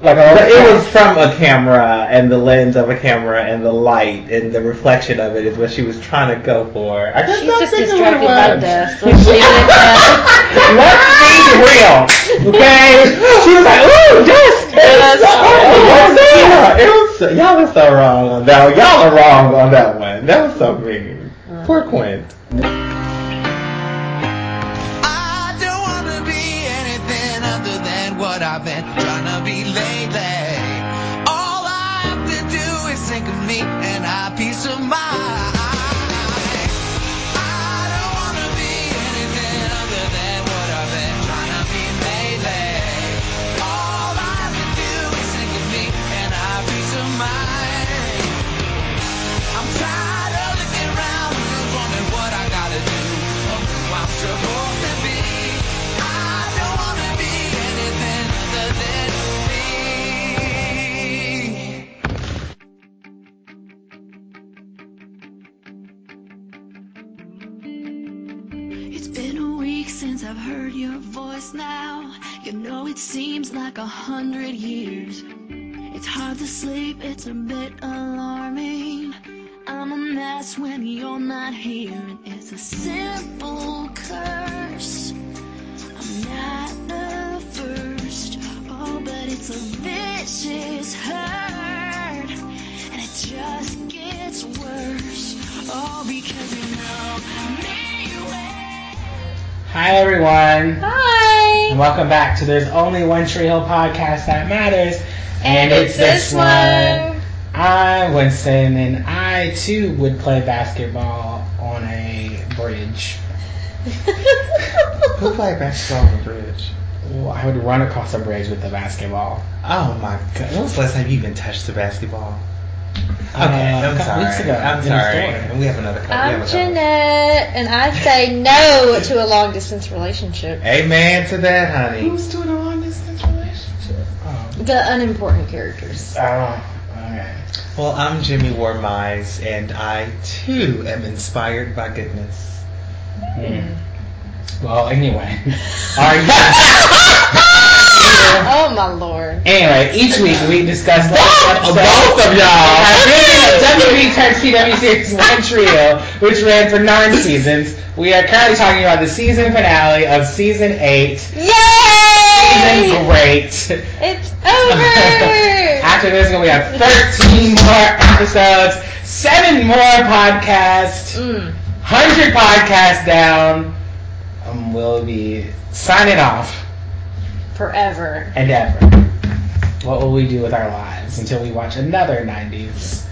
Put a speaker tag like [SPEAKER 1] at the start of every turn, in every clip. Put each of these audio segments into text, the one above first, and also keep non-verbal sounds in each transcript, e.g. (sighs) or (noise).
[SPEAKER 1] Like a
[SPEAKER 2] But it was from a camera (laughs) and the lens of a camera and the light and the reflection of it is what she was trying to go for. I just
[SPEAKER 3] She's
[SPEAKER 2] don't
[SPEAKER 3] just
[SPEAKER 2] think it
[SPEAKER 3] distracted
[SPEAKER 2] would've
[SPEAKER 3] by
[SPEAKER 2] worked. (laughs)
[SPEAKER 3] dust. When she went to-
[SPEAKER 2] Let's be real, okay? She was like, "Ooh, dust."
[SPEAKER 3] Dust.
[SPEAKER 2] Oh, yeah, it was. Y'all was so wrong on that. One. Y'all are wrong on that one. That was so mean. Poor Quint.
[SPEAKER 4] I don't wanna be anything other than what I've been trying to be lately. All I have to do is think of me and I peace of mind. I don't wanna be anything other than what I've been trying to be lately. All I have to do is think of me and I peace of mind. I'm tired of looking around and just wondering what I gotta do or who I'm supposed to be. I don't wanna be anything other than me.
[SPEAKER 5] It's been a week since I've heard your voice now. You know it seems like a hundred years. It's hard to sleep, it's a bit alarming. I'm a mess when you're not here. and It's a simple curse. I'm not the first. Oh, but it's a vicious hurt. And it just gets worse. All because you know me well.
[SPEAKER 1] Hi everyone.
[SPEAKER 3] Hi.
[SPEAKER 1] And welcome back to There's Only One Tree Hill podcast that matters, and, it's, this one. I'm Winston, and I too would play basketball on a bridge.
[SPEAKER 2] Who played basketball on the bridge?
[SPEAKER 1] Well, I would run across a bridge with the basketball.
[SPEAKER 2] Oh my god! When was the last time you even touched the basketball? Okay, I'm
[SPEAKER 1] Uh, a couple
[SPEAKER 2] sorry.
[SPEAKER 1] weeks ago,
[SPEAKER 2] I'm
[SPEAKER 1] in the store.
[SPEAKER 2] sorry. We have another. couple- we have
[SPEAKER 3] I'm
[SPEAKER 2] another-
[SPEAKER 3] Jeanette, and I say no to a long distance relationship.
[SPEAKER 2] Amen to that, honey.
[SPEAKER 1] Who's doing a long distance relationship? Oh,
[SPEAKER 3] The unimportant characters.
[SPEAKER 1] oh okay.
[SPEAKER 2] Well, I'm Jimmy Warmise, and I too am inspired by goodness.
[SPEAKER 1] Well, anyway. (laughs) All right.
[SPEAKER 3] Oh my lord.
[SPEAKER 1] Anyway, each week we discuss last episode.
[SPEAKER 2] both of y'all.
[SPEAKER 1] Our vision of WWE Tag Team WWE Series One Trio, which ran for nine
[SPEAKER 2] (laughs)
[SPEAKER 1] seasons. We are currently talking about the season finale of season eight. Season
[SPEAKER 3] Yay!
[SPEAKER 1] great.
[SPEAKER 3] It's over.
[SPEAKER 1] (laughs) After this, we have 13 more episodes, seven more podcasts,
[SPEAKER 3] mm.
[SPEAKER 1] 100 podcasts down. Um, we'll be signing off
[SPEAKER 3] Forever. (laughs)
[SPEAKER 1] and ever. What will we do with our lives until we watch another 90s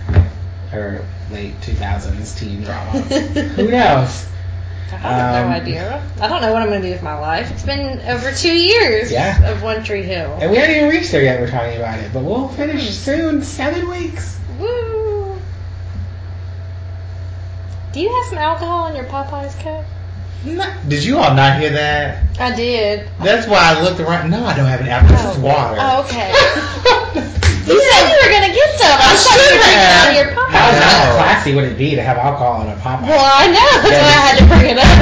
[SPEAKER 1] or late 2000s teen drama?
[SPEAKER 3] (laughs)
[SPEAKER 1] Who knows?
[SPEAKER 3] I have
[SPEAKER 1] Um,
[SPEAKER 3] no idea. I don't know what I'm going to do with my life. It's been over two years
[SPEAKER 1] Yeah.
[SPEAKER 3] of One Tree Hill.
[SPEAKER 1] And we haven't even reached there yet, we're talking about it, but we'll finish
[SPEAKER 3] Hmm.
[SPEAKER 1] soon, seven weeks.
[SPEAKER 3] Woo! Do you have some alcohol in your Popeyes cup?
[SPEAKER 2] No- Did you all not hear that?
[SPEAKER 3] I did.
[SPEAKER 2] That's why I looked around. No, I don't have an apple. This is water.
[SPEAKER 3] Oh, okay. (laughs) you said you were going to get some. I,
[SPEAKER 2] I
[SPEAKER 3] thought you
[SPEAKER 2] should
[SPEAKER 3] were out
[SPEAKER 2] have.
[SPEAKER 3] of your
[SPEAKER 1] How
[SPEAKER 3] Popeyes.
[SPEAKER 2] No.
[SPEAKER 1] not classy would it be to have alcohol in a Popeye?
[SPEAKER 3] Oh. Well, I know. That's why I had to bring it up.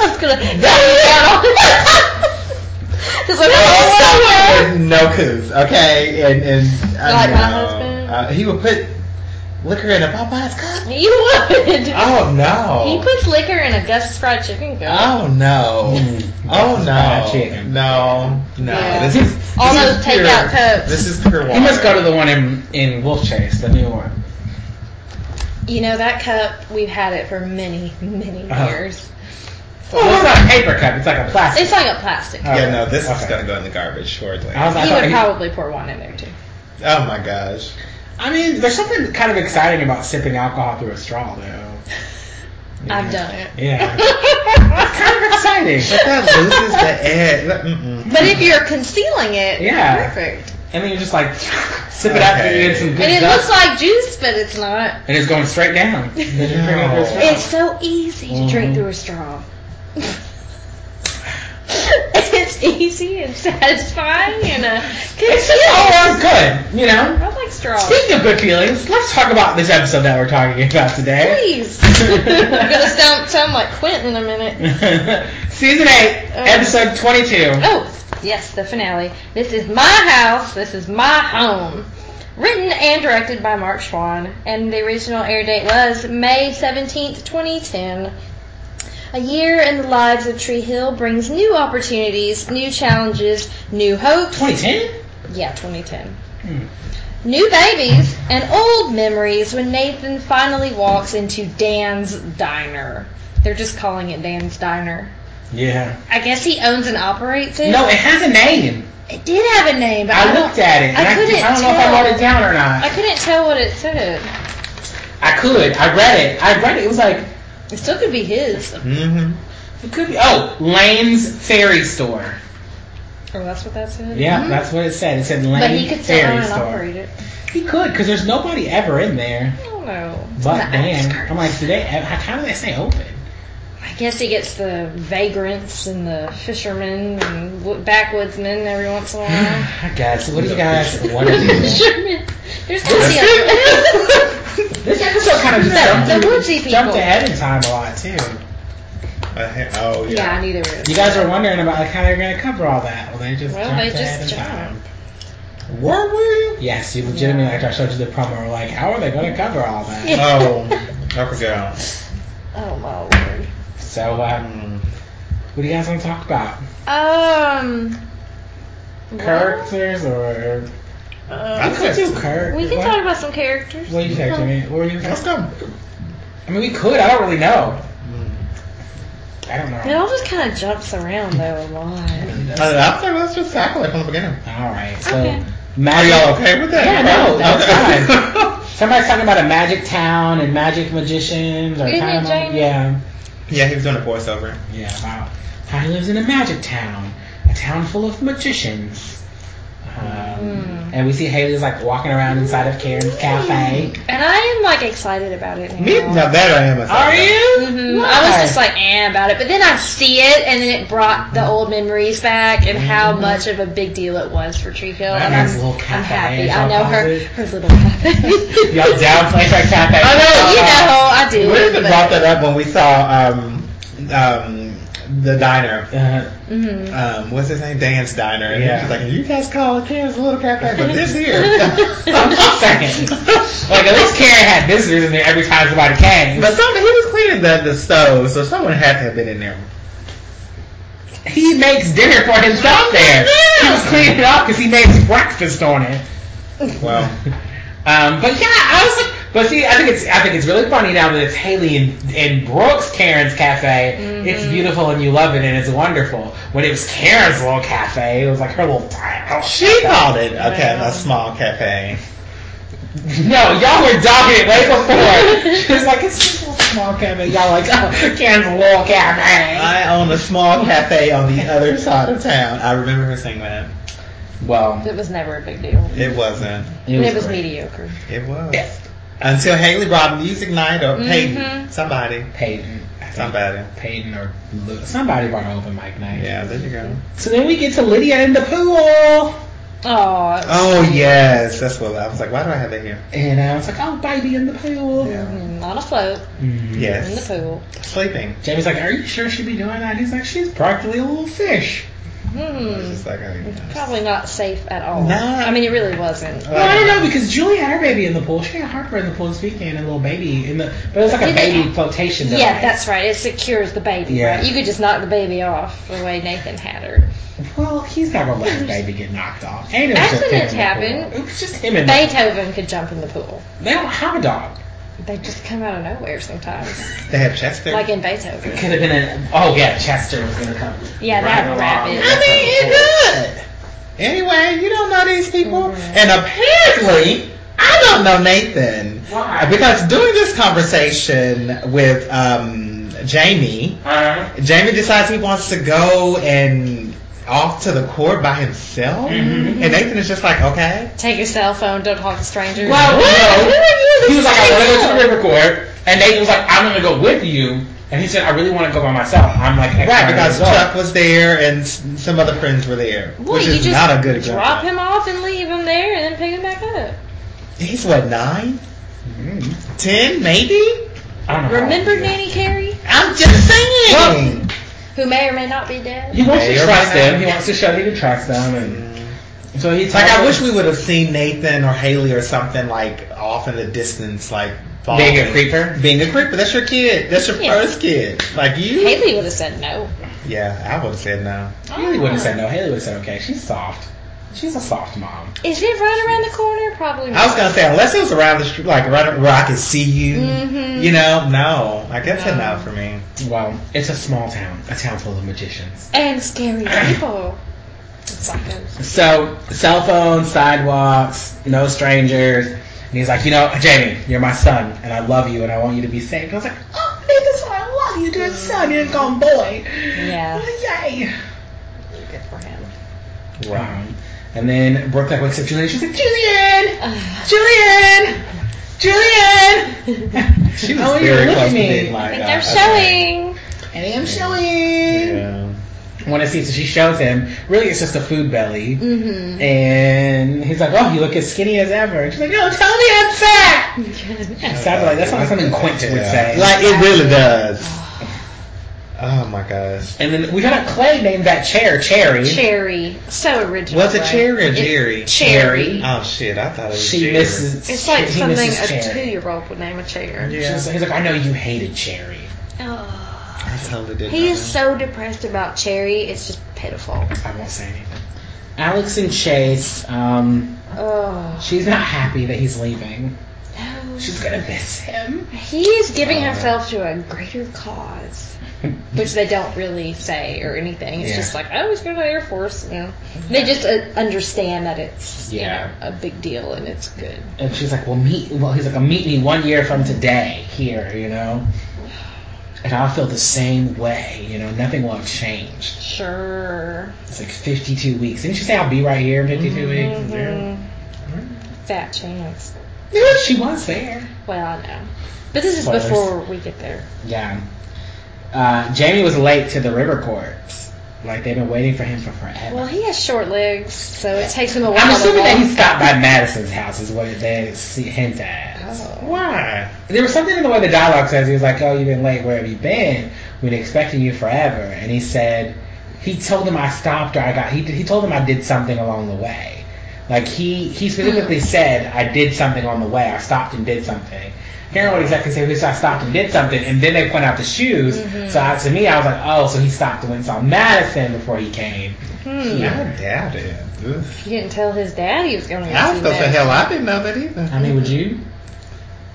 [SPEAKER 3] (laughs) I was going to (laughs) Just like, oh,
[SPEAKER 2] There's (laughs) no coos, okay? And and I
[SPEAKER 3] Like
[SPEAKER 2] know.
[SPEAKER 3] my husband?
[SPEAKER 2] Uh, he would put liquor in a Popeye's cup.
[SPEAKER 3] (laughs) You would.
[SPEAKER 2] Oh
[SPEAKER 3] He
[SPEAKER 2] no.
[SPEAKER 3] puts liquor in a Gus's fried chicken cup.
[SPEAKER 2] Oh no.
[SPEAKER 1] Mm,
[SPEAKER 2] Oh
[SPEAKER 1] that's fried
[SPEAKER 2] no.
[SPEAKER 1] chicken.
[SPEAKER 2] No. No.
[SPEAKER 3] Yeah.
[SPEAKER 2] This is
[SPEAKER 3] All
[SPEAKER 2] this
[SPEAKER 3] those
[SPEAKER 2] is pure-
[SPEAKER 3] takeout cups.
[SPEAKER 2] This is pure water.
[SPEAKER 1] You must go to the one in in Wolf Chase, the new one.
[SPEAKER 3] You know that cup? We've had it for many, many
[SPEAKER 1] Uh-huh.
[SPEAKER 3] years.
[SPEAKER 1] Well, it's not a paper cup; it's like a plastic.
[SPEAKER 3] It's like a plastic.
[SPEAKER 1] Uh-huh.
[SPEAKER 2] Yeah, no, this is
[SPEAKER 1] Okay.
[SPEAKER 2] gonna go in the garbage shortly.
[SPEAKER 1] I was like,
[SPEAKER 3] He
[SPEAKER 1] I,
[SPEAKER 3] would
[SPEAKER 1] thought-
[SPEAKER 3] probably pour one in there too.
[SPEAKER 2] Oh my gosh.
[SPEAKER 1] I mean, there's something kind of exciting about sipping alcohol through a straw, though.
[SPEAKER 3] (laughs) I've done it.
[SPEAKER 1] Yeah,
[SPEAKER 3] (laughs)
[SPEAKER 1] it's kind of exciting.
[SPEAKER 2] But that loses the edge. That- mm-mm.
[SPEAKER 3] But if you're concealing it,
[SPEAKER 1] Yeah.
[SPEAKER 3] perfect.
[SPEAKER 1] And then you're just like sip it Uh-huh. out, and you get some good
[SPEAKER 3] And it
[SPEAKER 1] guff,
[SPEAKER 3] looks like juice, but it's not.
[SPEAKER 1] and it's going straight down.
[SPEAKER 3] It's so easy to drink
[SPEAKER 1] Mhm.
[SPEAKER 3] through a straw. (laughs) it's easy and satisfying and a good
[SPEAKER 1] It's just all
[SPEAKER 3] feeling.
[SPEAKER 1] around good, you know.
[SPEAKER 3] I like straws.
[SPEAKER 1] (laughs) Speaking of good feelings, let's talk about this episode that we're talking about today. (laughs)
[SPEAKER 3] Please. (laughs) I'm gonna sound sound like Quint in a minute.
[SPEAKER 1] Season eight,
[SPEAKER 3] Oh.
[SPEAKER 1] episode twenty-two.
[SPEAKER 3] Oh, Yes, the finale. This is my house. This is my home. Written and directed by Mark Schwann, and the original air date was May 17th, 2010. A year in the lives of Tree Hill brings new opportunities, new challenges, new hopes.
[SPEAKER 1] 2010?
[SPEAKER 3] Yeah, 2010.
[SPEAKER 1] Hmm.
[SPEAKER 3] New babies and old memories when Nathan finally walks into Dan's diner. They're just calling it Dan's diner.
[SPEAKER 1] Yeah.
[SPEAKER 3] I guess he owns and operates it.
[SPEAKER 1] No, it has a name.
[SPEAKER 3] it did have a name, but I,
[SPEAKER 1] I
[SPEAKER 3] don't-
[SPEAKER 1] looked at it. And
[SPEAKER 3] I
[SPEAKER 1] I,
[SPEAKER 3] couldn't
[SPEAKER 1] I don't know if I
[SPEAKER 3] tell.
[SPEAKER 1] wrote it down or not.
[SPEAKER 3] I couldn't tell what it said.
[SPEAKER 1] I could. I read it. I read it. It was like
[SPEAKER 3] It still could be his.
[SPEAKER 2] Mm-hmm.
[SPEAKER 1] it could be. Oh, Lane's Fairy Store.
[SPEAKER 3] Oh, that's what that said.
[SPEAKER 1] Yeah,
[SPEAKER 3] Mhm.
[SPEAKER 1] that's what it said. It said Lane's
[SPEAKER 3] But he could still
[SPEAKER 1] Fairy
[SPEAKER 3] own and
[SPEAKER 1] Store.
[SPEAKER 3] operate it.
[SPEAKER 1] He could, because there's nobody ever in there.
[SPEAKER 3] I don't know. It's
[SPEAKER 1] But
[SPEAKER 3] on the
[SPEAKER 1] Dan,
[SPEAKER 3] outskirts.
[SPEAKER 1] I'm like, do they? ev- How do they stay open?
[SPEAKER 3] I guess he gets the vagrants and the fishermen and wo- backwoodsmen every once in a while.
[SPEAKER 1] (sighs) I guess. (laughs) What do you guys want to do?
[SPEAKER 3] (laughs) Fishermen. There's woodsy other-
[SPEAKER 1] This episode kind of just jumped,
[SPEAKER 3] the, the
[SPEAKER 1] through-
[SPEAKER 3] woodsy people.
[SPEAKER 1] jumped ahead in time a lot too.
[SPEAKER 2] oh
[SPEAKER 3] (laughs) Yeah, I knew they were.
[SPEAKER 1] You
[SPEAKER 3] (laughs)
[SPEAKER 1] guys were wondering about like how they're gonna cover all that. Well, they just
[SPEAKER 3] Well,
[SPEAKER 1] jumped
[SPEAKER 3] they
[SPEAKER 1] ahead
[SPEAKER 3] just
[SPEAKER 1] in time.
[SPEAKER 3] jumped.
[SPEAKER 2] Were we?
[SPEAKER 1] Yes, you legitimately like I showed you the promo. We're like, how are they gonna cover all that?
[SPEAKER 3] Yeah.
[SPEAKER 2] Oh, I forgot.
[SPEAKER 3] Oh my lord.
[SPEAKER 1] So, um,
[SPEAKER 2] Mm.
[SPEAKER 1] what do you guys want to talk about?
[SPEAKER 3] Um. well,
[SPEAKER 1] Characters or
[SPEAKER 2] I
[SPEAKER 3] uh,
[SPEAKER 1] we could do
[SPEAKER 2] could-
[SPEAKER 1] characters.
[SPEAKER 3] we can
[SPEAKER 1] what?
[SPEAKER 3] talk about some characters.
[SPEAKER 1] What do you think, Jimmy? What were you?
[SPEAKER 2] Let's go.
[SPEAKER 1] I mean, we could. I don't really know.
[SPEAKER 2] Mm.
[SPEAKER 1] I don't know.
[SPEAKER 3] It all just kind of jumps around though a lot.
[SPEAKER 2] I I think let's just tackle it from the beginning.
[SPEAKER 1] All right. So,
[SPEAKER 3] Okay.
[SPEAKER 2] Are
[SPEAKER 1] magic.
[SPEAKER 2] y'all okay with that?
[SPEAKER 1] Yeah, no, that's (laughs)
[SPEAKER 2] Okay.
[SPEAKER 1] Somebody's talking about a magic town and magic magicians or
[SPEAKER 3] Isn't
[SPEAKER 1] kind
[SPEAKER 3] it
[SPEAKER 1] of
[SPEAKER 3] Jamie?
[SPEAKER 1] yeah,
[SPEAKER 2] (laughs) yeah, he was doing a voiceover.
[SPEAKER 1] yeah. About how he lives in a magic town, a town full of magicians. Um,
[SPEAKER 3] Mm.
[SPEAKER 1] And we see Haley's like walking around inside of Karen's
[SPEAKER 3] Hmm.
[SPEAKER 1] cafe.
[SPEAKER 3] And I am like excited about it now.
[SPEAKER 2] Me, now that I am a
[SPEAKER 1] Are you?
[SPEAKER 3] hmm
[SPEAKER 1] Why?
[SPEAKER 3] I was just like, eh, about it. But then I see it, and then it brought the old memories back and how much of a big deal it was for Tree Hill.
[SPEAKER 1] Mm-hmm. That
[SPEAKER 3] And
[SPEAKER 1] nice
[SPEAKER 3] I'm,
[SPEAKER 1] little
[SPEAKER 3] I'm
[SPEAKER 1] cafe,
[SPEAKER 3] happy.
[SPEAKER 1] as
[SPEAKER 3] I
[SPEAKER 1] y'all
[SPEAKER 3] know
[SPEAKER 1] calls
[SPEAKER 3] her,
[SPEAKER 1] it.
[SPEAKER 3] her little cafe.
[SPEAKER 1] (laughs) Y'all
[SPEAKER 3] (laughs)
[SPEAKER 1] downplay her cafe.
[SPEAKER 3] I know, you know, I do.
[SPEAKER 2] We even
[SPEAKER 3] but-
[SPEAKER 2] brought that up when we saw um, um, the diner.
[SPEAKER 1] Uh,
[SPEAKER 3] Mhm.
[SPEAKER 2] Um, what's his name? Dan's Diner. And yeah.
[SPEAKER 1] Yeah.
[SPEAKER 2] he was like, you guys call it Karen's Little Cafe, but
[SPEAKER 1] (laughs)
[SPEAKER 2] this here.
[SPEAKER 1] Second. like at least Karen had visitors in there every time somebody came.
[SPEAKER 2] But some, he was cleaning the, the stove, so someone had to have been in there.
[SPEAKER 1] He makes dinner for himself there. He was cleaning it up because he makes breakfast on it.
[SPEAKER 2] Well,
[SPEAKER 1] Um, but yeah, I was like, but see, I think it's I think it's really funny now that it's Haley and, and Brooks Karen's cafe.
[SPEAKER 2] Mm-hmm.
[SPEAKER 1] It's beautiful and you love it and it's wonderful. When it was Karen's little cafe, it was like her little town.
[SPEAKER 2] she called it a, ca-
[SPEAKER 3] Wow.
[SPEAKER 2] a small cafe.
[SPEAKER 1] No, y'all were dogging it way
[SPEAKER 2] (laughs)
[SPEAKER 1] before. she was like, it's just a little small cafe. Y'all like, oh, Karen's little cafe.
[SPEAKER 2] I own a small cafe on the other side of town. I remember her saying that.
[SPEAKER 1] Well,
[SPEAKER 3] It was never a big deal.
[SPEAKER 2] It wasn't.
[SPEAKER 3] It was,
[SPEAKER 1] great.
[SPEAKER 3] mediocre.
[SPEAKER 2] It was. Until Haley brought Music Night or Peyton.
[SPEAKER 3] Mhm.
[SPEAKER 2] Somebody.
[SPEAKER 1] Peyton.
[SPEAKER 2] Somebody.
[SPEAKER 1] Peyton or Lu- somebody brought an open mic night.
[SPEAKER 2] Yeah, there you go.
[SPEAKER 1] So then we get to Lydia and the pool.
[SPEAKER 3] Oh,
[SPEAKER 2] Oh, yes. That's what I was like, why do I have that here?
[SPEAKER 1] And I was like, oh, baby in the pool.
[SPEAKER 2] Yeah.
[SPEAKER 1] Uh,
[SPEAKER 3] on a float
[SPEAKER 1] Mm.
[SPEAKER 3] in the
[SPEAKER 1] (laughs)
[SPEAKER 2] Yes.
[SPEAKER 3] pool.
[SPEAKER 2] Sleeping.
[SPEAKER 1] Jamie's like, are you sure she'd be doing that? He's like, she's practically a little fish.
[SPEAKER 2] It's
[SPEAKER 3] Hmm.
[SPEAKER 2] just like, I
[SPEAKER 3] Probably not safe at all.
[SPEAKER 2] Nah. Uh,
[SPEAKER 3] I mean, it really wasn't.
[SPEAKER 1] Well, I don't know because Julie had her baby in the pool. She had Harper in the pool this weekend and a little baby in the. But it was like a
[SPEAKER 3] Did they-
[SPEAKER 1] baby flotation. Device.
[SPEAKER 3] Yeah, that's right. It secures the baby,
[SPEAKER 1] Yeah.
[SPEAKER 3] right? You could just knock the baby off the way Nathan had her.
[SPEAKER 1] Well, he's not gonna let his baby get knocked off. And it was just him
[SPEAKER 3] Accidents
[SPEAKER 1] in the
[SPEAKER 3] happen.
[SPEAKER 1] pool. It was just him and
[SPEAKER 3] Beethoven could jump in the pool.
[SPEAKER 1] They don't have a dog.
[SPEAKER 3] They just come out of nowhere sometimes,
[SPEAKER 2] They have Chester.
[SPEAKER 3] like in Beethoven.
[SPEAKER 1] Could have been a. Oh yeah, Chester was gonna come.
[SPEAKER 3] Yeah, that rabbit.
[SPEAKER 2] I mean, it could. Anyway, you don't know these people. And apparently, I don't know Nathan.
[SPEAKER 1] Why?
[SPEAKER 2] Because during this conversation with um, Jamie,
[SPEAKER 1] Uh,
[SPEAKER 3] Uh-huh.
[SPEAKER 2] Jamie decides he wants to go and off to the court by himself.
[SPEAKER 3] Mm-hmm.
[SPEAKER 1] Mhm.
[SPEAKER 2] And Nathan is just like, okay.
[SPEAKER 3] Take your cell phone. Don't talk to strangers.
[SPEAKER 1] well, no.
[SPEAKER 2] He
[SPEAKER 1] "Oh, He was like, I want to go to the river court. And Nathan was like, I'm going to go with you. And he said, I really want to go by myself. I'm like, X
[SPEAKER 2] Right,
[SPEAKER 1] amount of
[SPEAKER 2] because
[SPEAKER 1] years old.
[SPEAKER 2] Chuck was there and s- some other friends were there,
[SPEAKER 3] What,
[SPEAKER 2] which
[SPEAKER 3] you
[SPEAKER 2] is
[SPEAKER 3] just
[SPEAKER 2] not a good
[SPEAKER 3] drop
[SPEAKER 2] example.
[SPEAKER 3] him off and leave him there, and then pick him back up.
[SPEAKER 2] He's what nine,
[SPEAKER 1] Mm.
[SPEAKER 2] ten, maybe. Oh,
[SPEAKER 1] I don't know.
[SPEAKER 3] Remember Nanny Carey?
[SPEAKER 2] I'm just saying.
[SPEAKER 1] Well,
[SPEAKER 3] who may or may not be dead.
[SPEAKER 1] He wants to
[SPEAKER 2] Mayor
[SPEAKER 1] trust
[SPEAKER 2] Brown.
[SPEAKER 1] them. He wants to show he can trust them, and so he.
[SPEAKER 2] Like I wish
[SPEAKER 1] we
[SPEAKER 2] we would have seen Nathan or Haley or something like off in the distance, like falling.
[SPEAKER 1] being a creeper.
[SPEAKER 2] Being a creeper. That's your kid. That's your
[SPEAKER 3] Yeah.
[SPEAKER 2] first kid. Like you.
[SPEAKER 3] Haley would have said no.
[SPEAKER 2] Yeah, I would have said no.
[SPEAKER 1] Haley wouldn't have said no. Haley would have said okay. She's soft. She's a soft mom.
[SPEAKER 3] Is it right around the corner? Probably not.
[SPEAKER 2] I was gonna say unless it was around the street, like right where I could see you.
[SPEAKER 3] Mhm.
[SPEAKER 2] You know, no. Like that's a no
[SPEAKER 3] No.
[SPEAKER 2] for me.
[SPEAKER 1] Well, it's a small town, a town full of magicians.
[SPEAKER 3] and scary people. Psychos.
[SPEAKER 1] So cell phones, sidewalks, no strangers. And he's like, you know, Jamie, you're my son, and I love you, and I want you to be safe. I was like, oh, nigga, so I love you, dude, son, you're a gone boy.
[SPEAKER 3] Yeah.
[SPEAKER 1] Yay.
[SPEAKER 3] Good for him.
[SPEAKER 1] Wow. And then Brooke like wakes up Julian. She's like, Julian,
[SPEAKER 3] Ugh.
[SPEAKER 1] Julian, Julian.
[SPEAKER 2] She was
[SPEAKER 1] Oh, you
[SPEAKER 2] very
[SPEAKER 1] look
[SPEAKER 2] close
[SPEAKER 1] at
[SPEAKER 2] to
[SPEAKER 1] me.
[SPEAKER 2] being
[SPEAKER 3] I
[SPEAKER 2] like
[SPEAKER 3] think
[SPEAKER 2] uh,
[SPEAKER 3] they're
[SPEAKER 2] okay.
[SPEAKER 3] showing.
[SPEAKER 1] and I'm showing.
[SPEAKER 2] Yeah.
[SPEAKER 1] Want to see? So she shows him. Really, it's just a food belly.
[SPEAKER 3] Mm-hmm.
[SPEAKER 1] And he's like, "Oh, you look as skinny as ever." And she's like, "No, tell me I'm fat."
[SPEAKER 3] (laughs)
[SPEAKER 1] So I'm like, "That's not something Quentin would
[SPEAKER 2] Yeah.
[SPEAKER 1] say."
[SPEAKER 2] Like it really does. Oh my gosh.
[SPEAKER 1] and then we got a Clay named that chair Cherry.
[SPEAKER 3] Cherry. So original.
[SPEAKER 2] Was it
[SPEAKER 3] right?
[SPEAKER 2] Cherry or
[SPEAKER 3] It's
[SPEAKER 2] Jerry?
[SPEAKER 3] Cherry.
[SPEAKER 2] Oh shit, I thought it was
[SPEAKER 1] She
[SPEAKER 2] Jerry.
[SPEAKER 1] misses.
[SPEAKER 3] It's like
[SPEAKER 1] he
[SPEAKER 3] something
[SPEAKER 1] misses
[SPEAKER 3] a
[SPEAKER 1] Cherry.
[SPEAKER 3] two-year-old would name a chair.
[SPEAKER 2] Yeah.
[SPEAKER 1] She's- He's like, "I know you hated Cherry."
[SPEAKER 3] Oh.
[SPEAKER 2] I totally did.
[SPEAKER 3] He
[SPEAKER 2] not
[SPEAKER 3] is so depressed about Cherry. It's just pitiful.
[SPEAKER 1] I won't say anything. Alex and Chase. Um,
[SPEAKER 3] Oh.
[SPEAKER 1] She's not happy that he's leaving.
[SPEAKER 3] No.
[SPEAKER 1] She's gonna miss him.
[SPEAKER 3] He is giving himself to a greater cause, which they don't really say or anything. It's
[SPEAKER 1] Yeah.
[SPEAKER 3] just like, oh, he's going to the Air Force. You know, they just uh, understand that it's
[SPEAKER 1] (laughs)
[SPEAKER 3] you
[SPEAKER 1] Yeah.
[SPEAKER 3] know, a big deal and it's good.
[SPEAKER 1] And she's like, "Well, meet." Well, he's like, "Well, meet me one year from today here," you know. And I'll feel the same way, you know. Nothing will have changed.
[SPEAKER 3] Sure.
[SPEAKER 1] It's like 52 weeks. Didn't she say I'll be right here in 52 weeks? Yeah.
[SPEAKER 3] Mhm. Fat chance.
[SPEAKER 1] Yeah, she was there.
[SPEAKER 3] Well, I know, but this is
[SPEAKER 1] Spoilers.
[SPEAKER 3] before we get there.
[SPEAKER 1] Yeah. Uh, Jamie was late to the river courts. Like they've been waiting for him for forever.
[SPEAKER 3] Well, he has short legs, so it takes him a while.
[SPEAKER 1] I'm
[SPEAKER 3] to
[SPEAKER 1] assuming that
[SPEAKER 3] walk.
[SPEAKER 1] he stopped by Madison's house is what they see- hint at.
[SPEAKER 3] Oh.
[SPEAKER 2] Why?
[SPEAKER 1] There was something in the way the dialogue says. He was like, "Oh, you've been late. Where have you been? We've been expecting you forever." And he said, he told him I stopped or I got. He he told him I did something along the way. Like he he
[SPEAKER 3] Hmm.
[SPEAKER 1] specifically said I did something on the way. I stopped and did something. I can't remember what exactly he said. He said I stopped and did something, and then they point out the shoes.
[SPEAKER 3] Mm-hmm.
[SPEAKER 1] So I, to me, I was like, oh, so he stopped and went and saw Madison before he came.
[SPEAKER 3] Hmm.
[SPEAKER 2] I doubt it. Ugh.
[SPEAKER 3] He didn't tell his dad he was going to.
[SPEAKER 2] I was gonna say hell, I didn't know that either. Oh,
[SPEAKER 1] I mean, would you?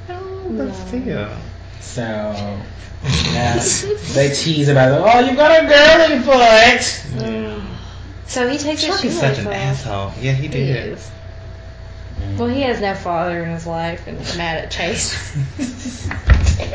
[SPEAKER 3] Oh,
[SPEAKER 2] No, but still.
[SPEAKER 1] So yeah, they tease about it. Oh, you've got a girly foot.
[SPEAKER 3] (laughs) Mm. So he takes his
[SPEAKER 2] Chuck is
[SPEAKER 3] shoes
[SPEAKER 2] such
[SPEAKER 3] off.
[SPEAKER 2] an asshole. Yeah, he
[SPEAKER 3] He
[SPEAKER 2] did.
[SPEAKER 3] is. Well, he has no father in his life and is mad at Chase. what?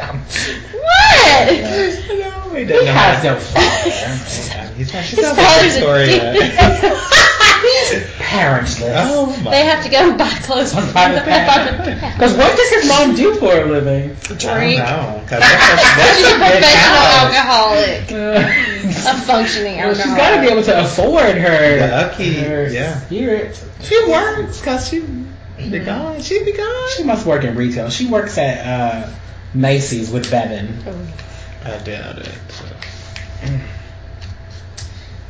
[SPEAKER 2] No, he
[SPEAKER 1] He
[SPEAKER 2] doesn't.
[SPEAKER 1] has no
[SPEAKER 2] know.
[SPEAKER 1] father.
[SPEAKER 2] He's not. She's
[SPEAKER 3] His
[SPEAKER 2] not that
[SPEAKER 3] father's
[SPEAKER 2] story yet.
[SPEAKER 3] a
[SPEAKER 1] Parents live.
[SPEAKER 2] Oh my.
[SPEAKER 3] They have to go buy clothes from the (laughs)
[SPEAKER 1] private
[SPEAKER 3] private
[SPEAKER 1] Because what does his mom do for a (laughs) living?
[SPEAKER 3] drink.
[SPEAKER 2] I don't know, 'cause that's a,
[SPEAKER 3] She's a
[SPEAKER 2] that's a big house.
[SPEAKER 3] professional alcoholic,
[SPEAKER 1] Uh,
[SPEAKER 3] a functioning
[SPEAKER 1] well,
[SPEAKER 3] alcoholic.
[SPEAKER 1] she's got to be able to afford her,
[SPEAKER 2] The upkeep,
[SPEAKER 1] her
[SPEAKER 2] yeah.
[SPEAKER 1] spirit.
[SPEAKER 2] She works because she be gone. She be gone.
[SPEAKER 1] She must work in retail. She works at uh, Macy's with Bevan.
[SPEAKER 2] I doubt it.
[SPEAKER 1] (clears throat)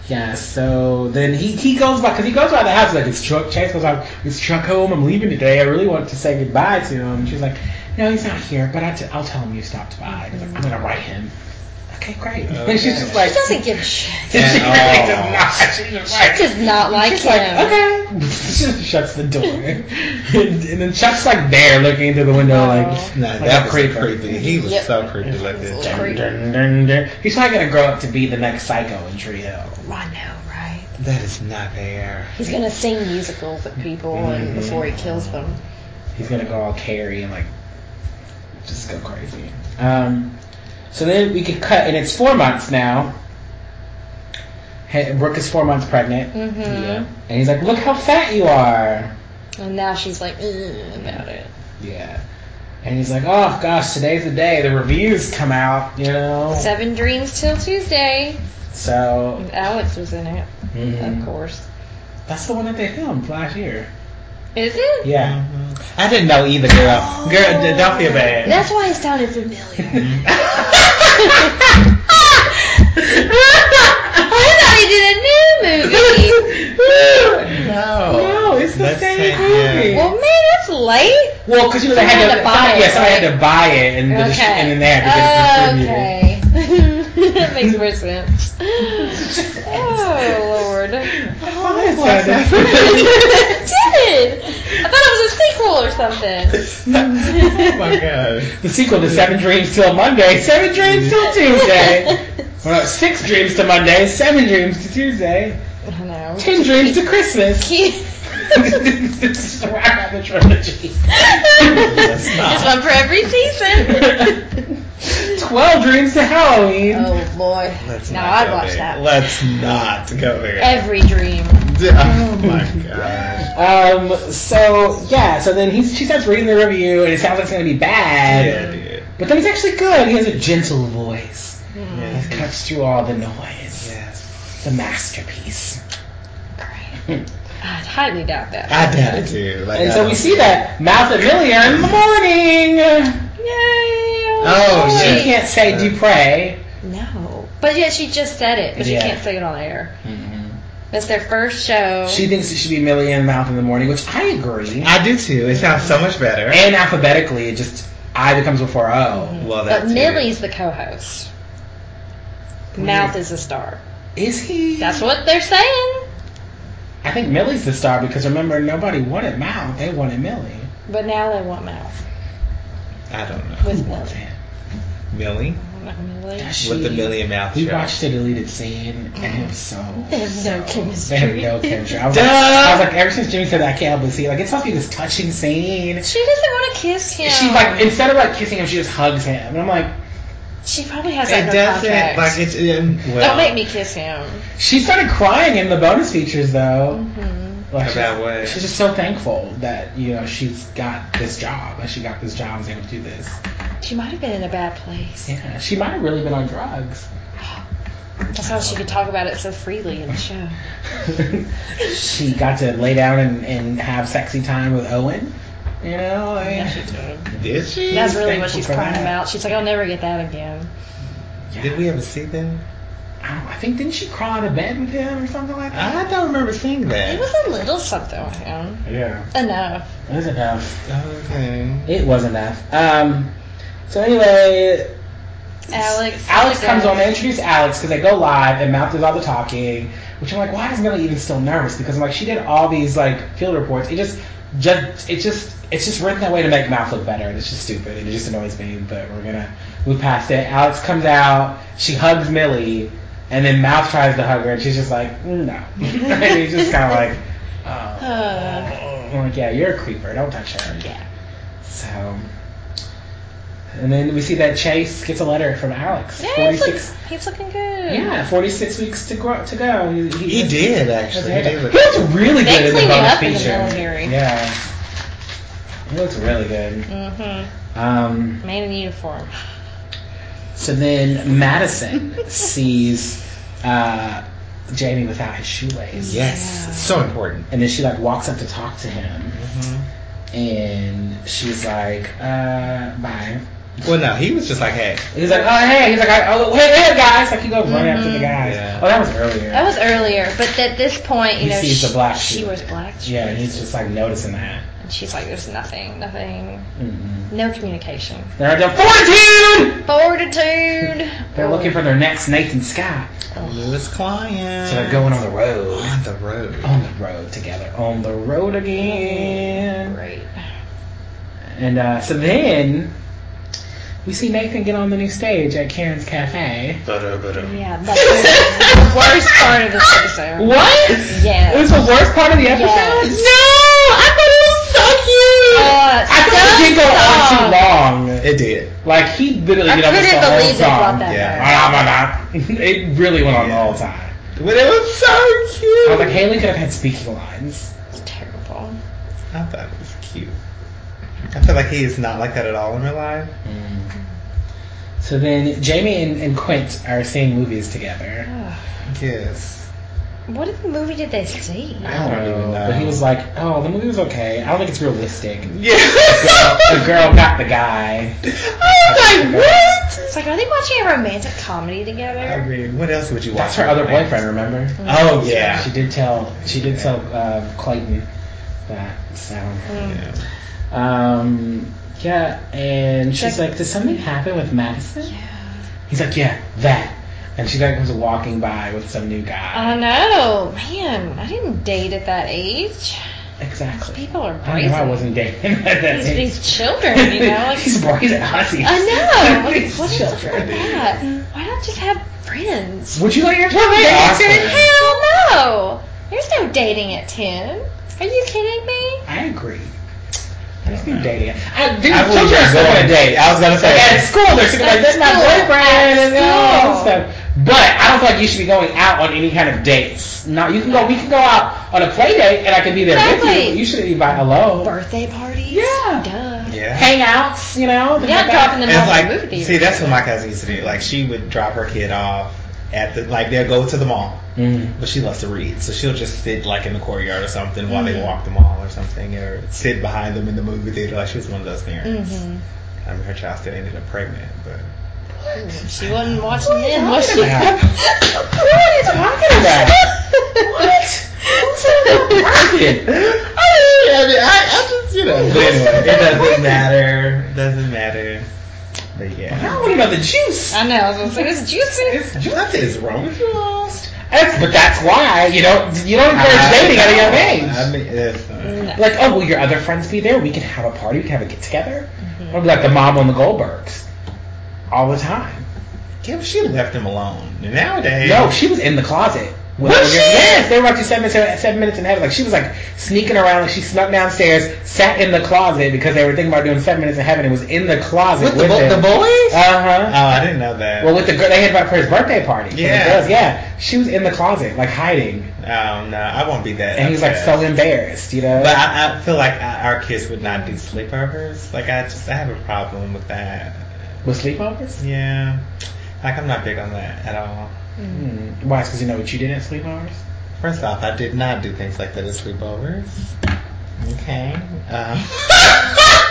[SPEAKER 1] Yeah, so then he, he goes by, because he goes by the house, like, it's Chuck. Chase goes like, it's Chuck home. I'm leaving today. I really want to say goodbye to him. She's like, no, he's not here, but I t- I'll tell him you stopped by. And he's like, I'm going to write him. Okay, great. (laughs) And she's just like,
[SPEAKER 3] She doesn't (sighs) give a shit.
[SPEAKER 1] She
[SPEAKER 2] At
[SPEAKER 1] really
[SPEAKER 2] all.
[SPEAKER 1] does not. She's just like,
[SPEAKER 3] Does not like
[SPEAKER 1] She's
[SPEAKER 3] him.
[SPEAKER 1] like, okay. (laughs) she just shuts the door. (laughs) and, and then Chuck's like there looking into the window like,
[SPEAKER 2] No,
[SPEAKER 1] like
[SPEAKER 2] that
[SPEAKER 1] a
[SPEAKER 2] was
[SPEAKER 1] creeper.
[SPEAKER 2] creepy. He was
[SPEAKER 3] Yep.
[SPEAKER 2] so creepy like
[SPEAKER 3] Little
[SPEAKER 2] that.
[SPEAKER 3] creep.
[SPEAKER 1] Dun, dun, dun, dun. He's probably going to grow up to be the next psycho in Tree Hill.
[SPEAKER 3] I know, right?
[SPEAKER 2] That is not fair.
[SPEAKER 3] He's gonna sing musicals at people and before he kills them.
[SPEAKER 1] He's going to go all carry and like just go crazy. Um, so then we could cut, and it's four months now. Hey, Brooke is four months pregnant.
[SPEAKER 3] Mm-hmm.
[SPEAKER 1] And he's like, look how fat you are.
[SPEAKER 3] And now she's like "Ugh," about it.
[SPEAKER 1] Yeah. And he's like, oh gosh, today's the day. The reviews come out, you know.
[SPEAKER 3] Seven dreams till Tuesday.
[SPEAKER 1] So
[SPEAKER 3] And Alex was in it,
[SPEAKER 1] mhm.
[SPEAKER 3] of course.
[SPEAKER 1] that's the one that they filmed last year.
[SPEAKER 3] Is it?
[SPEAKER 1] Yeah.
[SPEAKER 2] I didn't know either, girl.
[SPEAKER 1] Girl, d- don't feel (laughs) bad.
[SPEAKER 3] (laughs)
[SPEAKER 1] Mm-hmm. (laughs)
[SPEAKER 3] That's why it sounded familiar. they did a
[SPEAKER 1] (laughs)
[SPEAKER 3] new movie.
[SPEAKER 2] no.
[SPEAKER 1] No, it's the
[SPEAKER 2] That's
[SPEAKER 1] same
[SPEAKER 2] sad,
[SPEAKER 1] movie.
[SPEAKER 3] well, Oh, man, that's late.
[SPEAKER 1] Well, because you know they had, to,
[SPEAKER 3] Somebody had to buy
[SPEAKER 1] somebody,
[SPEAKER 3] it,
[SPEAKER 1] yeah, somebody
[SPEAKER 3] right?
[SPEAKER 1] had to buy it and, the dist- and then they had to get it distributed.
[SPEAKER 3] okay. (laughs) that makes more sense. oh lord.
[SPEAKER 1] Oh, that's
[SPEAKER 3] it did. I thought it was a sequel or
[SPEAKER 1] (laughs)
[SPEAKER 3] something.
[SPEAKER 2] oh my god.
[SPEAKER 1] The sequel to Seven Dreams Till Monday, Seven Dreams Till Tuesday. well, no, Six Dreams to Monday, Seven Dreams to Tuesday,
[SPEAKER 3] I don't know.
[SPEAKER 1] Ten Dreams to Christmas. (laughs) Just wrap up the trilogy. (laughs)
[SPEAKER 3] There's one for every season.
[SPEAKER 1] Twelve Dreams to Halloween.
[SPEAKER 3] oh boy.
[SPEAKER 2] Let's
[SPEAKER 3] No,
[SPEAKER 2] not
[SPEAKER 3] I'd
[SPEAKER 2] go
[SPEAKER 3] watch
[SPEAKER 2] there.
[SPEAKER 3] that.
[SPEAKER 2] Let's not go there.
[SPEAKER 3] Every dream.
[SPEAKER 2] (laughs) Oh
[SPEAKER 3] (laughs)
[SPEAKER 2] my god.
[SPEAKER 1] Um. So yeah. So then he's, she starts reading the review, and it sounds like it's gonna be bad.
[SPEAKER 2] Yeah, dude.
[SPEAKER 1] But then it's actually good. He has a gentle voice. It
[SPEAKER 2] Yes.
[SPEAKER 1] cuts through all the noise.
[SPEAKER 2] Yes.
[SPEAKER 1] The masterpiece.
[SPEAKER 3] I'd highly doubt that.
[SPEAKER 2] I doubt it too. Like,
[SPEAKER 1] And
[SPEAKER 2] I
[SPEAKER 1] so we
[SPEAKER 2] don't-
[SPEAKER 1] see that mouth at Millia in the morning.
[SPEAKER 3] Yay! Oh,
[SPEAKER 2] Oh,
[SPEAKER 3] boy.
[SPEAKER 1] She can't say Dupre.
[SPEAKER 3] No. But yeah, she just said it, but
[SPEAKER 1] Yeah.
[SPEAKER 3] she can't say it on air.
[SPEAKER 2] Mm-hmm.
[SPEAKER 3] That's their first show.
[SPEAKER 1] She thinks it should be Millie and Mouth in the morning, which I agree.
[SPEAKER 2] Oh. I do too. It sounds so much better.
[SPEAKER 1] And alphabetically, it just I becomes oh. before O.
[SPEAKER 2] well,
[SPEAKER 3] but
[SPEAKER 2] that's
[SPEAKER 3] Millie's the co-host. Mouth is a star.
[SPEAKER 1] Is he?
[SPEAKER 3] That's what they're saying.
[SPEAKER 1] I think Millie's the star because remember nobody wanted Mouth; they wanted Millie.
[SPEAKER 3] But now they want Mouth
[SPEAKER 2] I don't know.
[SPEAKER 3] with Millie.
[SPEAKER 2] Millie
[SPEAKER 3] I don't know, Millie.
[SPEAKER 2] with
[SPEAKER 1] She-
[SPEAKER 2] the Millie and Mouth
[SPEAKER 1] We
[SPEAKER 2] show.
[SPEAKER 1] watched the deleted scene, and it was so.
[SPEAKER 3] They have
[SPEAKER 1] (laughs)
[SPEAKER 3] no
[SPEAKER 1] They
[SPEAKER 3] chemistry.
[SPEAKER 1] have no chemistry. I was, like,
[SPEAKER 2] Duh.
[SPEAKER 1] I was like, ever since Jimmy said that, I can't help but see. Like, it's supposed to be this touching scene.
[SPEAKER 3] She doesn't want to kiss him.
[SPEAKER 1] She like instead of like kissing him, she just hugs him, and I'm like,
[SPEAKER 3] she probably has that
[SPEAKER 2] It
[SPEAKER 3] no
[SPEAKER 2] doesn't
[SPEAKER 3] contract.
[SPEAKER 2] like it's in.
[SPEAKER 1] uh,
[SPEAKER 2] Well,
[SPEAKER 3] Don't make me kiss him.
[SPEAKER 1] she started crying in the bonus features though.
[SPEAKER 3] Mhm.
[SPEAKER 1] Like,
[SPEAKER 2] About what?
[SPEAKER 1] she's, she's just so thankful that you know she's got this job, and she got this job, and was able to do this.
[SPEAKER 3] She might have been in a bad place.
[SPEAKER 1] Yeah, she might have really been on drugs.
[SPEAKER 2] (laughs)
[SPEAKER 3] That's how she could talk about it so freely in the show.
[SPEAKER 1] she got to lay down and, and have sexy time with Owen. You know, like,
[SPEAKER 3] Yeah, she did.
[SPEAKER 2] Did she?
[SPEAKER 3] That's really what
[SPEAKER 1] Oh, thankful
[SPEAKER 3] she's
[SPEAKER 1] for
[SPEAKER 3] crying
[SPEAKER 1] that.
[SPEAKER 3] about. She's like, I'll never get that again.
[SPEAKER 2] Did we ever see them?
[SPEAKER 1] I, don't- I think didn't she crawl out of bed with him or something like that?
[SPEAKER 2] I don't remember seeing
[SPEAKER 3] It
[SPEAKER 2] that.
[SPEAKER 3] was a little something with him.
[SPEAKER 2] Yeah.
[SPEAKER 3] Enough.
[SPEAKER 1] It was enough.
[SPEAKER 2] Okay.
[SPEAKER 1] It was enough. Um. So anyway,
[SPEAKER 3] Alex.
[SPEAKER 1] Alex comes
[SPEAKER 3] goes.
[SPEAKER 1] on. They introduce Alex because they go live and Mouth does all the talking, which I'm like, why is Millie even still nervous? Because I'm like, she did all these like field reports. It just, just, it just, it's just written that way to make Mouth look better, and it's just stupid and it just annoys me. But we're gonna move past it. Alex comes out. She hugs Millie, and then Mouth tries to hug her, and she's just like, mm, no. (laughs) and he's just kind of like, oh. I'm like, yeah, you're a creeper. Don't touch her.
[SPEAKER 3] Yeah.
[SPEAKER 1] So. And then we see that Chase gets a letter from Alex.
[SPEAKER 3] Yeah, he's, look, he's looking good.
[SPEAKER 1] Yeah, 46 weeks to grow, to go. He,
[SPEAKER 2] He did actually. He did
[SPEAKER 1] He
[SPEAKER 2] look-
[SPEAKER 1] looks really
[SPEAKER 3] They
[SPEAKER 1] good in the
[SPEAKER 3] cleaned
[SPEAKER 1] bonus
[SPEAKER 3] up in the
[SPEAKER 1] feature.
[SPEAKER 3] military.
[SPEAKER 1] Yeah, he looks really good.
[SPEAKER 3] Mm-hmm.
[SPEAKER 1] Um,
[SPEAKER 3] Man in uniform.
[SPEAKER 1] so then Madison
[SPEAKER 3] (laughs)
[SPEAKER 1] sees uh, Jamie without his shoelace,
[SPEAKER 2] Yes.
[SPEAKER 3] Yeah.
[SPEAKER 2] So important.
[SPEAKER 1] and then she like walks up to talk to him,
[SPEAKER 3] Mm-hmm.
[SPEAKER 1] and she's like, uh, "Bye."
[SPEAKER 2] Well, no, he was just like, hey.
[SPEAKER 1] He's like, "Oh hey," he's like, "I- "Oh hey, hey guys!" Like he goes running after the guys.
[SPEAKER 2] Yeah.
[SPEAKER 1] Oh, that was earlier.
[SPEAKER 3] Mm-hmm. That was earlier, but at this point, you
[SPEAKER 1] He
[SPEAKER 3] know,
[SPEAKER 1] sees
[SPEAKER 3] she,
[SPEAKER 1] the black
[SPEAKER 3] she
[SPEAKER 1] shoe.
[SPEAKER 3] wears black. shoes.
[SPEAKER 1] yeah, and he's just like noticing that.
[SPEAKER 3] And she's like, there's nothing, nothing,
[SPEAKER 1] Mm-hmm.
[SPEAKER 3] no communication.
[SPEAKER 1] They're at the fortitude.
[SPEAKER 3] Fortitude. Oh,
[SPEAKER 1] They're looking for their next Nathan Scott.
[SPEAKER 2] Lewis Client.
[SPEAKER 1] So they're going on the road.
[SPEAKER 2] on the road.
[SPEAKER 1] On the road together. On the road again.
[SPEAKER 3] Great.
[SPEAKER 1] And uh, so then we see Nathan get on the new stage at Karen's Cafe.
[SPEAKER 3] Yeah, that's the (laughs) worst part of this episode.
[SPEAKER 1] What?
[SPEAKER 3] Yeah.
[SPEAKER 1] It was the worst part of the episode?
[SPEAKER 3] Yes.
[SPEAKER 1] No! I thought it was so cute!
[SPEAKER 3] Uh,
[SPEAKER 1] I thought it did go on
[SPEAKER 3] song.
[SPEAKER 1] too long.
[SPEAKER 2] It did.
[SPEAKER 1] like, he literally
[SPEAKER 3] I
[SPEAKER 1] did almost the
[SPEAKER 3] couldn't
[SPEAKER 1] whole
[SPEAKER 3] believe they brought
[SPEAKER 1] song.
[SPEAKER 3] that
[SPEAKER 2] Yeah.
[SPEAKER 3] back.
[SPEAKER 1] (laughs) it really went on the whole time.
[SPEAKER 2] But it was so
[SPEAKER 1] I
[SPEAKER 2] cute.
[SPEAKER 1] was like, Haley could have had speaking lines.
[SPEAKER 3] It's terrible.
[SPEAKER 2] I thought it was cute. I feel like he is not like that at all in real life.
[SPEAKER 1] So then Jamie and, and Quint are seeing movies together.
[SPEAKER 3] Ugh.
[SPEAKER 2] Yes.
[SPEAKER 3] What in the movie did they see?
[SPEAKER 1] I don't
[SPEAKER 2] don't
[SPEAKER 1] even know.
[SPEAKER 2] know.
[SPEAKER 1] But he was like, oh, the movie was okay. I don't think it's realistic.
[SPEAKER 2] Yeah.
[SPEAKER 1] the girl got the guy.
[SPEAKER 2] I was like, what?
[SPEAKER 3] It's like, are they watching a romantic comedy
[SPEAKER 2] I
[SPEAKER 3] together?
[SPEAKER 2] mean, what else would you
[SPEAKER 1] That's
[SPEAKER 2] watch?
[SPEAKER 1] her other boyfriend, remember?
[SPEAKER 2] Oh yeah.
[SPEAKER 1] She did tell. She did tell uh, Clayton that. So.
[SPEAKER 3] Hmm.
[SPEAKER 2] Yeah.
[SPEAKER 1] Um. Yeah, and she's
[SPEAKER 3] Check-
[SPEAKER 1] like, "Did something happen with Madison?"
[SPEAKER 3] Yeah.
[SPEAKER 1] He's like, "Yeah, that." And she like comes walking by with some new guy.
[SPEAKER 3] I know, man. I didn't date at that age.
[SPEAKER 1] exactly.
[SPEAKER 3] People are
[SPEAKER 1] I
[SPEAKER 3] crazy.
[SPEAKER 1] know I wasn't dating at that
[SPEAKER 3] these,
[SPEAKER 1] age.
[SPEAKER 3] these children, you
[SPEAKER 1] (laughs)
[SPEAKER 3] know, like
[SPEAKER 1] these boys are hussies. (laughs)
[SPEAKER 3] I know. Like,
[SPEAKER 1] These
[SPEAKER 3] what is up with
[SPEAKER 1] children.
[SPEAKER 3] that? Why not just have friends?
[SPEAKER 1] Would you like your
[SPEAKER 3] Well,
[SPEAKER 1] children
[SPEAKER 3] they
[SPEAKER 1] dating?
[SPEAKER 2] awesome.
[SPEAKER 3] Hell no! There's no dating at ten. Are you kidding me?
[SPEAKER 1] I agree. There's no dating. I, dude,
[SPEAKER 2] I would
[SPEAKER 1] children are
[SPEAKER 2] go
[SPEAKER 1] going
[SPEAKER 2] on a date. I was gonna say.
[SPEAKER 1] Like at school, they're sitting like, that's
[SPEAKER 3] At
[SPEAKER 1] my
[SPEAKER 3] school.
[SPEAKER 1] boyfriend and all
[SPEAKER 3] At
[SPEAKER 1] Oh, this stuff. But I don't feel like you should be going out on any kind of dates. Now you can go. We can go out on a play date, and I can be there with you.
[SPEAKER 3] Exactly.
[SPEAKER 1] but You shouldn't be by hello.
[SPEAKER 3] Birthday parties?
[SPEAKER 1] Yeah.
[SPEAKER 3] Duh.
[SPEAKER 2] Yeah.
[SPEAKER 1] Hangouts, you know. things
[SPEAKER 3] Yeah,
[SPEAKER 1] like that.
[SPEAKER 3] dropping them
[SPEAKER 2] It's
[SPEAKER 3] off at the movie
[SPEAKER 2] like,
[SPEAKER 3] theater.
[SPEAKER 2] see, that's what my cousin used to do. Like, she would drop her kid off at the, like, they'll go to the mall,
[SPEAKER 1] Mm.
[SPEAKER 2] but she loves to read, so she'll just sit like in the courtyard or something while
[SPEAKER 3] Mm-hmm.
[SPEAKER 2] they walk the mall or something, or sit behind them in the movie theater. Like, she was one of those parents.
[SPEAKER 3] Mhm.
[SPEAKER 2] I mean, her child still ended up pregnant, but
[SPEAKER 3] She wasn't watching then, was she?
[SPEAKER 1] talking about?
[SPEAKER 3] what
[SPEAKER 1] are you talking about?
[SPEAKER 3] what?
[SPEAKER 2] I mean, I, I just, you know. But anyway, it doesn't matter. It doesn't matter. But
[SPEAKER 1] I
[SPEAKER 2] yeah.
[SPEAKER 1] don't want to know the juice.
[SPEAKER 3] I know. I was gonna (laughs) say this juicy.
[SPEAKER 2] Nothing is wrong with you lost.
[SPEAKER 1] That's, but that's why you don't you don't encourage dating at a young age.
[SPEAKER 2] I mean, it's, uh,
[SPEAKER 3] No.
[SPEAKER 1] Like, oh, will your other friends be there? We can have a party. We can have a get together.
[SPEAKER 3] Mm-hmm.
[SPEAKER 1] Or like the mom on the Goldbergs, all the time.
[SPEAKER 2] yeah, but she left him alone. And Nowadays,
[SPEAKER 1] No, she was in the closet. When
[SPEAKER 2] Was
[SPEAKER 1] they were getting-
[SPEAKER 2] she?
[SPEAKER 1] Yes, they were about to seven, seven, uh, seven minutes in heaven. Like she was like sneaking around. Like she snuck downstairs, sat in the closet because they were thinking about doing seven minutes in heaven, and was in the closet
[SPEAKER 2] with
[SPEAKER 1] with,
[SPEAKER 2] the, bo-
[SPEAKER 1] him.
[SPEAKER 2] the boys.
[SPEAKER 1] Uh huh.
[SPEAKER 2] oh, I didn't know that.
[SPEAKER 1] well, with the girl, they had about for his birthday party. for the
[SPEAKER 2] Yeah.
[SPEAKER 1] girls, yeah. She was in the closet, like hiding,
[SPEAKER 2] oh no, I won't be that.
[SPEAKER 1] and he was like
[SPEAKER 2] upset.
[SPEAKER 1] so embarrassed, you know.
[SPEAKER 2] But I, I feel like I, our kids would not do sleepovers. Like I just, I have a problem with that.
[SPEAKER 1] with sleepovers.
[SPEAKER 2] Yeah, like I'm not big on that at all.
[SPEAKER 1] Hmm. Why? Because you know what you did at sleepovers.
[SPEAKER 2] First off, I did not do things like that at sleepovers. Okay. Um, (laughs)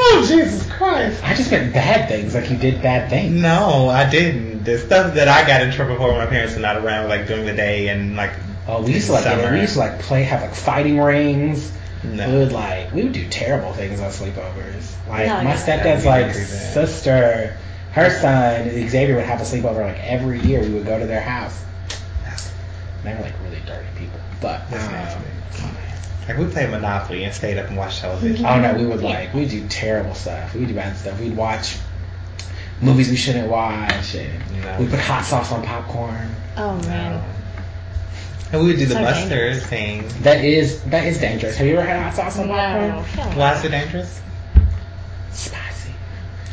[SPEAKER 2] oh Jesus Christ!
[SPEAKER 1] I just meant bad things, like you did bad things.
[SPEAKER 2] No, I didn't. The stuff that I got in trouble for when my parents were not around, like during the day and like
[SPEAKER 1] Oh, we used to like
[SPEAKER 2] Summer.
[SPEAKER 1] we used to like play, have like fighting rings.
[SPEAKER 2] no.
[SPEAKER 1] We would like we would do terrible things on sleepovers. Like
[SPEAKER 3] No,
[SPEAKER 1] my
[SPEAKER 3] no.
[SPEAKER 1] stepdad's
[SPEAKER 2] Yeah, we
[SPEAKER 1] like
[SPEAKER 2] didn't do that.
[SPEAKER 1] sister, her son Xavier would have a sleepover like every year. We would go to their house. And they were like really dirty people, but
[SPEAKER 2] That's
[SPEAKER 1] um,
[SPEAKER 2] Like we played Monopoly and stayed up and watched television.
[SPEAKER 1] I don't know. We would like we would do terrible stuff. We would do bad stuff. We'd watch movies we shouldn't watch. And
[SPEAKER 2] No.
[SPEAKER 1] We put hot sauce on popcorn.
[SPEAKER 3] Oh
[SPEAKER 2] No.
[SPEAKER 3] man.
[SPEAKER 2] And we would do the
[SPEAKER 3] So
[SPEAKER 2] mustard
[SPEAKER 3] dangerous.
[SPEAKER 2] thing.
[SPEAKER 1] That is that is dangerous. Have you ever had hot sauce on
[SPEAKER 3] No.
[SPEAKER 1] popcorn?
[SPEAKER 2] Why is it dangerous?
[SPEAKER 1] Spicy,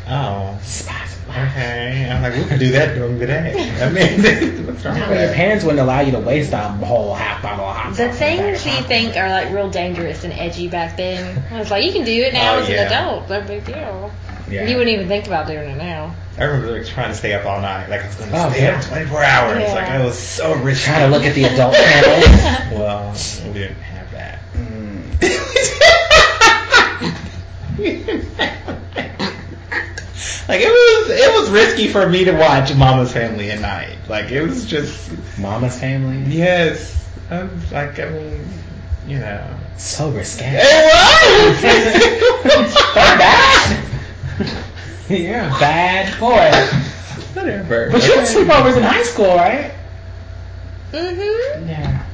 [SPEAKER 2] Oh.
[SPEAKER 1] spicy.
[SPEAKER 2] Okay. I'm like, we could do that during the day. I mean, (laughs) what's wrong
[SPEAKER 1] I
[SPEAKER 2] with
[SPEAKER 1] mean, your
[SPEAKER 2] that?
[SPEAKER 1] parents wouldn't allow you to waste a whole half bottle of hot sauce.
[SPEAKER 3] The
[SPEAKER 1] in bag of
[SPEAKER 3] things you
[SPEAKER 1] popcorn.
[SPEAKER 3] think are like real dangerous and edgy back then. I was like, you can do it now
[SPEAKER 2] Oh,
[SPEAKER 3] as
[SPEAKER 2] yeah.
[SPEAKER 3] an adult. No big deal.
[SPEAKER 2] Yeah.
[SPEAKER 3] You wouldn't even think about doing it now.
[SPEAKER 2] I remember like, trying to stay up all night. Like I was going to
[SPEAKER 1] Oh,
[SPEAKER 2] stay
[SPEAKER 1] yeah.
[SPEAKER 2] up 24 hours.
[SPEAKER 3] Yeah.
[SPEAKER 2] Like I was so rich.
[SPEAKER 1] Trying to look at the adult
[SPEAKER 3] (laughs)
[SPEAKER 1] channel.
[SPEAKER 2] Well, we didn't have that.
[SPEAKER 1] Mm.
[SPEAKER 2] (laughs) like it was, it was risky for me to watch Mama's Family at night. Like it was just,
[SPEAKER 1] Mama's family,
[SPEAKER 2] yes. I was like, I mean, you know.
[SPEAKER 1] so risque.
[SPEAKER 2] It
[SPEAKER 1] They're
[SPEAKER 2] (laughs)
[SPEAKER 1] bad. You're a bad boy.
[SPEAKER 2] Whatever.
[SPEAKER 1] But you had
[SPEAKER 2] Okay.
[SPEAKER 1] sleepovers in high school, right?
[SPEAKER 3] Mm-hmm.
[SPEAKER 1] Yeah.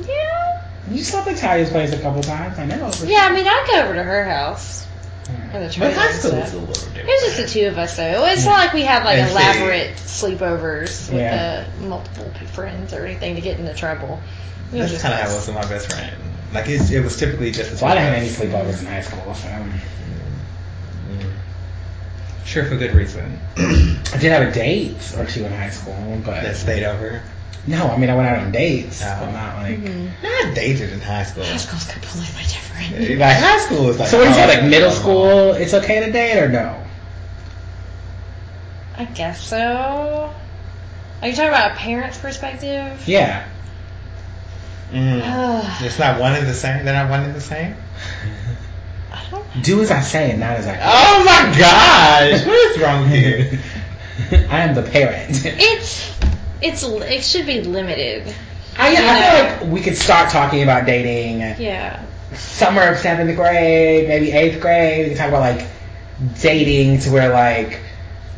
[SPEAKER 3] Yeah.
[SPEAKER 1] You slept at Talia's place a couple times. I know. but-
[SPEAKER 3] Yeah, I mean, I'd go over to her house.
[SPEAKER 1] Yeah.
[SPEAKER 3] Or the
[SPEAKER 2] But high
[SPEAKER 3] trailer
[SPEAKER 2] school
[SPEAKER 3] and
[SPEAKER 2] was
[SPEAKER 3] stuff.
[SPEAKER 2] a little different.
[SPEAKER 3] It was just the two of us, though. It's not like we had like
[SPEAKER 2] And see.
[SPEAKER 3] elaborate sleepovers with
[SPEAKER 1] Yeah.
[SPEAKER 3] uh, multiple p- friends or anything to get into trouble. It was
[SPEAKER 2] That's
[SPEAKER 3] just
[SPEAKER 2] kind of how
[SPEAKER 3] us.
[SPEAKER 2] it was with my best friend. Like it's, it was typically just. the
[SPEAKER 1] So I
[SPEAKER 2] two
[SPEAKER 1] didn't have
[SPEAKER 2] of
[SPEAKER 1] any
[SPEAKER 2] us.
[SPEAKER 1] sleepovers in high school. So (clears throat)
[SPEAKER 2] Mm. Sure, for good reason.
[SPEAKER 1] I did have a date or two in high school, but
[SPEAKER 2] that stayed over.
[SPEAKER 1] no. I mean, I went out on dates,
[SPEAKER 2] Oh.
[SPEAKER 1] but not like.
[SPEAKER 3] Mhm.
[SPEAKER 2] I dated in high school.
[SPEAKER 3] High school's completely different.
[SPEAKER 2] Like high school was like.
[SPEAKER 1] So what do you say,
[SPEAKER 2] oh,
[SPEAKER 1] like middle
[SPEAKER 2] oh.
[SPEAKER 1] school? It's okay to date or no?
[SPEAKER 3] I guess so. Are you talking about a parent's perspective?
[SPEAKER 1] Yeah.
[SPEAKER 2] Mm. It's not one and the same. They're not one and
[SPEAKER 1] (laughs)
[SPEAKER 2] the same.
[SPEAKER 3] I don't
[SPEAKER 1] Do as I say and not as I do.
[SPEAKER 2] Oh my gosh! What is wrong here?
[SPEAKER 1] (laughs) I am the parent.
[SPEAKER 3] It's it's it should be limited.
[SPEAKER 1] I, I feel like we could start talking about dating
[SPEAKER 3] Yeah.
[SPEAKER 1] summer of seventh grade, maybe eighth grade. We can talk about like dating to where like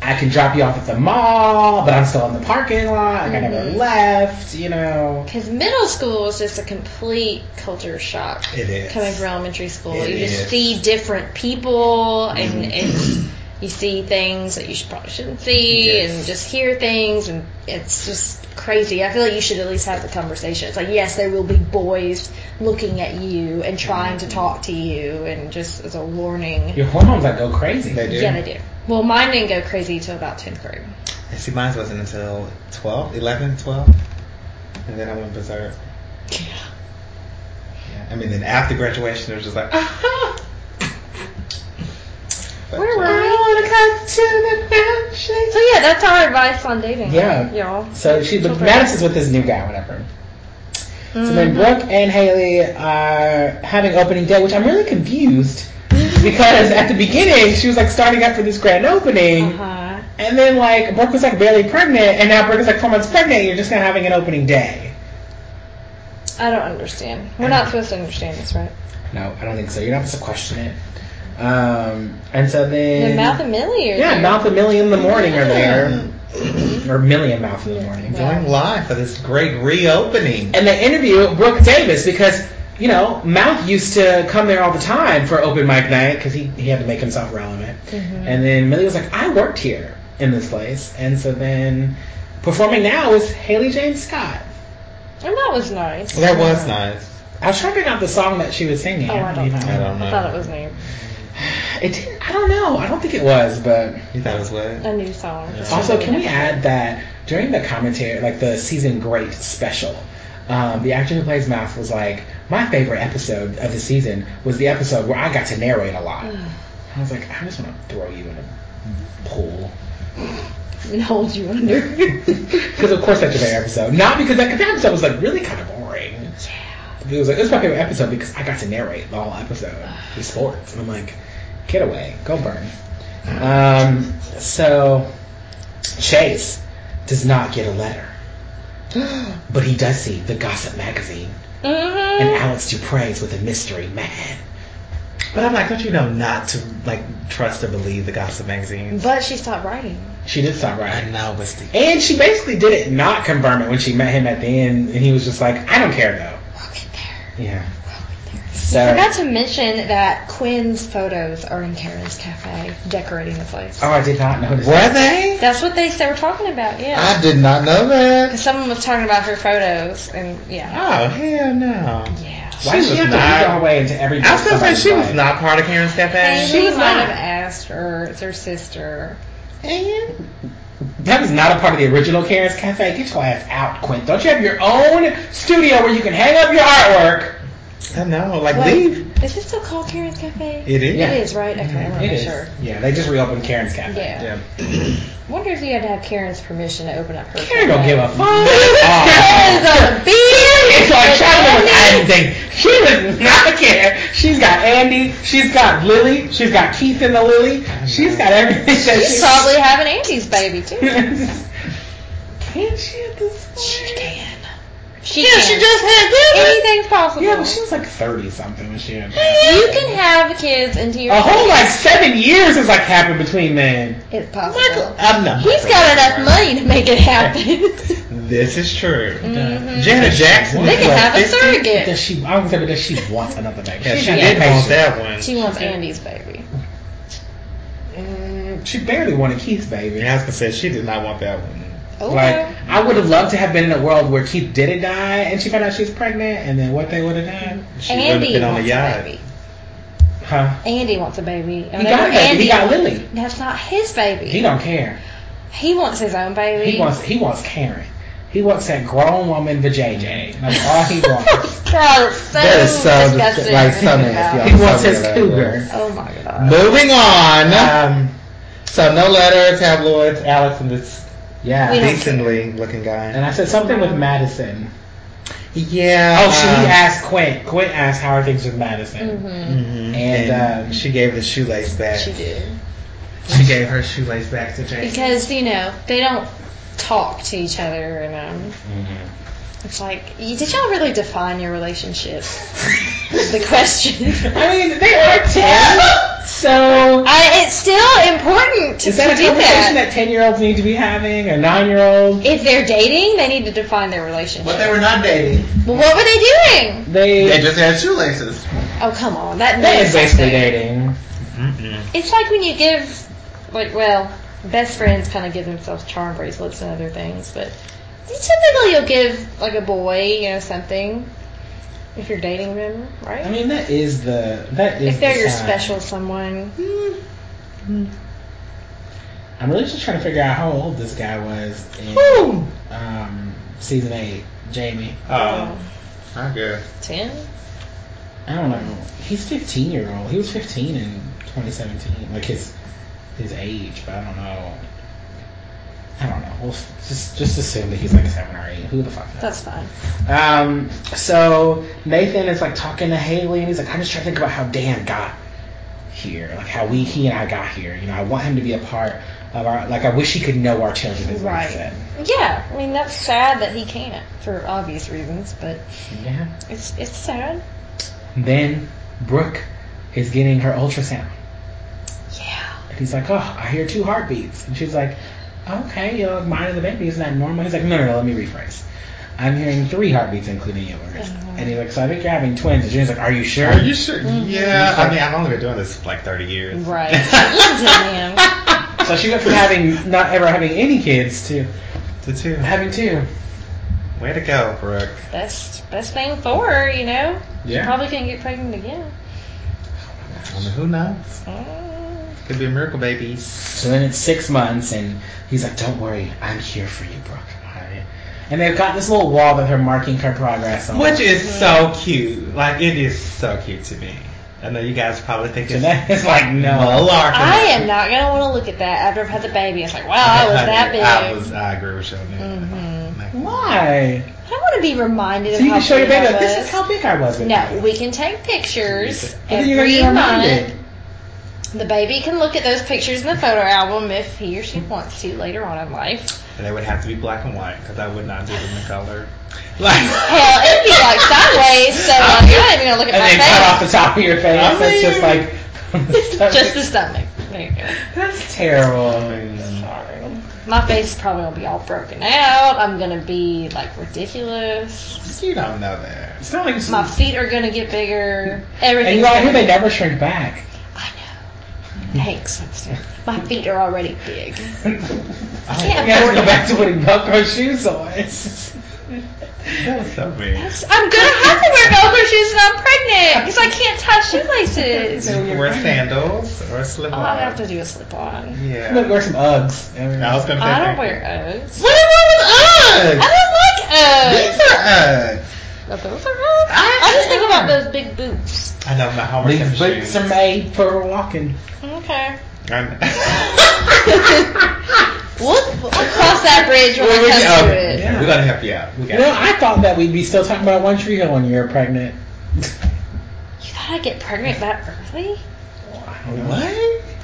[SPEAKER 1] I can drop you off at the mall, but I'm still in the parking lot. Like I never
[SPEAKER 3] Mhm.
[SPEAKER 1] left, you know.
[SPEAKER 3] Because middle school is just a complete culture shock.
[SPEAKER 2] It is.
[SPEAKER 3] Coming from elementary school,
[SPEAKER 2] It
[SPEAKER 3] you just
[SPEAKER 2] is. Mm-hmm.
[SPEAKER 3] see different people, and it's, you see things that you should, probably shouldn't see,
[SPEAKER 2] Yes.
[SPEAKER 3] and just hear things, and it's just crazy. I feel like you should at least have the conversation. It's like, yes, there will be boys looking at you and trying
[SPEAKER 2] Mm-hmm.
[SPEAKER 3] to talk to you, and just as a warning.
[SPEAKER 1] Your hormones like go crazy. (laughs)
[SPEAKER 2] They do.
[SPEAKER 3] Yeah, they do. Well, mine didn't go crazy till about 10th grade.
[SPEAKER 2] And see, mine wasn't until 12, 11, 12. And then I went berserk. Yeah. I mean, then after graduation, it was just like, ah. But,
[SPEAKER 3] Where were
[SPEAKER 2] uh,
[SPEAKER 3] we? So yeah, that's our advice on dating.
[SPEAKER 1] Yeah.
[SPEAKER 3] y'all.
[SPEAKER 1] So she, but
[SPEAKER 3] Children.
[SPEAKER 1] Madison's with this new guy, whatever. So
[SPEAKER 3] Mm-hmm.
[SPEAKER 1] then Brooke and Haley are having opening day, which I'm really confused because at the beginning she was like starting up for this grand opening,
[SPEAKER 3] Uh-huh.
[SPEAKER 1] and then like Brooke was like barely pregnant, and now Brooke is like four months pregnant. and You're just not having an opening day.
[SPEAKER 3] I don't understand. We're not supposed to understand this, right?
[SPEAKER 1] No, I don't think so. You're not supposed to question it. Um, and so
[SPEAKER 3] The
[SPEAKER 1] then
[SPEAKER 3] mouth and Millie are
[SPEAKER 1] yeah,
[SPEAKER 3] there.
[SPEAKER 1] mouth and Millie in the morning are
[SPEAKER 2] (laughs)
[SPEAKER 1] there, or Millie and mouth in the morning.
[SPEAKER 2] Going live for this great reopening.
[SPEAKER 1] and they interview Brooke Davis because you know Mouth used to come there all the time for open mic night because he, he had to make himself relevant.
[SPEAKER 3] Mm-hmm.
[SPEAKER 1] And then Millie was like, I worked here in this place, and so then performing now is Haley James Scott.
[SPEAKER 3] And Oh, that was nice.
[SPEAKER 2] That was nice.
[SPEAKER 1] I was trying to figure out the song that she was singing.
[SPEAKER 3] Oh, I don't
[SPEAKER 2] I don't know.
[SPEAKER 3] I thought it was new.
[SPEAKER 1] It didn't, I don't know. I don't think it was, but
[SPEAKER 2] You thought it was what?
[SPEAKER 3] A new song.
[SPEAKER 2] Yeah.
[SPEAKER 1] also can we add that during the commentary, like the season great special. Um, the actor who plays Mouth was like, my favorite episode of the season was the episode where I got to narrate a lot. I was like, I just want to throw you in a pool.
[SPEAKER 3] (laughs) And hold you
[SPEAKER 1] (laughs)
[SPEAKER 3] under.
[SPEAKER 1] Because, of course, that's your favorite episode. Not because that, 'cause that episode was, like, really kind of boring. It was like, it's my favorite episode because I got to narrate the whole episode with sports. And I'm like, get away. Go burn. Um, so, Chase does not get a letter. But he does see the Gossip Magazine Mm-hmm.
[SPEAKER 3] (gasps)
[SPEAKER 1] and
[SPEAKER 3] hmm
[SPEAKER 1] Alex Dupre's with a mystery man.
[SPEAKER 2] But I'm like, don't you know not to like trust or believe the gossip magazines?
[SPEAKER 3] But she stopped writing.
[SPEAKER 1] She did stop
[SPEAKER 2] I
[SPEAKER 1] writing.
[SPEAKER 2] know, but still.
[SPEAKER 1] And she basically did it not confirm it when she met him at the end, and he was just like, "I don't care though."
[SPEAKER 3] We'll get there.
[SPEAKER 1] Yeah.
[SPEAKER 3] I forgot
[SPEAKER 1] So.
[SPEAKER 3] to mention that Quinn's photos are in Karen's cafe decorating the place.
[SPEAKER 1] Oh, I did not notice.
[SPEAKER 2] Were they?
[SPEAKER 3] That's what they, they were talking about, yeah.
[SPEAKER 2] did not know that.
[SPEAKER 3] 'Cause someone was talking about her photos, and yeah.
[SPEAKER 2] Oh hell no!
[SPEAKER 3] Yeah.
[SPEAKER 1] Why did
[SPEAKER 2] She
[SPEAKER 1] she have
[SPEAKER 2] was
[SPEAKER 1] to
[SPEAKER 2] not-
[SPEAKER 1] weasel her way into every?
[SPEAKER 2] I was gonna say
[SPEAKER 1] somebody's
[SPEAKER 2] she was
[SPEAKER 1] life?
[SPEAKER 2] not part of Karen's
[SPEAKER 3] And
[SPEAKER 2] cafe.
[SPEAKER 3] she
[SPEAKER 1] was
[SPEAKER 3] might
[SPEAKER 1] not.
[SPEAKER 3] have asked her. It's her sister.
[SPEAKER 2] And
[SPEAKER 1] That was not a part of the original Karen's Cafe. Get your ass out, Quint. Don't you have your own studio where you can hang up your artwork?
[SPEAKER 2] I know, like
[SPEAKER 3] Wait,
[SPEAKER 2] leave.
[SPEAKER 3] Is this still called Karen's Cafe?
[SPEAKER 2] It is.
[SPEAKER 1] Yeah.
[SPEAKER 3] It is, right? Okay, I want to
[SPEAKER 1] It
[SPEAKER 3] make
[SPEAKER 1] is.
[SPEAKER 3] sure.
[SPEAKER 1] Yeah, they just reopened Karen's Cafe.
[SPEAKER 3] Yeah.
[SPEAKER 2] Yeah.
[SPEAKER 3] Wonder if you had to have Karen's permission to open up her.
[SPEAKER 1] Karen don't
[SPEAKER 3] cafe.
[SPEAKER 1] give a fuck.
[SPEAKER 3] (laughs) Karen's
[SPEAKER 1] Oh.
[SPEAKER 3] on the beach.
[SPEAKER 1] It's like Charlotte was
[SPEAKER 3] Andy.
[SPEAKER 1] anything. She does not care. She's got Andy. She's got Lily. She's got Keith and the Lily. She's got everything. that
[SPEAKER 3] She's
[SPEAKER 1] she-
[SPEAKER 3] probably having Andy's baby too.
[SPEAKER 1] Can't she at this point? She can.
[SPEAKER 3] She yeah, she just had Anything's possible.
[SPEAKER 1] Yeah, but she was like thirty something when she had.
[SPEAKER 3] (laughs) you can have kids into your.
[SPEAKER 1] A whole like seven years has like happened between them.
[SPEAKER 3] It's possible.
[SPEAKER 2] I'm not.
[SPEAKER 3] um, He's got enough money to make it (laughs) happen.
[SPEAKER 2] This is true. Janet Jackson.
[SPEAKER 3] they
[SPEAKER 2] is
[SPEAKER 3] can
[SPEAKER 2] what,
[SPEAKER 3] have a
[SPEAKER 2] 50?
[SPEAKER 1] Does
[SPEAKER 3] surrogate.
[SPEAKER 1] she? I don't say, but does she want another baby?
[SPEAKER 2] Yeah,
[SPEAKER 1] She's
[SPEAKER 2] she
[SPEAKER 1] not
[SPEAKER 2] did want
[SPEAKER 1] patient.
[SPEAKER 2] that one.
[SPEAKER 3] She wants Andy's baby.
[SPEAKER 1] Mm, she barely wanted Keith's baby.
[SPEAKER 2] Your husband said she did not want that one.
[SPEAKER 3] Oh,
[SPEAKER 1] Like I would have loved to have been in a world where Keith didn't die and she found out she was pregnant and then what they would have done.
[SPEAKER 2] She would have
[SPEAKER 3] Andy
[SPEAKER 2] been on the
[SPEAKER 3] wants a
[SPEAKER 2] yacht.
[SPEAKER 3] baby.
[SPEAKER 1] Huh?
[SPEAKER 3] Andy wants a baby. And
[SPEAKER 1] He got a baby.
[SPEAKER 3] Andy
[SPEAKER 1] He got Lily.
[SPEAKER 3] That's not his baby.
[SPEAKER 1] He don't care.
[SPEAKER 3] He wants his own baby.
[SPEAKER 1] He wants he wants Karen. He wants that grown woman vajayjay. That's all he
[SPEAKER 3] (laughs)
[SPEAKER 1] wants.
[SPEAKER 3] God, so
[SPEAKER 2] That is so
[SPEAKER 3] disgusting.
[SPEAKER 2] disgu- like,
[SPEAKER 3] to
[SPEAKER 2] so
[SPEAKER 3] think
[SPEAKER 2] nasty.
[SPEAKER 3] about.
[SPEAKER 1] he wants
[SPEAKER 2] sorry
[SPEAKER 1] his
[SPEAKER 2] about
[SPEAKER 1] cougar.
[SPEAKER 3] Oh my god.
[SPEAKER 2] Moving on.
[SPEAKER 1] Um,
[SPEAKER 2] so no letter, tabloids, Alex and this
[SPEAKER 1] Yeah.
[SPEAKER 3] We don't-
[SPEAKER 2] Decently looking guy.
[SPEAKER 1] And I said something with Madison.
[SPEAKER 2] Yeah.
[SPEAKER 1] Oh, she
[SPEAKER 2] um,
[SPEAKER 1] asked Quint. Quint asked how are things with Madison.
[SPEAKER 3] Mm-hmm.
[SPEAKER 2] mhm.
[SPEAKER 1] and,
[SPEAKER 2] And,
[SPEAKER 1] um,
[SPEAKER 2] she gave the shoelace back.
[SPEAKER 3] She did.
[SPEAKER 1] She gave her shoelace back to Jason.
[SPEAKER 3] Because, you know, they don't talk to each other and um,
[SPEAKER 1] Mhm.
[SPEAKER 3] it's like, y- did y'all really define your relationship? the question.
[SPEAKER 1] (laughs) I mean, they are ten, so
[SPEAKER 3] I, it's still important to
[SPEAKER 1] is that a
[SPEAKER 3] do
[SPEAKER 1] conversation
[SPEAKER 3] that.
[SPEAKER 1] that ten-year-olds need to be having, or nine-year-olds?
[SPEAKER 3] If they're dating, they need to define their relationship.
[SPEAKER 2] But they were not dating.
[SPEAKER 3] well, what were they doing?
[SPEAKER 1] They
[SPEAKER 2] They just had shoelaces.
[SPEAKER 3] Oh, come on. That
[SPEAKER 1] that
[SPEAKER 3] means
[SPEAKER 1] is basically
[SPEAKER 3] something.
[SPEAKER 1] dating. (laughs)
[SPEAKER 2] Mm-mm.
[SPEAKER 3] It's like when you give, like, well, best friends kind of give themselves charm bracelets and other things, but typically you'll give like a boy, you know, something if you're dating them, right?
[SPEAKER 1] I mean, that is the that is.
[SPEAKER 3] if they're
[SPEAKER 1] the
[SPEAKER 3] your
[SPEAKER 1] sign.
[SPEAKER 3] special someone,
[SPEAKER 1] I'm really just trying to figure out how old this guy was in
[SPEAKER 2] Woo!
[SPEAKER 1] um, season eight. Jamie,
[SPEAKER 2] Oh, not good.
[SPEAKER 3] Um, ten.
[SPEAKER 1] I don't know. He's 15 year old. He was 15 in 2017, like his his age, but I don't know. I don't know. We'll s- just just assume that he's like seven or eight. Who the fuck knows?
[SPEAKER 3] That's fine.
[SPEAKER 1] Um, so Nathan is like talking to Haley, and he's like, "I'm just trying to think about how Dan got here, like how we he and I got here. You know, I want him to be a part of our. Like, I wish he could know our children." Is what
[SPEAKER 3] Right.
[SPEAKER 1] he said.
[SPEAKER 3] Yeah, I mean that's sad that he can't for obvious reasons, but
[SPEAKER 1] Yeah.
[SPEAKER 3] it's it's sad.
[SPEAKER 1] Then Brooke is getting her ultrasound,
[SPEAKER 3] Yeah.
[SPEAKER 1] and he's like, "Oh, I hear two heartbeats," and she's like, "Okay, you know, like, mine and the baby isn't that normal?" He's like, "No, no, no. Let me rephrase." I'm hearing three heartbeats, including yours.
[SPEAKER 3] Uh-huh.
[SPEAKER 1] And he's like, so I think you're having twins. And she's like, are you sure?
[SPEAKER 2] Are you sure? Yeah.
[SPEAKER 1] Mhm.
[SPEAKER 2] I mean, I've only been doing this for like 30 years. (laughs)
[SPEAKER 3] Mm-hmm. Right. Damn.
[SPEAKER 1] (laughs) So she went from having not ever having any kids to
[SPEAKER 2] To two.
[SPEAKER 1] having two.
[SPEAKER 2] Way to go, Brooke.
[SPEAKER 3] Best best thing for her, you know. Probably gonna get pregnant again.
[SPEAKER 2] I mean, who knows?
[SPEAKER 3] Mm.
[SPEAKER 2] Could be a miracle babies.
[SPEAKER 1] So then it's six months, and he's like, "Don't worry, I'm here for you, Brooke." Alright. And they've got this little wall that they're marking her progress on.
[SPEAKER 2] Which is so cute. Like, it is so cute to me. I know you guys probably think
[SPEAKER 1] So
[SPEAKER 2] it's
[SPEAKER 1] that is like no.
[SPEAKER 2] malarkey.
[SPEAKER 3] I am not gonna want to look at that after I've had the baby. It's like, wow, I was that big.
[SPEAKER 2] I was. I agree with you on that.
[SPEAKER 3] Mhm.
[SPEAKER 2] Like,
[SPEAKER 1] Why?
[SPEAKER 3] I want to be reminded
[SPEAKER 1] So
[SPEAKER 3] of
[SPEAKER 1] you
[SPEAKER 3] how
[SPEAKER 1] can show your
[SPEAKER 3] big
[SPEAKER 1] baby
[SPEAKER 3] I
[SPEAKER 1] like, "This
[SPEAKER 3] was.
[SPEAKER 1] is how big I was." when I
[SPEAKER 3] No,
[SPEAKER 1] was."
[SPEAKER 3] we can take pictures
[SPEAKER 1] But then you're gonna
[SPEAKER 3] every
[SPEAKER 1] get reminded.
[SPEAKER 3] month. The baby can look at those pictures in the photo album if he or she wants to later on in life.
[SPEAKER 2] They would have to be black and white because I would not do them in color. Like,
[SPEAKER 3] Hell, it'd be like
[SPEAKER 1] (laughs)
[SPEAKER 3] sideways, so like, I'm not even gonna look
[SPEAKER 1] And they cut off
[SPEAKER 3] at
[SPEAKER 1] the top of your face.
[SPEAKER 2] I
[SPEAKER 1] That's just like
[SPEAKER 2] mean-
[SPEAKER 1] (laughs)
[SPEAKER 3] (laughs) my face. Just the stomach. There you go.
[SPEAKER 1] That's terrible.
[SPEAKER 3] Sorry. My face is probably gonna be all broken out. I'm gonna be like ridiculous.
[SPEAKER 2] you don't know that.
[SPEAKER 1] It's not like
[SPEAKER 3] (laughs) My feet are gonna get bigger.
[SPEAKER 1] and
[SPEAKER 3] Everything's
[SPEAKER 1] you all hear
[SPEAKER 3] gonna
[SPEAKER 1] they never shrink
[SPEAKER 3] (laughs)
[SPEAKER 1] back.
[SPEAKER 3] I know. Thanks, Winston. My feet are already big.
[SPEAKER 1] I
[SPEAKER 3] can't
[SPEAKER 1] gotta
[SPEAKER 3] afford
[SPEAKER 1] go
[SPEAKER 3] it.
[SPEAKER 1] back to putting Velcro shoes on. (laughs)
[SPEAKER 2] That was so weird.
[SPEAKER 3] I'm gonna have to wear Velcro shoes when I'm pregnant because I can't tie shoelaces.
[SPEAKER 1] So
[SPEAKER 2] You
[SPEAKER 1] you're
[SPEAKER 2] can wear sandals or slip
[SPEAKER 3] All I have
[SPEAKER 2] on.
[SPEAKER 3] to do is slip on.
[SPEAKER 1] I'm gonna
[SPEAKER 2] Yeah.
[SPEAKER 1] wear some Uggs.
[SPEAKER 2] I was gonna say.
[SPEAKER 3] I
[SPEAKER 2] thank
[SPEAKER 3] don't
[SPEAKER 2] you.
[SPEAKER 3] wear Uggs.
[SPEAKER 2] What
[SPEAKER 3] I
[SPEAKER 2] is wrong with Uggs?
[SPEAKER 3] don't like
[SPEAKER 2] These
[SPEAKER 3] Uggs.
[SPEAKER 2] are Uggs.
[SPEAKER 3] But those are Uggs.
[SPEAKER 2] I-
[SPEAKER 3] I just think about those big boots.
[SPEAKER 2] I know my homework
[SPEAKER 1] These boots
[SPEAKER 2] shoes.
[SPEAKER 1] are made for
[SPEAKER 3] (laughs)
[SPEAKER 1] walking.
[SPEAKER 3] Okay.
[SPEAKER 2] I know.
[SPEAKER 3] We'll, we'll cross that bridge when
[SPEAKER 2] We're
[SPEAKER 3] we
[SPEAKER 2] with you.
[SPEAKER 3] come to
[SPEAKER 2] Okay,
[SPEAKER 3] it.
[SPEAKER 1] Yeah.
[SPEAKER 2] We're gonna help you out. We
[SPEAKER 1] You know,
[SPEAKER 2] got
[SPEAKER 1] I thought that we'd be still talking about One Tree Hill when you were pregnant. (laughs)
[SPEAKER 3] You thought I'd get pregnant that early?
[SPEAKER 1] I don't
[SPEAKER 2] you.
[SPEAKER 1] know.
[SPEAKER 2] What?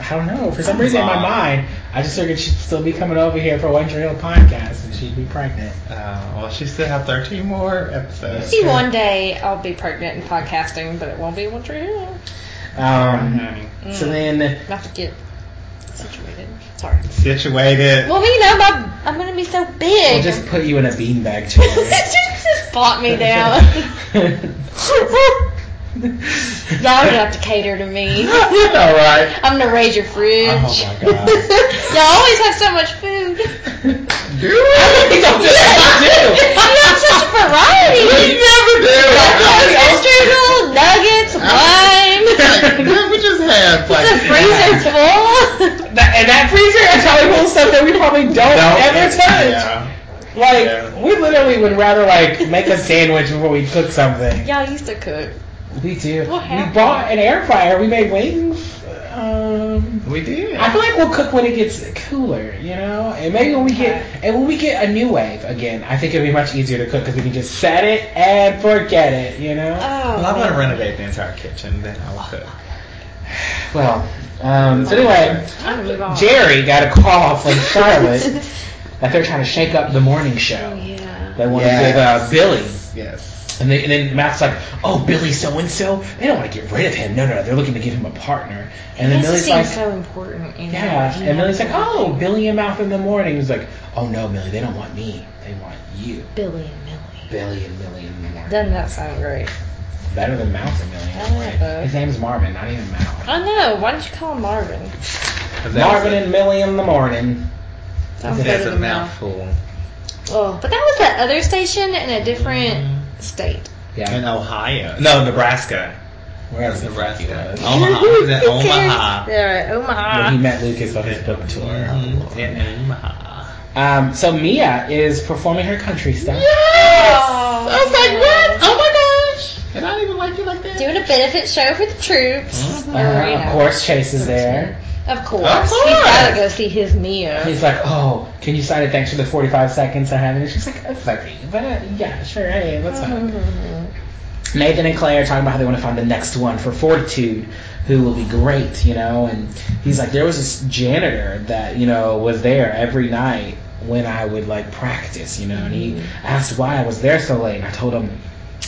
[SPEAKER 1] I don't know. For some reason in my
[SPEAKER 2] Come on.
[SPEAKER 1] mind, I just figured she'd still be coming over here for One Tree Hill podcast and she'd be pregnant.
[SPEAKER 2] Uh, well, she still have 13 more episodes.
[SPEAKER 3] Maybe one day I'll be pregnant and podcasting, but it won't be one true hill.
[SPEAKER 1] Um, so
[SPEAKER 3] Mm.
[SPEAKER 1] then,
[SPEAKER 3] Not to get situated. Sorry.
[SPEAKER 2] Situated.
[SPEAKER 3] Well, you know, my, I'm gonna be so
[SPEAKER 1] we'll
[SPEAKER 3] big.
[SPEAKER 1] just
[SPEAKER 3] (laughs)
[SPEAKER 1] put you in a beanbag chair.
[SPEAKER 3] just plop me
[SPEAKER 1] (laughs)
[SPEAKER 3] down. (laughs) Y'all gonna
[SPEAKER 1] (laughs)
[SPEAKER 3] have to cater to me.
[SPEAKER 2] you know, (laughs) right?
[SPEAKER 3] I'm gonna raid your fridge.
[SPEAKER 2] Oh my god.
[SPEAKER 3] Y'all always have so much food.
[SPEAKER 2] Do it. Don't just do.
[SPEAKER 3] I have such a
[SPEAKER 2] We
[SPEAKER 3] variety.
[SPEAKER 2] never do.
[SPEAKER 3] Strudel,
[SPEAKER 1] (laughs)
[SPEAKER 3] nuggets, wine. (laughs)
[SPEAKER 2] (laughs) Didn't we just have like
[SPEAKER 3] The freezer's full.
[SPEAKER 1] That- (laughs) and that freezer is probably full of stuff that we probably don't,
[SPEAKER 2] Don't
[SPEAKER 1] ever touch.
[SPEAKER 2] Yeah.
[SPEAKER 1] Like
[SPEAKER 2] Yeah.
[SPEAKER 1] we literally would rather like make a sandwich before we cook something.
[SPEAKER 3] Y'all used to cook.
[SPEAKER 1] We do.
[SPEAKER 3] What
[SPEAKER 1] we
[SPEAKER 3] happened?
[SPEAKER 1] bought an air fryer. We made wings. Uh, um,
[SPEAKER 2] We did.
[SPEAKER 1] I feel like we'll cook when it gets cooler, you know, and maybe when we get and when we get a new wave again, I think it'll be much easier to cook because we can just set it and forget it, you know.
[SPEAKER 3] Oh.
[SPEAKER 2] Well, I'm gonna renovate the entire kitchen, then I'll cook.
[SPEAKER 1] well, um, so anyway,
[SPEAKER 3] I'm gonna move on.
[SPEAKER 1] Jerry got a call
[SPEAKER 3] (laughs)
[SPEAKER 1] from Charlotte that they're trying to shake up the morning show.
[SPEAKER 3] Oh, yeah.
[SPEAKER 1] They want
[SPEAKER 2] Yes.
[SPEAKER 1] to give uh, Billy
[SPEAKER 2] Yes.
[SPEAKER 1] And, they, and then Matt's like, oh, Billy so and so. They don't want to get rid of him. No, no, no. They're looking to give him a partner. And then Millie's
[SPEAKER 3] This seems
[SPEAKER 1] like,
[SPEAKER 3] so important. you know,
[SPEAKER 1] yeah.
[SPEAKER 3] he
[SPEAKER 1] And Millie's
[SPEAKER 3] knows
[SPEAKER 1] like, oh, Billy and Mouth in the morning. He's like, oh, no, Millie. They don't want me. They want you.
[SPEAKER 3] Billy and Millie.
[SPEAKER 1] Billy and Millie in the morning.
[SPEAKER 3] Doesn't that sound great?
[SPEAKER 1] Better than Mouth and Millie in the morning.
[SPEAKER 3] I know.
[SPEAKER 1] His name's Marvin, not even Mouth.
[SPEAKER 3] I know. Why don't you call him Marvin?
[SPEAKER 2] 'Cause that
[SPEAKER 1] Marvin
[SPEAKER 2] was a-
[SPEAKER 1] and Millie in the morning.
[SPEAKER 3] Sounds
[SPEAKER 2] That's
[SPEAKER 3] better
[SPEAKER 2] a
[SPEAKER 3] than
[SPEAKER 2] mouthful.
[SPEAKER 3] Mouth. Oh, but that was that other station in a different state.
[SPEAKER 1] Yeah.
[SPEAKER 2] In Ohio. No, Nebraska.
[SPEAKER 1] Whereas
[SPEAKER 2] That's Nebraska.
[SPEAKER 3] (laughs)
[SPEAKER 1] was.
[SPEAKER 2] Omaha. It was at
[SPEAKER 3] Who cares?
[SPEAKER 2] Omaha.
[SPEAKER 3] Yeah, Omaha.
[SPEAKER 1] When he met Lucas on his book tour.
[SPEAKER 2] Mhm, In Omaha.
[SPEAKER 1] Um, so Mia is performing her country stuff.
[SPEAKER 2] Yes!
[SPEAKER 3] Oh,
[SPEAKER 2] I was like,
[SPEAKER 3] yeah.
[SPEAKER 2] what? Oh my gosh! And I don't even like you like that.
[SPEAKER 3] Doing a benefit show for the troops.
[SPEAKER 2] Mhm.
[SPEAKER 1] Uh, of course, Chase is there.
[SPEAKER 3] Of course.
[SPEAKER 2] Of course.
[SPEAKER 3] He's gotta go see his Mia.
[SPEAKER 1] He's like, oh, can you sign it thanks for the 45 seconds I have? And she's like, oh, sorry, but uh, yeah, sure, hey, what's
[SPEAKER 3] Uh-huh. Mm-hmm.
[SPEAKER 1] up? Nathan and Claire are talking about how they want to find the next one for Fortitude, who will be great, you know? And he's like, there was this janitor that, you know, was there every night when I would, like, practice, you know? And he asked why I was there so late. And I told him,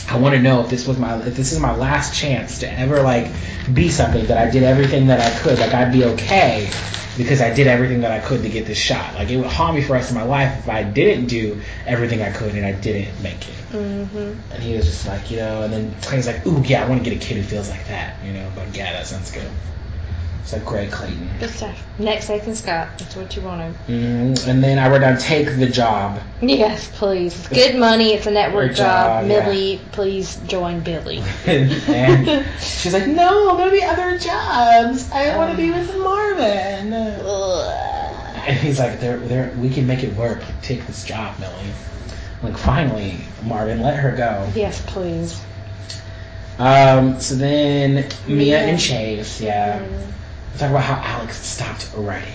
[SPEAKER 1] I want to know if this was my if this is my last chance to ever like be something that I did everything that I could like I'd be okay because I did everything that I could to get this shot like it would harm me for the rest of my life if I didn't do everything I could and I didn't make it
[SPEAKER 3] Mm-hmm.
[SPEAKER 1] and he was just like you know and then Clayton's like ooh yeah I want to get a kid who feels like that you know but yeah that sounds good it's like Greg Clayton
[SPEAKER 3] Good stuff. Next, Nathan Scott. That's what you wanted.
[SPEAKER 1] mm and then I wrote down take the job (laughs)
[SPEAKER 3] Yes, please. It's good money. It's a network
[SPEAKER 1] Good
[SPEAKER 3] job.
[SPEAKER 1] job, yeah.
[SPEAKER 3] Millie, please join Billy.
[SPEAKER 1] (laughs)
[SPEAKER 3] (laughs)
[SPEAKER 1] and she's like no there'll be other jobs I want to be with Marvin.
[SPEAKER 3] Ugh.
[SPEAKER 1] And he's like, "There, there, we can make it work. Like, take this job, Millie." Like, finally, Marvin, let her go.
[SPEAKER 3] yes, please.
[SPEAKER 1] Um, so then Mia
[SPEAKER 3] Yeah.
[SPEAKER 1] and Chase, yeah,
[SPEAKER 3] Mm,
[SPEAKER 1] talk about how Alex stopped writing.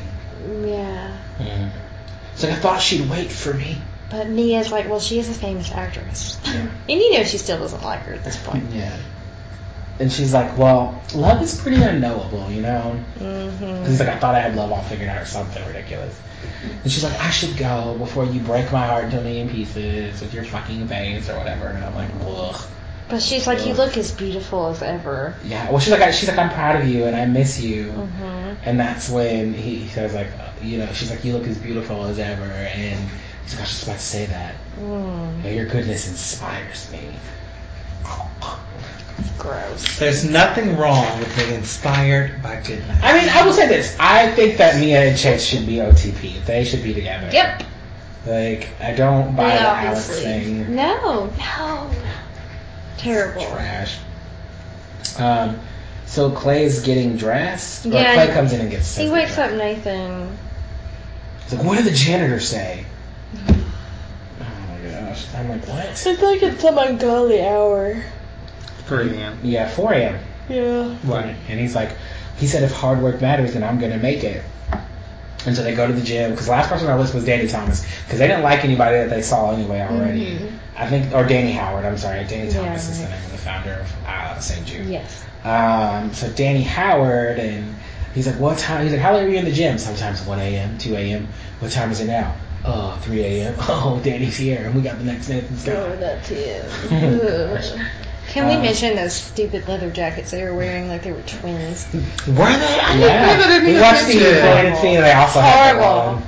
[SPEAKER 3] Yeah.
[SPEAKER 1] It's like I thought she'd wait for me.
[SPEAKER 3] But Mia's like, well, she is a famous actress.
[SPEAKER 1] Yeah.
[SPEAKER 3] (laughs) and you know she still doesn't like her at this
[SPEAKER 1] (laughs)
[SPEAKER 3] point.
[SPEAKER 1] Yeah. And she's like, "Well, love is pretty unknowable, you know."
[SPEAKER 3] Mm-hmm.
[SPEAKER 1] 'Cause he's like, "I thought I had love all figured out or something ridiculous." And she's like, "I should go before you break my heart to me in pieces with your fucking face or whatever." And I'm like, "Ugh."
[SPEAKER 3] But she's like, you look as beautiful as ever.
[SPEAKER 1] Yeah. Well, she's like, she's like, I'm proud of you and I miss you.
[SPEAKER 3] Mm-hmm.
[SPEAKER 1] And that's when he, he says like, uh, you know, she's like, you look as beautiful as ever. And he's like, I was just about to say that. You
[SPEAKER 3] Mm,
[SPEAKER 1] know, your goodness inspires me.
[SPEAKER 3] gross.
[SPEAKER 2] There's nothing wrong with being inspired by goodness.
[SPEAKER 1] I mean, I will say this. I think that Mia and Chase should be OTP. They should be together.
[SPEAKER 3] Yep.
[SPEAKER 1] Like, I don't buy
[SPEAKER 3] Yeah,
[SPEAKER 1] the Alex
[SPEAKER 3] obviously.
[SPEAKER 1] thing.
[SPEAKER 3] No, no. Terrible.
[SPEAKER 1] Trash. Um, so Clay's getting dressed. Or
[SPEAKER 3] Yeah.
[SPEAKER 1] Clay comes in and gets.
[SPEAKER 3] He
[SPEAKER 1] Seth's
[SPEAKER 3] wakes
[SPEAKER 1] dressed.
[SPEAKER 3] up Nathan. (laughs)
[SPEAKER 1] He's like, what did the janitor say? Oh my gosh. I'm like, what?
[SPEAKER 3] It's like it's some ungodly hour.
[SPEAKER 2] Brilliant.
[SPEAKER 1] Yeah, 4 a.m.
[SPEAKER 3] Yeah.
[SPEAKER 2] Right.
[SPEAKER 1] And he's like, he said, if hard work matters, then I'm going to make it. And so they go to the gym because last person on our list was Danny Thomas because they didn't like anybody that they saw anyway already.
[SPEAKER 3] Mhm.
[SPEAKER 1] I think, or Danny Howard, I'm sorry. Danny
[SPEAKER 3] Yeah,
[SPEAKER 1] Thomas is the
[SPEAKER 3] right.
[SPEAKER 1] name of the founder of uh, St. Jude.
[SPEAKER 3] Yes.
[SPEAKER 1] Um, so Danny Howard, and he's like, what time? He's like, how late were you in the gym? Sometimes 1 a.m., 2 a.m. What time is it now? Uh, 3 a.m. (laughs) Oh, Danny's here, and we got the next Nathan's
[SPEAKER 3] Oh,
[SPEAKER 1] guy.
[SPEAKER 3] that's
[SPEAKER 1] (laughs)
[SPEAKER 3] him.
[SPEAKER 1] Gosh.
[SPEAKER 3] Ugh. Can we
[SPEAKER 1] Um,
[SPEAKER 3] mention those stupid leather jackets they were wearing like they
[SPEAKER 1] (laughs)
[SPEAKER 3] were twins?
[SPEAKER 2] Were they? I
[SPEAKER 1] Yeah.
[SPEAKER 2] didn't
[SPEAKER 1] we watched the
[SPEAKER 2] even
[SPEAKER 1] United scene, and they also had the
[SPEAKER 3] Horrible.
[SPEAKER 1] one.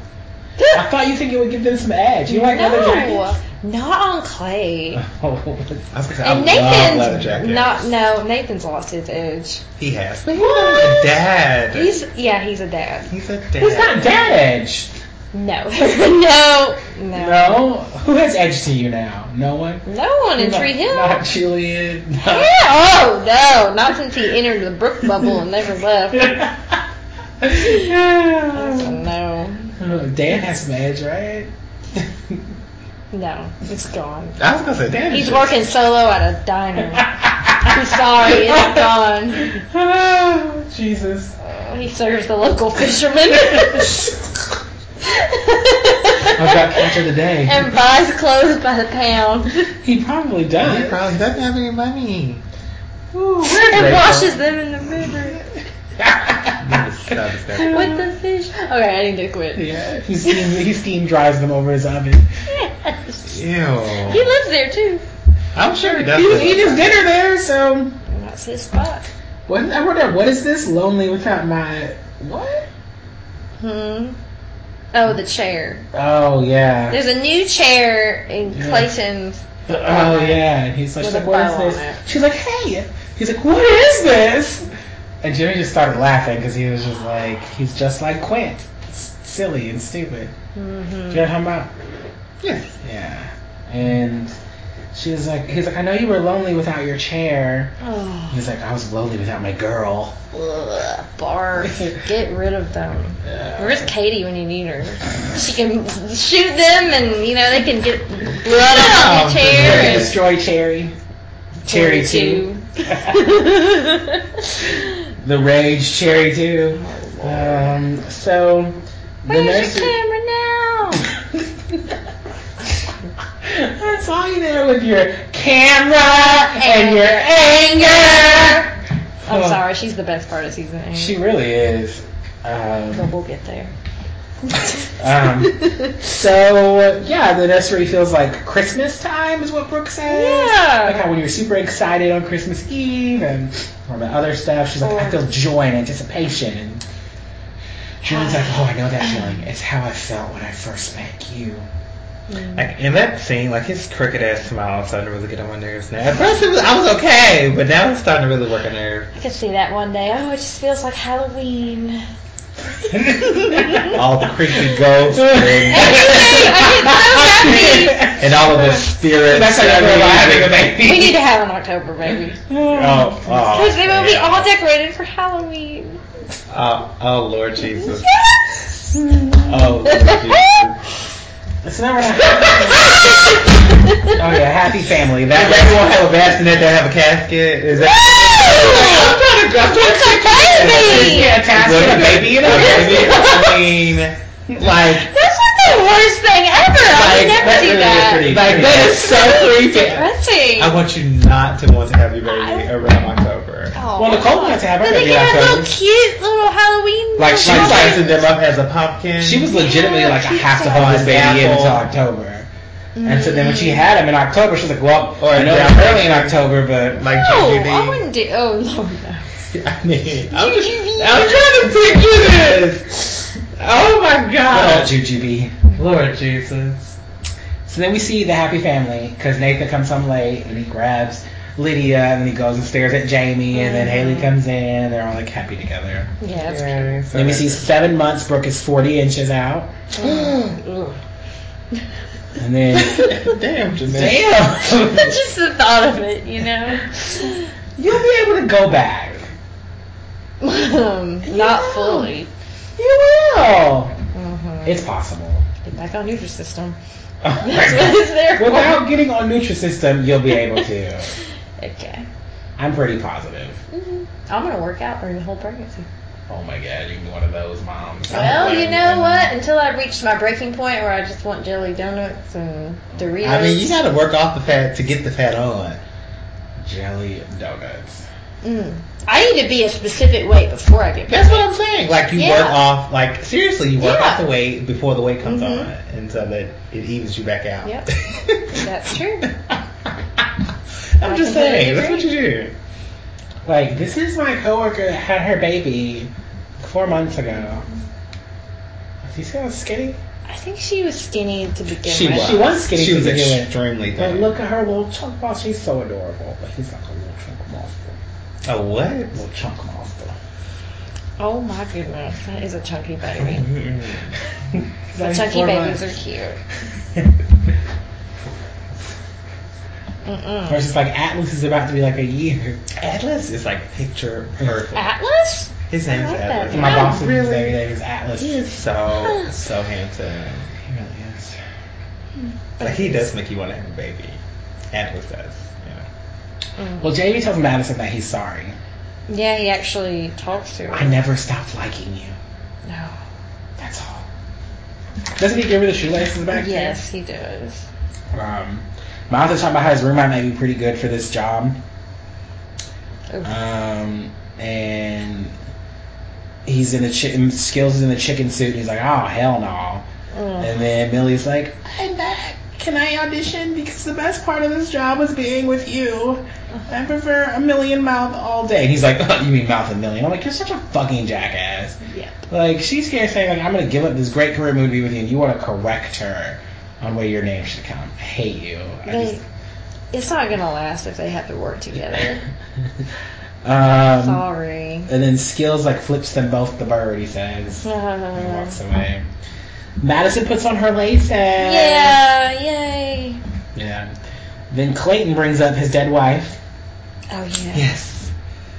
[SPEAKER 1] I thought you think it would give them some edge. You like leather jackets?
[SPEAKER 3] not on Clay.
[SPEAKER 2] (laughs)
[SPEAKER 1] Oh,
[SPEAKER 2] I was gonna say, I
[SPEAKER 3] And
[SPEAKER 2] love leather
[SPEAKER 3] Nathan's
[SPEAKER 2] jackets.
[SPEAKER 3] not no. Nathan's lost his edge.
[SPEAKER 2] He has. But he's a dad.
[SPEAKER 3] He's yeah, he's a dad.
[SPEAKER 2] He's a dad.
[SPEAKER 1] Who's got dad edge?
[SPEAKER 3] No, (laughs) no, no,
[SPEAKER 1] No. Who has edge to you now? No one.
[SPEAKER 3] no one in Tree Hill.
[SPEAKER 1] Not Julian. (laughs)
[SPEAKER 3] Yeah,
[SPEAKER 1] No.
[SPEAKER 3] oh no, not since he entered the Brook bubble and never
[SPEAKER 1] (laughs)
[SPEAKER 3] left. So, no,
[SPEAKER 1] Dan has some edge, right?
[SPEAKER 3] no, it's gone.
[SPEAKER 2] I was gonna say dad.
[SPEAKER 3] He's
[SPEAKER 1] (laughs)
[SPEAKER 3] working solo at a diner. I'm sorry, it's gone.
[SPEAKER 1] Oh, Jesus.
[SPEAKER 3] Oh, he serves the
[SPEAKER 1] (laughs)
[SPEAKER 3] local (laughs) fisherman.
[SPEAKER 1] I've got catch of the day.
[SPEAKER 3] And buys clothes by the pound.
[SPEAKER 1] He probably does.
[SPEAKER 2] Oh, He probably doesn't have any money.
[SPEAKER 1] Ooh,
[SPEAKER 3] and washes them in the river (laughs)
[SPEAKER 2] Yes,
[SPEAKER 3] with the fish. Okay, I need to quit.
[SPEAKER 1] Yeah, he steam
[SPEAKER 2] (laughs)
[SPEAKER 1] he steam dries them over his oven.
[SPEAKER 3] Yes. He
[SPEAKER 2] Ew.
[SPEAKER 3] lives there too.
[SPEAKER 2] I'm sure he
[SPEAKER 1] He,
[SPEAKER 2] does.
[SPEAKER 1] was
[SPEAKER 2] it.
[SPEAKER 1] eating his dinner there, so
[SPEAKER 3] That's his spot.
[SPEAKER 1] what? I wonder what is this lonely without my what?
[SPEAKER 3] Hmm. Oh, the chair.
[SPEAKER 1] Oh yeah.
[SPEAKER 3] There's a new chair in
[SPEAKER 1] Yeah.
[SPEAKER 3] Clayton's.
[SPEAKER 1] Oh yeah. And he's like,
[SPEAKER 3] With
[SPEAKER 1] she's like,
[SPEAKER 3] a
[SPEAKER 1] what is
[SPEAKER 3] bow on
[SPEAKER 1] this? She's like, hey. He's like, what is this? And Jimmy just started laughing because he was just like, he's just like Quint, S- silly and stupid. Do you know
[SPEAKER 3] Mm-hmm.
[SPEAKER 1] what I'm talking about?
[SPEAKER 2] Yes.
[SPEAKER 1] Yeah. And she's like, he's like, I know you were lonely without your chair.
[SPEAKER 3] Oh,
[SPEAKER 1] He's like, I was lonely without my girl.
[SPEAKER 3] ugh, barf. Get rid of them. Where's Katie when you need her? She can shoot them, and you know they can
[SPEAKER 1] (laughs)
[SPEAKER 3] get (laughs) blood on
[SPEAKER 2] Yeah.
[SPEAKER 3] the chair.
[SPEAKER 1] They
[SPEAKER 3] and-
[SPEAKER 1] destroy Cherry. Cherry two. (laughs) The rage Cherry two. Um, so the
[SPEAKER 3] Where's your
[SPEAKER 1] (laughs) nursery.
[SPEAKER 3] camera now?
[SPEAKER 1] That's all you there with your camera and your anger.
[SPEAKER 3] I'm
[SPEAKER 1] Oh.
[SPEAKER 3] sorry, she's the best part of season eight.
[SPEAKER 1] She really is.
[SPEAKER 3] but
[SPEAKER 1] Um,
[SPEAKER 3] we'll get there. (laughs)
[SPEAKER 1] um, so yeah, the nursery feels like Christmas time is what Brooke says. like
[SPEAKER 3] yeah.
[SPEAKER 1] how when you're super excited on Christmas Eve and all the other stuff, she's like, I feel joy and anticipation. And Julie's like, Oh, I know that feeling. It's how I felt when I first met you.
[SPEAKER 2] Like in that scene, like his crooked ass smile is starting to really get on my nerves now. At first, it was, I was okay,
[SPEAKER 1] (laughs)
[SPEAKER 2] but now it's starting to really work on nerves.
[SPEAKER 3] I could see that one day. Oh, it just feels like Halloween.
[SPEAKER 2] All (laughs) the
[SPEAKER 3] (laughs)
[SPEAKER 2] creepy ghosts and,
[SPEAKER 3] I get so happy.
[SPEAKER 2] and all of the spirits.
[SPEAKER 1] That's how
[SPEAKER 2] and
[SPEAKER 1] you're having a
[SPEAKER 2] everything.
[SPEAKER 1] baby.
[SPEAKER 3] We need to have an October baby.
[SPEAKER 2] Oh, oh,
[SPEAKER 3] Because they will be
[SPEAKER 2] yeah.
[SPEAKER 3] all decorated for (laughs) Halloween.
[SPEAKER 2] Oh, oh, Lord Jesus.
[SPEAKER 3] Yes!
[SPEAKER 2] Oh, Lord
[SPEAKER 3] (laughs)
[SPEAKER 2] Jesus.
[SPEAKER 1] It's never gonna
[SPEAKER 2] (laughs)
[SPEAKER 1] happen. Oh yeah, happy family.
[SPEAKER 2] That
[SPEAKER 1] That
[SPEAKER 2] baby won't have a bassinet. They'll have a casket. Is that?
[SPEAKER 1] I'm not a
[SPEAKER 3] It's a baby!
[SPEAKER 1] Yeah,
[SPEAKER 2] Look
[SPEAKER 1] a
[SPEAKER 2] at
[SPEAKER 1] baby in a
[SPEAKER 2] the
[SPEAKER 1] (laughs) basket.
[SPEAKER 2] baby. I mean, like,
[SPEAKER 3] That's like the worst thing ever. I would
[SPEAKER 2] Like,
[SPEAKER 3] never
[SPEAKER 2] that
[SPEAKER 3] do
[SPEAKER 2] really
[SPEAKER 3] that.
[SPEAKER 2] is pretty-
[SPEAKER 1] Like that is so
[SPEAKER 3] (laughs)
[SPEAKER 1] creepy.
[SPEAKER 3] Depressing.
[SPEAKER 2] I want you not to want to have your baby around October.
[SPEAKER 3] Oh.
[SPEAKER 1] Well, Nicole wants to have her
[SPEAKER 3] But they
[SPEAKER 1] baby
[SPEAKER 3] can have little
[SPEAKER 1] after.
[SPEAKER 3] cute little Halloween.
[SPEAKER 2] Like,
[SPEAKER 1] She
[SPEAKER 2] she
[SPEAKER 1] was
[SPEAKER 2] was
[SPEAKER 1] like-
[SPEAKER 2] slicing them up as a pumpkin.
[SPEAKER 1] She was legitimately
[SPEAKER 3] Yeah,
[SPEAKER 1] like, I
[SPEAKER 3] she's
[SPEAKER 1] have to
[SPEAKER 3] so-
[SPEAKER 1] hold this baby in
[SPEAKER 2] Apple.
[SPEAKER 1] until October.
[SPEAKER 3] Mm.
[SPEAKER 1] And so then when
[SPEAKER 3] Mm-hmm.
[SPEAKER 1] she had him in October, she was like, well,
[SPEAKER 2] Or
[SPEAKER 1] I know
[SPEAKER 2] down
[SPEAKER 1] it's
[SPEAKER 2] there.
[SPEAKER 1] early in October, but
[SPEAKER 2] like
[SPEAKER 3] no,
[SPEAKER 2] GGB.
[SPEAKER 3] I wouldn't do. Oh no, no.
[SPEAKER 2] (laughs) I mean, I'm just, I'm trying to picture this. Oh my
[SPEAKER 1] little
[SPEAKER 2] God,
[SPEAKER 1] jujube.
[SPEAKER 2] Lord Jesus.
[SPEAKER 1] So then we see the happy family because Nathan comes home late and he grabs Lydia and then he goes and stares at Jamie and then
[SPEAKER 3] Mm-hmm.
[SPEAKER 1] Haley comes in and they're all like happy together.
[SPEAKER 3] Yeah, that's
[SPEAKER 2] Yay, so
[SPEAKER 1] Then we see
[SPEAKER 2] that's-
[SPEAKER 1] seven months, Brooke is 40 inches out.
[SPEAKER 3] ugh. (laughs)
[SPEAKER 1] And then,
[SPEAKER 2] Damn,
[SPEAKER 1] (laughs)
[SPEAKER 2] Janelle.
[SPEAKER 1] damn,
[SPEAKER 3] just the thought of it, you know.
[SPEAKER 1] you'll be able to go back.
[SPEAKER 3] Um, Not
[SPEAKER 1] Yeah.
[SPEAKER 3] fully.
[SPEAKER 1] You will.
[SPEAKER 3] Mhm.
[SPEAKER 1] It's possible.
[SPEAKER 3] Get back on Nutrisystem. That's what it's there for.
[SPEAKER 1] (laughs) Without getting on Nutrisystem, you'll be able to.
[SPEAKER 3] (laughs) Okay. Mm-hmm.
[SPEAKER 1] I'm pretty positive.
[SPEAKER 3] I'm gonna work out during the whole pregnancy.
[SPEAKER 1] Oh my god, you can be one of those moms.
[SPEAKER 3] Well,
[SPEAKER 1] I'm
[SPEAKER 3] you
[SPEAKER 1] glad
[SPEAKER 3] know
[SPEAKER 1] didn't.
[SPEAKER 3] what? Until I reach my breaking point where I just want jelly donuts and Doritos.
[SPEAKER 2] I mean, you gotta work off the fat to get the fat on.
[SPEAKER 1] Jelly donuts.
[SPEAKER 3] Mm. I need to be a specific weight before I get
[SPEAKER 2] That's what I'm saying. Like you
[SPEAKER 3] Yeah.
[SPEAKER 2] work off, like seriously, you work
[SPEAKER 3] Yeah.
[SPEAKER 2] off the weight before the weight comes
[SPEAKER 3] Mhm.
[SPEAKER 2] on, and so that it evens you back out. (laughs)
[SPEAKER 3] Yep. That's true.
[SPEAKER 2] I'm
[SPEAKER 3] I
[SPEAKER 2] just
[SPEAKER 3] completely
[SPEAKER 2] saying, that's
[SPEAKER 3] agree.
[SPEAKER 2] what you do.
[SPEAKER 1] Like, this is my coworker that had her baby four months ago. Do you see how skinny?
[SPEAKER 3] I think she was skinny to begin
[SPEAKER 2] She
[SPEAKER 3] with.
[SPEAKER 2] was.
[SPEAKER 1] She was skinny
[SPEAKER 2] She
[SPEAKER 1] to
[SPEAKER 2] was
[SPEAKER 1] begin with.
[SPEAKER 2] extremely
[SPEAKER 1] But
[SPEAKER 2] thin.
[SPEAKER 1] look at her little chunk monster. She's so adorable, but he's like a little chunk monster.
[SPEAKER 2] A what?
[SPEAKER 1] Little chunk monster.
[SPEAKER 3] Oh my goodness, that is a
[SPEAKER 2] (laughs)
[SPEAKER 3] chunky baby.
[SPEAKER 2] Mm-mm.
[SPEAKER 3] The chunky babies are cute. Mm-mm.
[SPEAKER 1] Versus like Atlas is about to be like a year.
[SPEAKER 2] Atlas is like
[SPEAKER 3] (laughs)
[SPEAKER 2] picture perfect.
[SPEAKER 3] Atlas?
[SPEAKER 2] His name's
[SPEAKER 3] I like
[SPEAKER 2] Atlas.
[SPEAKER 3] that.
[SPEAKER 1] My
[SPEAKER 3] Oh,
[SPEAKER 1] boss's
[SPEAKER 2] really?
[SPEAKER 1] baby name is Atlas.
[SPEAKER 2] He is so so handsome.
[SPEAKER 1] He really is.
[SPEAKER 2] Like he does make you want to have a baby. Atlas does. you know. Mm-hmm.
[SPEAKER 1] Well, Jamie tells Madison that he's sorry.
[SPEAKER 3] Yeah, he actually talks to her.
[SPEAKER 1] I never stopped liking you.
[SPEAKER 3] No.
[SPEAKER 1] That's all. Doesn't he give her the shoelaces back?
[SPEAKER 3] Yes, he does.
[SPEAKER 1] Um, my author's talking about how his roommate may be pretty good for this job.
[SPEAKER 3] Oof.
[SPEAKER 1] Um, and he's in the chicken. Skills is in the chicken suit. And he's like, oh hell no.
[SPEAKER 3] Mm.
[SPEAKER 1] And then Millie's like, I'm back. Can I audition? Because the best part of this job was being with you. I prefer a million mouth all day. And he's like, "Uh, you mean mouth a million? I'm like, you're such a fucking jackass.
[SPEAKER 3] Yep.
[SPEAKER 1] Like she's here saying like I'm gonna give up this great career move to be with you, and you want to correct her on where your name should come. I hate you. I
[SPEAKER 3] They, it's not gonna last if they have to work together.
[SPEAKER 1] just, (laughs) um, (laughs)
[SPEAKER 3] (laughs) Sorry.
[SPEAKER 1] and then Skills like flips them both the bird. He says and walks away. Madison puts on her laces.
[SPEAKER 3] yeah, yay.
[SPEAKER 1] Yeah. Then Clayton brings up his dead wife.
[SPEAKER 3] Oh yeah.
[SPEAKER 2] Yes.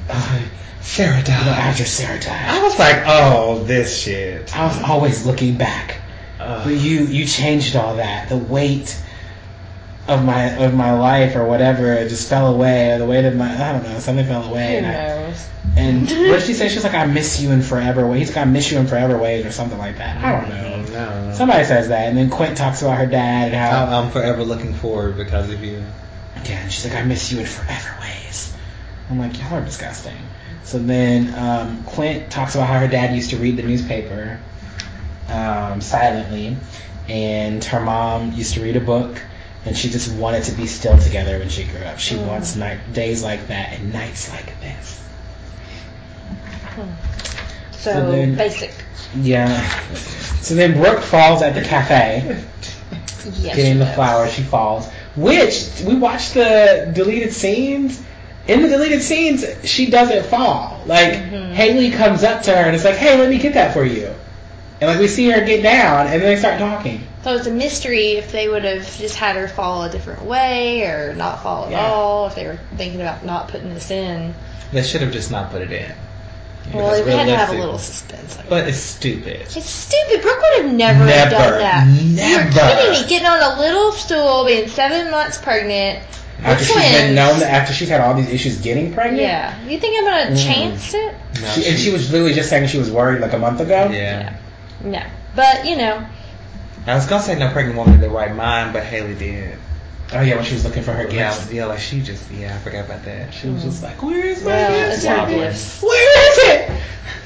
[SPEAKER 2] Uh, Sarah
[SPEAKER 1] You know,
[SPEAKER 2] died.
[SPEAKER 1] after Sarah died,
[SPEAKER 2] I was like, oh, this shit.
[SPEAKER 1] I was always looking back.
[SPEAKER 2] Uh,
[SPEAKER 1] But you you changed all that. The weight of my of my life or whatever it just fell away. Or the weight of my I don't know something fell away. And,
[SPEAKER 3] Who
[SPEAKER 1] I,
[SPEAKER 3] knows?
[SPEAKER 1] (laughs) and what did she say? She's like I miss you in forever ways. He's like, I miss you in forever ways or something like that. I don't know.
[SPEAKER 2] no.
[SPEAKER 1] Somebody says that, and then Quint talks about her dad and
[SPEAKER 2] I'm,
[SPEAKER 1] how
[SPEAKER 2] I'm forever looking forward because of you.
[SPEAKER 1] yeah, and she's like I miss you in forever ways. I'm like y'all are disgusting. So then um, Quint talks about how her dad used to read the newspaper um, silently, and her mom used to read a book, and she just wanted to be still together when she grew up. She wants night, days like that and nights like this.
[SPEAKER 3] So,
[SPEAKER 1] So then-
[SPEAKER 3] basic.
[SPEAKER 1] Yeah. So then Brooke falls at the cafe,
[SPEAKER 3] Yes.
[SPEAKER 1] getting
[SPEAKER 3] she
[SPEAKER 1] the
[SPEAKER 3] does.
[SPEAKER 1] flowers. She falls, which we watched the deleted scenes. In the deleted scenes, she doesn't fall. Like
[SPEAKER 3] Mhm.
[SPEAKER 1] Haley comes up to her and is like, "Hey, let me get that for you," and like we see her get down, and then they start talking.
[SPEAKER 3] So it's a mystery if they would have just had her fall a different way or not fall at
[SPEAKER 1] Yeah.
[SPEAKER 3] all, if they were thinking about not putting this in.
[SPEAKER 2] They should have just not put it in.
[SPEAKER 3] well,
[SPEAKER 2] Because
[SPEAKER 3] we had to have a
[SPEAKER 2] realistic-
[SPEAKER 3] little suspense. I
[SPEAKER 2] But it's stupid.
[SPEAKER 3] It's stupid. Brooke would have never,
[SPEAKER 2] Never.
[SPEAKER 3] done that. You're
[SPEAKER 2] Never.
[SPEAKER 3] kidding me. Getting on a little stool, being seven months pregnant. We're
[SPEAKER 1] After she's been
[SPEAKER 3] twins.
[SPEAKER 1] known, that after she's had all these issues getting pregnant.
[SPEAKER 3] Yeah. You think I'm gonna
[SPEAKER 1] Mm.
[SPEAKER 3] chance it?
[SPEAKER 2] No,
[SPEAKER 1] She, and she was literally just saying she was worried like a month ago.
[SPEAKER 2] Yeah.
[SPEAKER 3] No. But you know,
[SPEAKER 2] I was gonna say no pregnant woman in the right mind, but Haley did.
[SPEAKER 1] Oh yeah, when she was looking for her
[SPEAKER 2] Yeah, I
[SPEAKER 1] gifts.
[SPEAKER 2] was, yeah, like she just, yeah, I forgot about that. She
[SPEAKER 1] She was just like, "Where is my
[SPEAKER 3] well,
[SPEAKER 1] gifts?
[SPEAKER 3] it's her
[SPEAKER 2] wobbling.
[SPEAKER 3] gifts.
[SPEAKER 1] Where is it?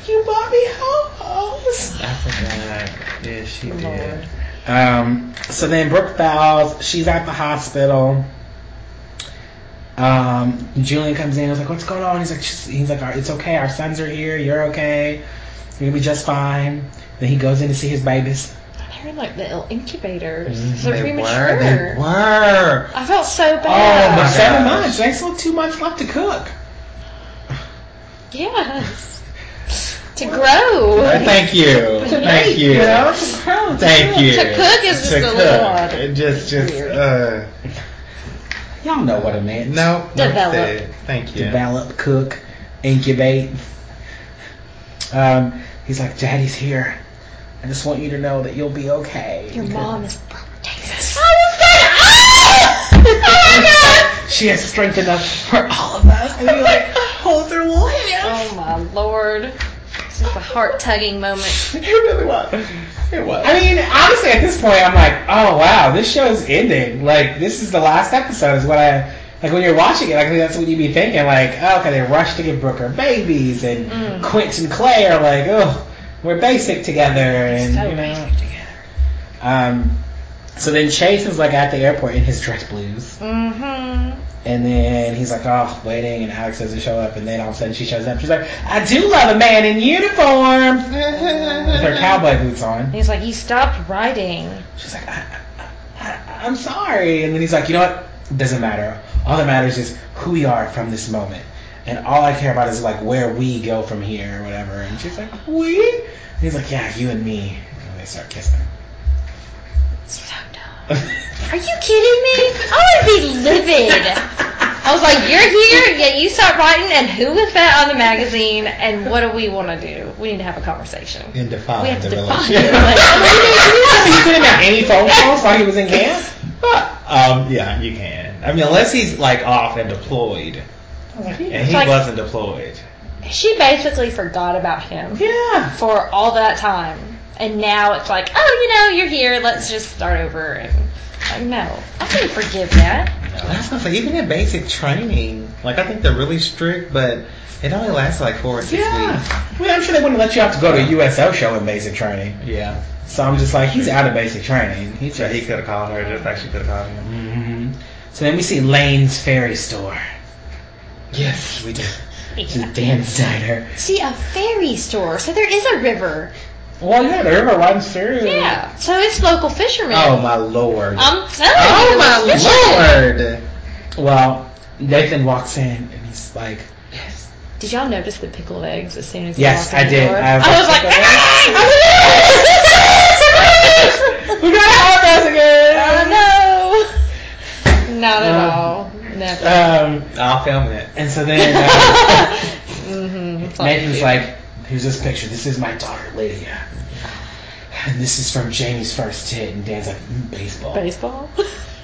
[SPEAKER 1] You bought me ho-hos."
[SPEAKER 2] I forgot. Yeah, she
[SPEAKER 3] Oh, Lord.
[SPEAKER 2] did.
[SPEAKER 1] Um. So then Brooke falls. She's at the hospital. Um. Julian comes in. I was like, "What's going on?" He's like, "She's- "He's like, it's okay. Our sons are here. You're okay. You're gonna be just fine." Then he goes in to see his babies.
[SPEAKER 3] They're in like little incubators.
[SPEAKER 1] Mhm.
[SPEAKER 3] They're
[SPEAKER 2] Mm, They
[SPEAKER 3] premature.
[SPEAKER 2] were. They were.
[SPEAKER 3] I felt so
[SPEAKER 1] Oh,
[SPEAKER 3] bad.
[SPEAKER 1] my
[SPEAKER 2] my
[SPEAKER 1] seven
[SPEAKER 2] gosh.
[SPEAKER 1] months. They still have two months left to cook.
[SPEAKER 3] Yes. to grow.
[SPEAKER 2] Uh, thank you. Thank you. Thank you.
[SPEAKER 3] To cook is just
[SPEAKER 2] To
[SPEAKER 3] a little odd.
[SPEAKER 2] It Just, just,
[SPEAKER 3] Weird.
[SPEAKER 2] uh,
[SPEAKER 1] Y'all know what I meant.
[SPEAKER 2] no. like
[SPEAKER 3] Develop.
[SPEAKER 2] that. Thank you.
[SPEAKER 1] Develop, cook, incubate. Um, he's like, Daddy's here. I just want you to know that you'll be okay.
[SPEAKER 3] Your mom is from Texas.
[SPEAKER 1] Ah! She has strength enough for all of us. And you're like, hold her little hand.
[SPEAKER 3] Oh my lord. This is a heart tugging moment.
[SPEAKER 2] It really was. It was.
[SPEAKER 1] I mean, honestly, at this point, I'm like, oh wow, this show's ending. Like, this is the last episode. Is what I like when you're watching it. Like, I think that's what you'd be thinking. Like, oh, okay, they rushed to give Brooke her babies, and
[SPEAKER 3] Mm.
[SPEAKER 1] Quint and Clay are like, oh, we're basic together, and
[SPEAKER 3] So
[SPEAKER 1] you know.
[SPEAKER 3] basic together.
[SPEAKER 1] Um, so then Chase is like at the airport in his dress blues,
[SPEAKER 3] Mm-hmm.
[SPEAKER 1] and then he's like, oh, waiting, and Alex doesn't show up, and then all of a sudden she shows up. She's like, I do love a man in uniform (laughs) with her cowboy boots on.
[SPEAKER 3] He's like, you stopped writing.
[SPEAKER 1] She's like, I, I, I, I'm sorry. And then he's like, you know what? It doesn't matter. All that matters is who we are from this moment. And all I care about is like where we go from here or whatever. And she's like, we? And he's like, yeah, you and me. And they start kissing. (laughs)
[SPEAKER 3] So dumb. Are you kidding me? I would be livid. I was like, you're here, yet you start writing, and who is that on the magazine? And what do we want to do? We need to have a conversation.
[SPEAKER 2] And define
[SPEAKER 3] We have to
[SPEAKER 2] the
[SPEAKER 3] define
[SPEAKER 2] relationship.
[SPEAKER 3] it. Like,
[SPEAKER 1] you couldn't have any phone calls while he was in camp?
[SPEAKER 2] um, yeah, you can. I mean, unless he's like off (laughs) and deployed, and he
[SPEAKER 3] Like-
[SPEAKER 2] wasn't deployed.
[SPEAKER 3] she basically forgot about him
[SPEAKER 1] Yeah.
[SPEAKER 3] for all that time. And now it's like, oh, you know, you're here. Let's just start over. And like, no, I can't forgive that.
[SPEAKER 2] That's not like even in basic training. Like I think they're really strict, but it only lasts like four or six weeks.
[SPEAKER 1] Yeah. Well, I'm sure they wouldn't let you have to go to a USO show in basic training.
[SPEAKER 2] Yeah.
[SPEAKER 1] So I'm just like, he's out of basic training. He
[SPEAKER 2] So
[SPEAKER 1] just.
[SPEAKER 2] he could have called her. Just like she could have called him.
[SPEAKER 1] Mhm. So then we see Lane's Fairy Store.
[SPEAKER 2] Yes,
[SPEAKER 1] (laughs)
[SPEAKER 2] we did.
[SPEAKER 1] Just Dan's diner.
[SPEAKER 3] See, a fairy store. So there is a river.
[SPEAKER 1] Well, yeah, the river runs through.
[SPEAKER 3] Yeah. So it's local fishermen.
[SPEAKER 1] Oh my lord.
[SPEAKER 3] I'm telling you.
[SPEAKER 1] oh
[SPEAKER 3] it was fishermen.
[SPEAKER 1] my lord. Well, Nathan walks in and he's like,
[SPEAKER 3] Did y'all notice the pickled eggs as soon as you
[SPEAKER 1] Yes,
[SPEAKER 3] walked in
[SPEAKER 1] I
[SPEAKER 3] the
[SPEAKER 1] did.
[SPEAKER 3] door?
[SPEAKER 1] I
[SPEAKER 3] I
[SPEAKER 1] was
[SPEAKER 3] was,
[SPEAKER 1] like,
[SPEAKER 3] like,
[SPEAKER 1] pickled "We
[SPEAKER 3] "Ah!"
[SPEAKER 1] got hot dogs again."
[SPEAKER 3] Oh no. Not at
[SPEAKER 1] Um,
[SPEAKER 3] all. Never.
[SPEAKER 1] Um,
[SPEAKER 2] I'll film it.
[SPEAKER 1] and so then uh,
[SPEAKER 3] (laughs)
[SPEAKER 1] (laughs)
[SPEAKER 3] mm-hmm. It's like,
[SPEAKER 1] Nathan's like, "Here's this picture. This is my daughter Lydia, and this is from Jamie's first hit." And Dan's like, mm, "Baseball."
[SPEAKER 3] baseball.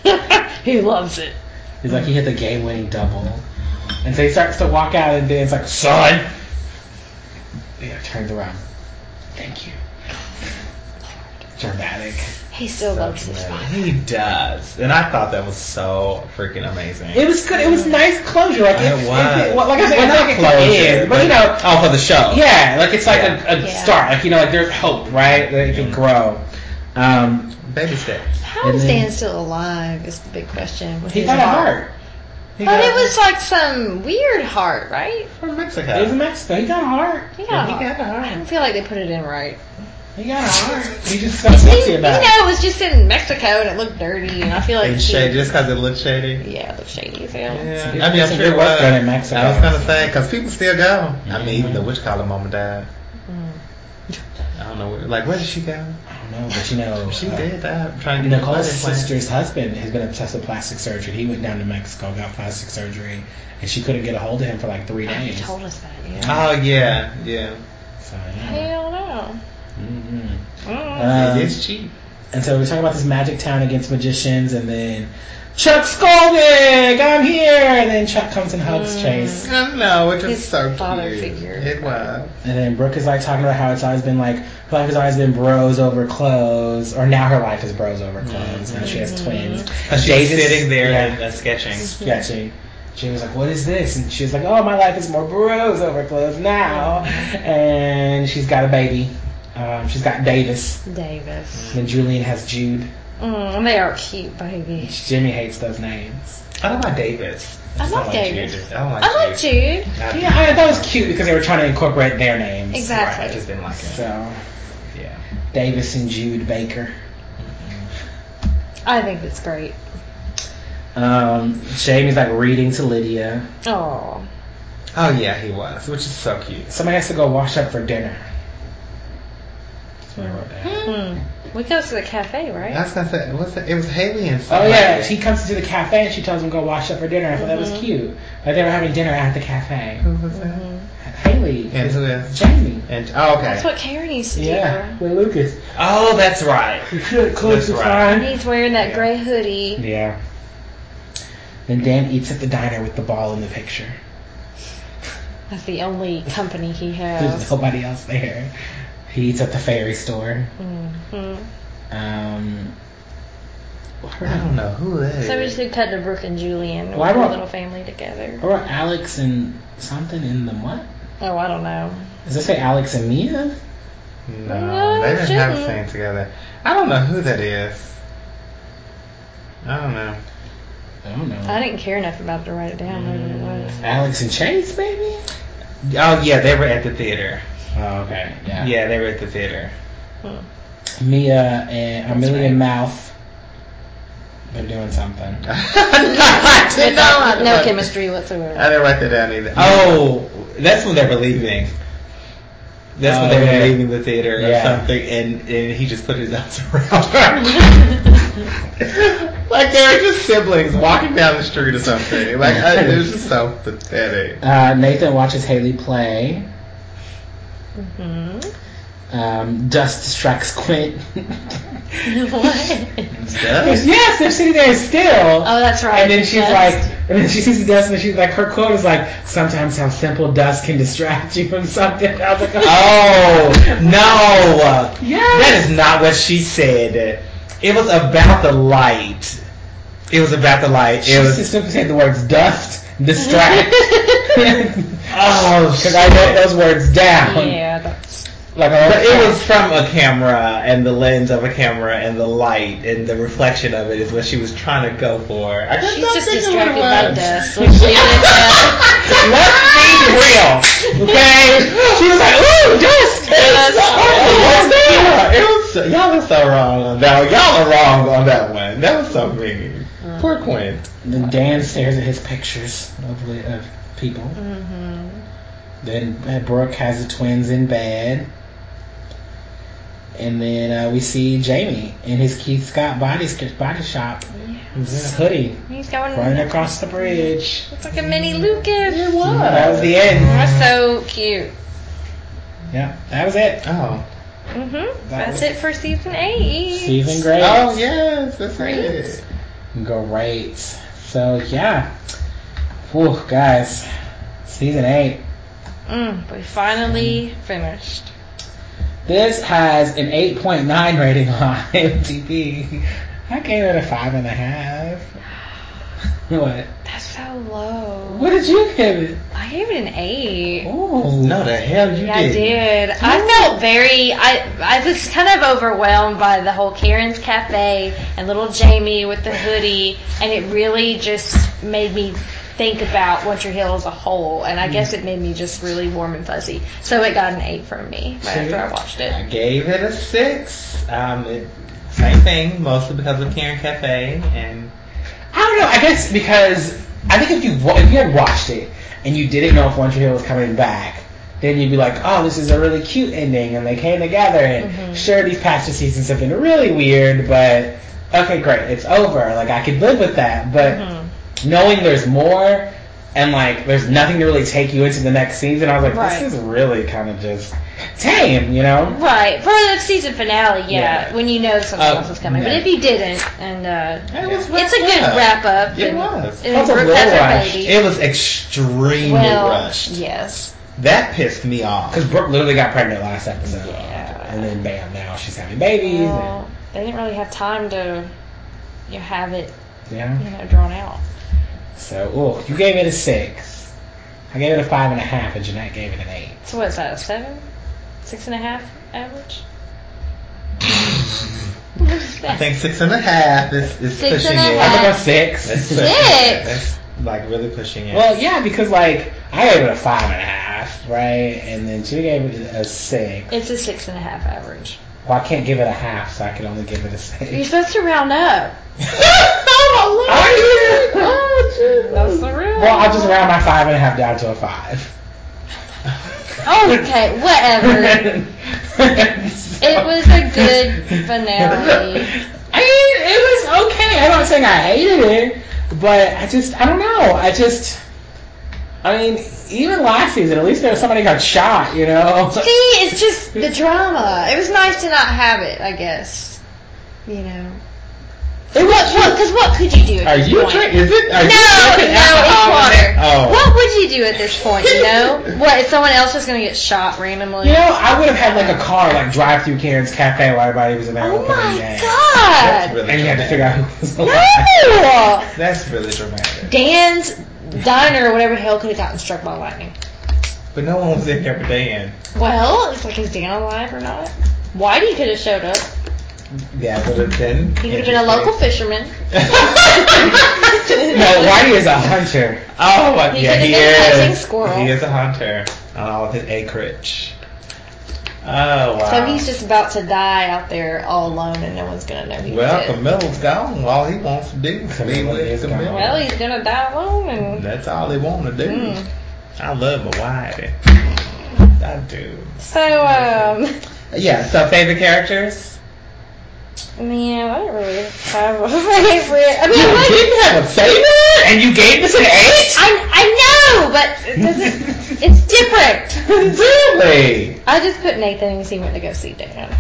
[SPEAKER 3] (laughs) he loves it.
[SPEAKER 1] He's like, he hit the game-winning double, and so he starts to walk out, and Dan's like, "Son." Yeah, turns around. Thank you. Dramatic.
[SPEAKER 3] He still loves his father.
[SPEAKER 2] He does, and I thought that was so freaking amazing.
[SPEAKER 1] It was good. It was nice closure. Like
[SPEAKER 2] It
[SPEAKER 1] it's,
[SPEAKER 2] was.
[SPEAKER 1] It, well, like I said, it's
[SPEAKER 2] Well,
[SPEAKER 1] like it could end, but you know,
[SPEAKER 2] oh, for the show.
[SPEAKER 1] Yeah, like it's like a, a
[SPEAKER 3] Yeah.
[SPEAKER 1] start. Like you know, like there's hope, right? That it can
[SPEAKER 2] Mhm.
[SPEAKER 1] grow. Um,
[SPEAKER 2] Baby steps.
[SPEAKER 3] How
[SPEAKER 1] And
[SPEAKER 3] is
[SPEAKER 1] then-
[SPEAKER 3] Dan still alive? Is the big question. with
[SPEAKER 1] he
[SPEAKER 3] his
[SPEAKER 1] got a heart. He
[SPEAKER 3] But
[SPEAKER 1] got-
[SPEAKER 3] it was like some weird heart, right?
[SPEAKER 2] From
[SPEAKER 1] It was in
[SPEAKER 2] Mexico.
[SPEAKER 1] Mexico. He got a heart.
[SPEAKER 3] He got
[SPEAKER 1] Yeah,
[SPEAKER 3] a
[SPEAKER 1] He
[SPEAKER 3] heart.
[SPEAKER 1] got a
[SPEAKER 3] I don't
[SPEAKER 1] heart.
[SPEAKER 3] feel like they put it in right.
[SPEAKER 1] He got a heart. He just got guilty
[SPEAKER 3] you
[SPEAKER 1] about it.
[SPEAKER 3] know, it was just in Mexico and it looked dirty, and I feel like
[SPEAKER 2] And
[SPEAKER 3] he-
[SPEAKER 2] shady, just because it looked shady.
[SPEAKER 3] Yeah, it looked shady as hell.
[SPEAKER 2] Yeah.
[SPEAKER 1] Some
[SPEAKER 2] I mean, I'm
[SPEAKER 1] people-
[SPEAKER 2] sure it
[SPEAKER 1] some people
[SPEAKER 2] was.
[SPEAKER 1] done in Mexico.
[SPEAKER 2] I was gonna say because people still go. I mean, even
[SPEAKER 1] Mhm.
[SPEAKER 2] the witch collar mama died.
[SPEAKER 3] Mm.
[SPEAKER 2] I don't know. where- Like, where did she go?
[SPEAKER 1] I don't know, but you know,
[SPEAKER 2] She
[SPEAKER 1] uh,
[SPEAKER 2] did that. I'm trying to get
[SPEAKER 1] Nicole's
[SPEAKER 2] blood implant.
[SPEAKER 1] sister's husband has been obsessed with plastic surgery. He went down to Mexico, got plastic surgery, and she couldn't get a hold of him for like three
[SPEAKER 3] You
[SPEAKER 1] days.
[SPEAKER 3] told us that, yeah.
[SPEAKER 2] Oh yeah, yeah.
[SPEAKER 1] So, yeah.
[SPEAKER 3] Hell no.
[SPEAKER 1] Mm-hmm.
[SPEAKER 3] Mm.
[SPEAKER 1] Um,
[SPEAKER 2] it is cheap.
[SPEAKER 1] And so we're talking about this magic town against magicians, and then Chuck Skolnick, I'm here, and then Chuck comes and helps
[SPEAKER 3] Mm.
[SPEAKER 1] Chase,
[SPEAKER 2] I don't know. It was
[SPEAKER 3] His
[SPEAKER 2] so
[SPEAKER 3] father
[SPEAKER 2] cute.
[SPEAKER 3] figure.
[SPEAKER 2] It was.
[SPEAKER 1] and then Brooke is like talking about how it's always been like her life has always been bros over clothes, or now her life is bros over clothes, and she
[SPEAKER 3] Mm-hmm.
[SPEAKER 1] has twins.
[SPEAKER 2] And she was
[SPEAKER 1] David's-
[SPEAKER 2] sitting there
[SPEAKER 1] yeah.
[SPEAKER 2] and, and sketching.
[SPEAKER 1] sketching. She was like, "What is this?" And she was like, "Oh, my life is more bros over clothes now." And she's got a baby. Um, she's got Davis.
[SPEAKER 3] Davis.
[SPEAKER 1] And then Julian has Jude.
[SPEAKER 3] Mm, they are cute, baby.
[SPEAKER 1] Jimmy hates those names.
[SPEAKER 2] I don't like Davis.
[SPEAKER 3] I
[SPEAKER 2] I
[SPEAKER 3] love
[SPEAKER 2] like
[SPEAKER 3] Davis.
[SPEAKER 2] Jude. I don't like
[SPEAKER 3] I like
[SPEAKER 2] Jude.
[SPEAKER 3] Jude.
[SPEAKER 2] I-
[SPEAKER 1] Yeah, I, that was cute because they were trying to incorporate their names.
[SPEAKER 3] Exactly.
[SPEAKER 2] Right, I just didn't like it.
[SPEAKER 1] So
[SPEAKER 2] Yeah.
[SPEAKER 1] Davis and Jude Baker.
[SPEAKER 3] I think it's great.
[SPEAKER 1] Um, Jamie's like reading to Lydia.
[SPEAKER 3] Oh,
[SPEAKER 2] Oh yeah, he was, which is so cute.
[SPEAKER 1] Somebody has to go wash up for dinner. That's what I wrote down.
[SPEAKER 3] mm. we go to the cafe, right?
[SPEAKER 2] That's not that. What's that? It was Haley and
[SPEAKER 1] Oh
[SPEAKER 2] somebody.
[SPEAKER 1] yeah, she comes to the cafe and she tells him go wash up for dinner. I thought that was
[SPEAKER 3] Mhm.
[SPEAKER 1] cute. Like they were having dinner at the cafe.
[SPEAKER 2] Who was that?
[SPEAKER 3] hmm
[SPEAKER 1] Haley
[SPEAKER 2] And who
[SPEAKER 1] is
[SPEAKER 2] else?
[SPEAKER 1] Jamie.
[SPEAKER 2] And oh, okay.
[SPEAKER 3] That's what Karen used to
[SPEAKER 1] Yeah,
[SPEAKER 3] do.
[SPEAKER 1] with Lucas.
[SPEAKER 2] oh,
[SPEAKER 1] (laughs)
[SPEAKER 2] that's right.
[SPEAKER 1] You should
[SPEAKER 2] close the
[SPEAKER 3] And he's wearing that
[SPEAKER 2] Yeah.
[SPEAKER 3] gray hoodie.
[SPEAKER 1] Yeah. Then Dan eats at the diner with the ball in the picture.
[SPEAKER 3] That's the only company he
[SPEAKER 1] There's
[SPEAKER 3] has.
[SPEAKER 1] nobody else there. He eats at the fairy store.
[SPEAKER 3] Mm-hmm.
[SPEAKER 1] Um,
[SPEAKER 2] I don't know who that is.
[SPEAKER 3] So we just did cut to Brooke and Julian with
[SPEAKER 1] Why
[SPEAKER 3] their
[SPEAKER 1] not?
[SPEAKER 3] little family together.
[SPEAKER 1] or Alex and something in the what?
[SPEAKER 3] Oh, I don't know.
[SPEAKER 1] Does it say Alex and Mia?
[SPEAKER 2] No,
[SPEAKER 3] No,
[SPEAKER 2] they
[SPEAKER 3] it
[SPEAKER 2] didn't have a
[SPEAKER 3] shouldn't.
[SPEAKER 2] scene together. I don't know who that is. I don't know.
[SPEAKER 1] I don't know.
[SPEAKER 3] I didn't care enough about it to write it down. I don't know what it was.
[SPEAKER 1] Alex and Chase, maybe?
[SPEAKER 2] Oh yeah, they were at the theater.
[SPEAKER 1] Oh, okay.
[SPEAKER 2] Yeah, they were at the theater.
[SPEAKER 3] Hmm.
[SPEAKER 1] Mia and
[SPEAKER 3] That's
[SPEAKER 1] uh, eh, Amelia
[SPEAKER 3] right.
[SPEAKER 1] Mouth. They're doing
[SPEAKER 2] (laughs)
[SPEAKER 1] something.
[SPEAKER 2] no, I did not.
[SPEAKER 3] Without- no
[SPEAKER 2] write-
[SPEAKER 3] chemistry
[SPEAKER 2] I
[SPEAKER 3] whatsoever.
[SPEAKER 2] didn't write that down either. Oh, that's when they were leaving. That's when
[SPEAKER 1] Oh,
[SPEAKER 2] they were
[SPEAKER 1] yeah.
[SPEAKER 2] leaving the theater
[SPEAKER 1] Yeah.
[SPEAKER 2] or something, and, and he just put his arms (laughs) around her. (laughs) like they were just siblings walking down the street or something. Like I, it was just so pathetic.
[SPEAKER 3] (laughs)
[SPEAKER 1] Uh, Nathan watches Haley play.
[SPEAKER 3] Mhm.
[SPEAKER 1] um, Dust Strikes Quint.
[SPEAKER 3] oh,
[SPEAKER 2] Dust?
[SPEAKER 1] yes, they're sitting there still.
[SPEAKER 3] that's right.
[SPEAKER 1] and then she's
[SPEAKER 3] Yes.
[SPEAKER 1] (laughs) like, and then she sees Dust, and she's like, her quote is like, "Sometimes how simple dust can distract you from something." I was like,
[SPEAKER 2] Oh no! That
[SPEAKER 1] yes.
[SPEAKER 2] is not what she said. It was about the light. It was about the light.
[SPEAKER 1] She
[SPEAKER 2] It was
[SPEAKER 1] simply said the words "dust," "distract," because
[SPEAKER 2] oh,
[SPEAKER 1] I wrote those words down.
[SPEAKER 3] yeah, that's
[SPEAKER 1] Like,
[SPEAKER 2] But it was from a camera and the lens of a camera and the light and the reflection of it is what she was trying to go for. I just
[SPEAKER 3] she's
[SPEAKER 2] don't
[SPEAKER 3] just
[SPEAKER 2] think it
[SPEAKER 3] distracted by
[SPEAKER 2] would've
[SPEAKER 3] dust.
[SPEAKER 2] worked.
[SPEAKER 3] When she did that,
[SPEAKER 2] (laughs) Let's (laughs) be real,
[SPEAKER 3] (laughs)
[SPEAKER 2] okay? She was like, "Ooh, dust."
[SPEAKER 3] Yes.
[SPEAKER 2] Oh, yeah, it was so- y'all are so wrong on that. One. Y'all are wrong on that one. That was so mean. Poor Quinn.
[SPEAKER 1] Then Dan stares at his pictures of, li- of people.
[SPEAKER 3] Mm-hmm.
[SPEAKER 1] Then uh, Brooke has the twins in bed. And then uh, we see Jamie in his Keith Scott body, body shop. This is hoodie
[SPEAKER 3] he's going
[SPEAKER 1] running across the bridge.
[SPEAKER 3] It's like a mini Lucas. It
[SPEAKER 1] That was the end.
[SPEAKER 3] That's so cute.
[SPEAKER 1] Yeah, that was it.
[SPEAKER 2] Oh.
[SPEAKER 3] Mm-hmm.
[SPEAKER 1] That
[SPEAKER 3] That's
[SPEAKER 1] was-
[SPEAKER 3] it for season eight.
[SPEAKER 1] Season great.
[SPEAKER 2] Oh yes, that's
[SPEAKER 3] Great.
[SPEAKER 2] it.
[SPEAKER 1] Great. So, yeah. Whew, guys. Season 8.
[SPEAKER 3] Mm, we finally
[SPEAKER 1] Mm-hmm.
[SPEAKER 3] finished.
[SPEAKER 1] This has an 8.9 rating on IMDb. I gave it a five and a half. What?
[SPEAKER 3] That's so low.
[SPEAKER 1] What did you give it?
[SPEAKER 3] I gave it an eight.
[SPEAKER 1] Oh,
[SPEAKER 2] No, the hell you
[SPEAKER 3] Yeah, I
[SPEAKER 2] did.
[SPEAKER 3] did. I felt very. I I was kind of overwhelmed by the whole Karen's Cafe and little Jamie with the hoodie, and it really just made me think about One Tree Hill as a whole. And I
[SPEAKER 2] Mm.
[SPEAKER 3] guess it made me just really warm and fuzzy. So it got an eight from me right after I watched
[SPEAKER 2] I
[SPEAKER 3] it.
[SPEAKER 2] gave it a six. Um, it, same thing, mostly because of Karen Cafe and
[SPEAKER 1] I don't know. I guess because I think if you wa- if you had watched it and you didn't know if One Tree Hill was coming back, then you'd be like, oh, this is a really cute ending, and they came together. And sure, these past two seasons have been really weird, but okay, great, it's over. Like I could live with that, but. knowing there's more and like there's nothing to really take you into the next season, I was like,
[SPEAKER 3] Right. Mm-hmm.
[SPEAKER 1] this is really kind of just tame, you know?
[SPEAKER 3] Right for the season finale, yeah,
[SPEAKER 1] Yeah.
[SPEAKER 3] when you know something
[SPEAKER 2] Oh,
[SPEAKER 3] else is coming. But
[SPEAKER 1] yeah.
[SPEAKER 3] if you didn't, and uh,
[SPEAKER 2] it was
[SPEAKER 3] it's a
[SPEAKER 2] wrapped
[SPEAKER 3] good
[SPEAKER 2] up.
[SPEAKER 3] wrap up.
[SPEAKER 2] It
[SPEAKER 3] and-
[SPEAKER 2] was.
[SPEAKER 3] and
[SPEAKER 1] That's a
[SPEAKER 3] Brooke
[SPEAKER 1] little
[SPEAKER 3] has her
[SPEAKER 1] rushed.
[SPEAKER 3] baby.
[SPEAKER 2] It was extremely
[SPEAKER 3] well,
[SPEAKER 2] rushed.
[SPEAKER 3] yes,
[SPEAKER 2] That pissed me off.
[SPEAKER 1] Because Brooke literally got pregnant last episode,
[SPEAKER 3] yeah.
[SPEAKER 1] and then bam, now she's having babies.
[SPEAKER 3] Well, they didn't really have time to you know, have it,
[SPEAKER 1] and, yeah.
[SPEAKER 3] you know, drawn out.
[SPEAKER 1] So, oh, you gave it a six. I gave it a five and a half, and Jeanette gave it an eight.
[SPEAKER 3] So what's that? A seven, six and a half average?
[SPEAKER 2] I think six and a half is, is
[SPEAKER 3] Six
[SPEAKER 2] pushing
[SPEAKER 3] and a
[SPEAKER 2] it.
[SPEAKER 1] I
[SPEAKER 3] half.
[SPEAKER 1] think a six.
[SPEAKER 2] That's pushing it. That's like really pushing
[SPEAKER 1] (laughs)
[SPEAKER 2] it.
[SPEAKER 1] Well, yeah, because like I gave it a five and a half, right? And then she gave it a six.
[SPEAKER 3] (laughs) it's a six and a half average.
[SPEAKER 1] Well, I can't give it a half, so I can only give it a six. (laughs)
[SPEAKER 3] You're supposed to round up.
[SPEAKER 1] Oh, yeah. Oh, Jesus.
[SPEAKER 3] That's the rule.
[SPEAKER 1] Well, I'll just round my five and a half down to a five.
[SPEAKER 3] Oh, Okay,
[SPEAKER 2] (laughs)
[SPEAKER 3] whatever.
[SPEAKER 1] (laughs)
[SPEAKER 3] it was a good finale.
[SPEAKER 1] I mean, it was okay. I'm not saying I hated it, but I just, I don't know. I just, I mean, even last season, at least there was somebody got shot, you
[SPEAKER 3] (laughs)
[SPEAKER 1] know?
[SPEAKER 3] See, it's just the drama. It was nice to not have it, I guess. You know.
[SPEAKER 1] It
[SPEAKER 3] What? What? Because what could you do? At
[SPEAKER 2] Are
[SPEAKER 3] this
[SPEAKER 2] you
[SPEAKER 3] point?
[SPEAKER 2] drinking? Is it? Are
[SPEAKER 3] No,
[SPEAKER 2] you drinking
[SPEAKER 3] no,
[SPEAKER 2] alcohol
[SPEAKER 3] it's
[SPEAKER 2] in that- Oh.
[SPEAKER 3] What would you do at this point? You know, what if someone else was gonna get shot randomly?
[SPEAKER 2] (laughs)
[SPEAKER 1] You know, I would have had like a car, like drive through Karen's Cafe while everybody was in there
[SPEAKER 3] Oh
[SPEAKER 1] opening
[SPEAKER 3] my
[SPEAKER 1] day.
[SPEAKER 2] That's
[SPEAKER 3] god!
[SPEAKER 2] really
[SPEAKER 1] And you had to figure
[SPEAKER 2] dramatic.
[SPEAKER 1] out who was alive. (laughs)
[SPEAKER 3] (laughs) No!
[SPEAKER 2] That's really dramatic.
[SPEAKER 3] Dan's diner or whatever the hell could have gotten struck by lightning.
[SPEAKER 2] But no one was in there for Dan.
[SPEAKER 3] Well, it's like is Dan alive or not? Whitey could have showed up.
[SPEAKER 2] Yeah, but it then.
[SPEAKER 3] He could have been a local fisherman.
[SPEAKER 1] No, Whitey is a hunter.
[SPEAKER 2] Oh, my-
[SPEAKER 3] He
[SPEAKER 2] yeah,
[SPEAKER 3] could've
[SPEAKER 2] he
[SPEAKER 3] been a hunting
[SPEAKER 2] is.
[SPEAKER 3] squirrel.
[SPEAKER 2] He is a hunter on all of his acreage. Oh wow.
[SPEAKER 3] So he's just about to die out there all alone, and no one's gonna know he
[SPEAKER 2] well,
[SPEAKER 3] did.
[SPEAKER 2] Camilla's gone. All he wants to do is be
[SPEAKER 1] Camilla
[SPEAKER 2] with
[SPEAKER 1] is
[SPEAKER 2] Camilla.
[SPEAKER 1] gone.
[SPEAKER 3] Well, he's gonna die alone, and
[SPEAKER 2] That's all he want to do.
[SPEAKER 3] Mm.
[SPEAKER 2] I love my wife. I do.
[SPEAKER 3] so um,
[SPEAKER 2] Yeah. So favorite characters.
[SPEAKER 3] Man, I don't really have a (laughs) favorite. I mean, (laughs)
[SPEAKER 2] You
[SPEAKER 3] like,
[SPEAKER 2] didn't have a favorite, and you gave us an (laughs) eight.
[SPEAKER 3] I, I know, but it doesn't, it's different. (laughs)
[SPEAKER 2] Really?
[SPEAKER 3] I just put Nathan because he went to go see Dan.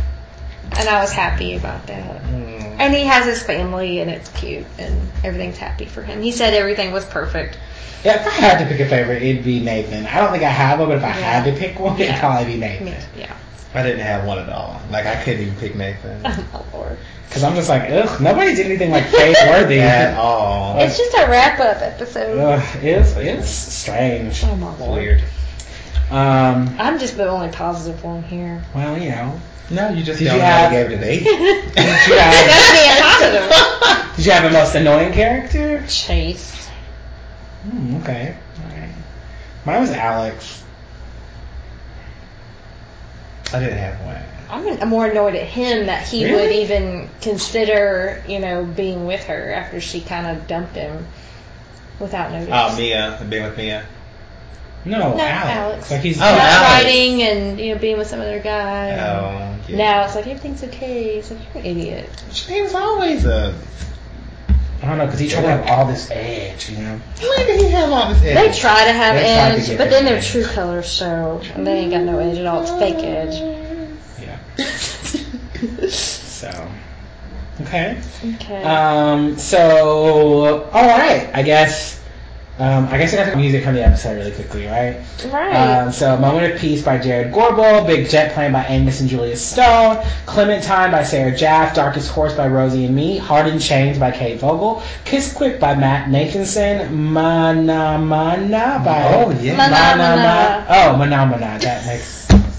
[SPEAKER 3] And I was happy about that.
[SPEAKER 2] Mm.
[SPEAKER 3] And he has his family, and it's cute, and everything's happy for him. He said everything was perfect.
[SPEAKER 1] Yeah, if I had to pick a favorite, it'd be Nathan. I don't think I have one, but if I
[SPEAKER 3] Yeah.
[SPEAKER 1] had to pick one, it'd
[SPEAKER 3] Yeah.
[SPEAKER 1] probably be
[SPEAKER 3] I
[SPEAKER 1] Nathan.
[SPEAKER 3] mean, yeah. (laughs)
[SPEAKER 2] I didn't have one at all. Like I couldn't even pick Nathan
[SPEAKER 3] Oh, Lord.
[SPEAKER 1] Because I'm just like, ugh, nobody did anything like Faith worthy.
[SPEAKER 2] at all.
[SPEAKER 3] It's just a wrap up
[SPEAKER 1] (laughs)
[SPEAKER 3] episode.
[SPEAKER 1] Ugh, it's, it's strange.
[SPEAKER 3] Oh, my
[SPEAKER 2] It's
[SPEAKER 3] Lord.
[SPEAKER 2] weird.
[SPEAKER 1] Um,
[SPEAKER 3] I'm just the only positive
[SPEAKER 2] (laughs)
[SPEAKER 3] one here.
[SPEAKER 1] well, you know.
[SPEAKER 2] No, you just
[SPEAKER 1] Did
[SPEAKER 2] don't
[SPEAKER 1] you
[SPEAKER 2] know how
[SPEAKER 1] have-
[SPEAKER 2] to give it an eight.
[SPEAKER 1] Did you
[SPEAKER 2] (laughs)
[SPEAKER 1] have,
[SPEAKER 3] That's being positive.
[SPEAKER 1] did you have a most annoying character?
[SPEAKER 3] Chase.
[SPEAKER 1] Hmm, okay. Alright. Mine was Alex.
[SPEAKER 2] I didn't have one.
[SPEAKER 3] I'm an- I'm more annoyed at him that he would
[SPEAKER 1] Really?
[SPEAKER 3] even consider, you know, being with her after she kind of dumped him without notice.
[SPEAKER 2] Oh, Mia, being with Mia.
[SPEAKER 1] No,
[SPEAKER 3] No,
[SPEAKER 1] Oh, Alex.
[SPEAKER 3] Alex.
[SPEAKER 1] Like he's
[SPEAKER 2] Oh,
[SPEAKER 3] Not
[SPEAKER 2] Alex.
[SPEAKER 3] fighting and you know being with some other guy.
[SPEAKER 2] Oh, yeah.
[SPEAKER 3] Now it's like everything's okay. It's like you're an idiot.
[SPEAKER 2] She was always a.
[SPEAKER 1] I don't know because he tried to have all this edge, you know.
[SPEAKER 2] When did he have all this
[SPEAKER 3] They
[SPEAKER 2] edge?
[SPEAKER 3] try to have
[SPEAKER 1] They try to
[SPEAKER 3] edge,
[SPEAKER 1] get
[SPEAKER 3] but then
[SPEAKER 1] their
[SPEAKER 3] their true colors show, and they ain't got no edge at all. It's fake edge.
[SPEAKER 1] Yeah. So. Okay.
[SPEAKER 3] (laughs) Okay.
[SPEAKER 1] Um. So. All right. I guess. Um. I guess I got to talk music from the episode really quickly, right?
[SPEAKER 3] right.
[SPEAKER 1] Um, so, Moment of Peace by Jared Gorble, Big Jet Plane by Angus and Julia Stone, Clementine by Sarah Jaff, Darkest Horse by Rosie and Me, Heart in Chains by Kate Vogel, Kiss Quick by Matt Nathanson, Mana Mana by
[SPEAKER 2] Oh, yeah.
[SPEAKER 3] Mana Mana.
[SPEAKER 1] Oh Mana Mana, that makes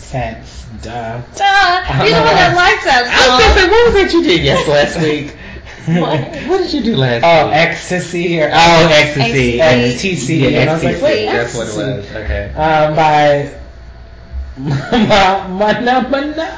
[SPEAKER 1] sense. Duh.
[SPEAKER 3] Duh, you're the
[SPEAKER 1] (laughs)
[SPEAKER 3] one that likes
[SPEAKER 2] I was
[SPEAKER 3] that
[SPEAKER 2] gonna say, what was it you did yes last week?
[SPEAKER 3] (laughs) What?
[SPEAKER 2] What did you do last
[SPEAKER 1] Oh,
[SPEAKER 2] week?
[SPEAKER 1] ecstasy or
[SPEAKER 2] oh, ecstasy.
[SPEAKER 3] Ecstasy.
[SPEAKER 1] XTC.
[SPEAKER 2] Yeah,
[SPEAKER 1] and I was like,
[SPEAKER 2] XTC.
[SPEAKER 1] wait,
[SPEAKER 2] that's what it
[SPEAKER 1] XTC.
[SPEAKER 2] was. Okay.
[SPEAKER 1] Um, by (laughs) Mana Mana. Mana.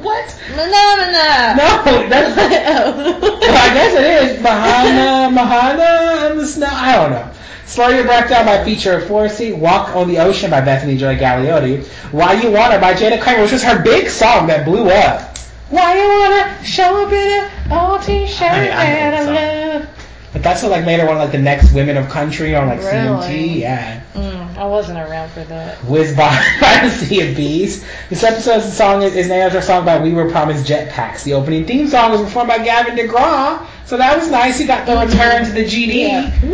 [SPEAKER 1] What?
[SPEAKER 3] song. Phenomena.
[SPEAKER 1] No, that's not.
[SPEAKER 2] Oh.
[SPEAKER 1] well, I guess it is. Mahana, Mahana on the snow. I don't know. Slow Your Breath Down by Feature of Forcey. Walk on the Ocean by Bethany Joy Galliotti. Why You Wanna by Jada Kramer, which was her big song that blew up. Why You Wanna show a bit of old t-shirt
[SPEAKER 2] (laughs) I- I know the
[SPEAKER 1] and I
[SPEAKER 2] song.
[SPEAKER 1] love. But that's what like made her one of like the next women of country on like CMT.
[SPEAKER 3] Really?
[SPEAKER 1] Yeah.
[SPEAKER 3] Mm, I wasn't around for that.
[SPEAKER 1] Whiz (laughs) by by the Sea of Bees. This episode's song is, is named after a song by We Were Promised Jetpacks. The opening theme song was performed by Gavin DeGraw, so that was nice. He got the return to the GD.
[SPEAKER 3] Mm-hmm. Yeah.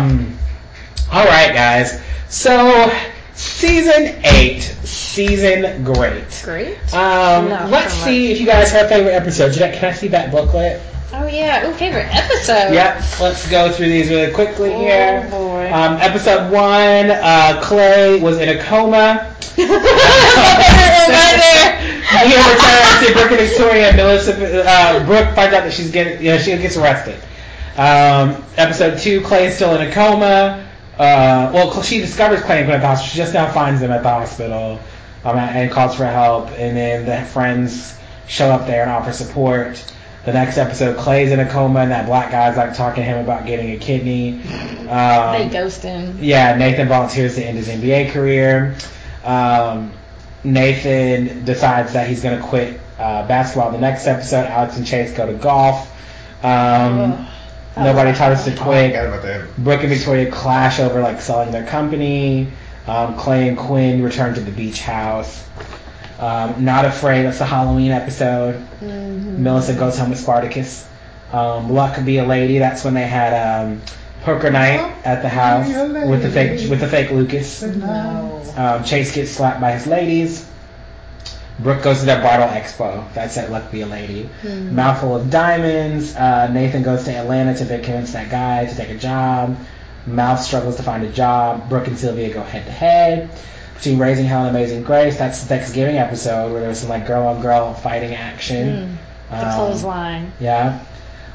[SPEAKER 1] Whoop, whoop. Um, all right, guys. So season eight, season great.
[SPEAKER 3] Great.
[SPEAKER 1] Um,
[SPEAKER 3] Not
[SPEAKER 1] let's
[SPEAKER 3] so much.
[SPEAKER 1] see if you guys have favorite episodes. Did I, can I see that booklet?
[SPEAKER 3] Oh yeah. Ooh, favorite episode.
[SPEAKER 1] Yep. Let's go through these really quickly
[SPEAKER 3] Oh
[SPEAKER 1] here.
[SPEAKER 3] boy.
[SPEAKER 1] Um, episode one, uh, Clay was in a coma.
[SPEAKER 3] (laughs) right there.
[SPEAKER 1] He returns to Brooke and Victoria, and Melissa, uh, Brooke finds out that she's getting, you know, she gets arrested. Um, episode two, Clay is still in a coma. Uh, well, she discovers Clay and Brooke at the hospital. She just now finds him at the hospital um, and calls for help, and then the friends show up there and offer support. The next episode, Clay's in a coma, and that black guy's like talking to him about getting a kidney. Um,
[SPEAKER 3] They ghost him.
[SPEAKER 1] yeah, Nathan volunteers to end his NBA career. Um, Nathan decides that he's going to quit uh, basketball. The next episode, Alex and Chase go to golf. Um, nobody taught us to
[SPEAKER 2] I
[SPEAKER 1] quit.
[SPEAKER 2] forgot about that.
[SPEAKER 1] Brooke and Victoria clash over like selling their company. Um, Clay and Quinn return to the beach house. Um, Not afraid. That's the Halloween episode.
[SPEAKER 2] Mm-hmm.
[SPEAKER 1] Melissa goes home with Spartacus. Um, Luck be a lady. That's when they had um, poker night at the house
[SPEAKER 2] Oh. Be a lady.
[SPEAKER 1] with the fake with the fake Lucas. Um, Chase gets slapped by his ladies. Brooke goes to that bridal expo. That's at Luck Be a Lady.
[SPEAKER 3] Hmm.
[SPEAKER 1] Mouthful of Diamonds. Uh, Nathan goes to Atlanta to convince that guy to take a job. Mouth struggles to find a job. Brooke and Sylvia go head to head. Between Raising Hell and Amazing Grace, that's the Thanksgiving episode where there was some like girl on girl fighting action.
[SPEAKER 3] Mm, Hmm. The
[SPEAKER 1] Um,
[SPEAKER 3] clothesline.
[SPEAKER 1] yeah.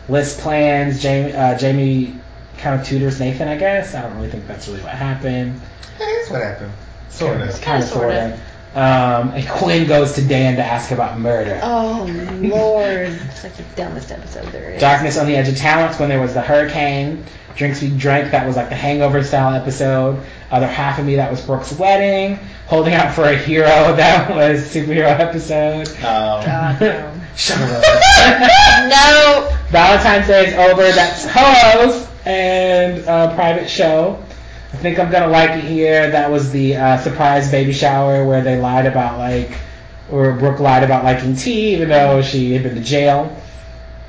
[SPEAKER 1] List plans. Jamie, uh, Jamie kind of tutors Nathan, I guess. I don't really think that's really what happened.
[SPEAKER 2] That's what happened. Sort of.
[SPEAKER 1] Kind of, sort
[SPEAKER 3] sorta.
[SPEAKER 1] of. Um, and Quinn goes to Dan to ask about murder.
[SPEAKER 3] Oh lord. (laughs) it's like the dumbest episode there is.
[SPEAKER 1] Darkness on the Edge of Talents when there was the hurricane. Drinks We Drank, that was like the hangover style episode. Other Half of Me, that was Brooke's (laughs) wedding. Holding Out for a Hero, that was superhero episode.
[SPEAKER 2] Um, (laughs)
[SPEAKER 3] God, no.
[SPEAKER 1] Shut up.
[SPEAKER 3] no.
[SPEAKER 1] Valentine's Day is over. That's Hoes and uh, Private Show. I think I'm gonna like it here. That was the uh, surprise baby shower where they lied about like, or Brooke lied about liking tea even though she had been to jail.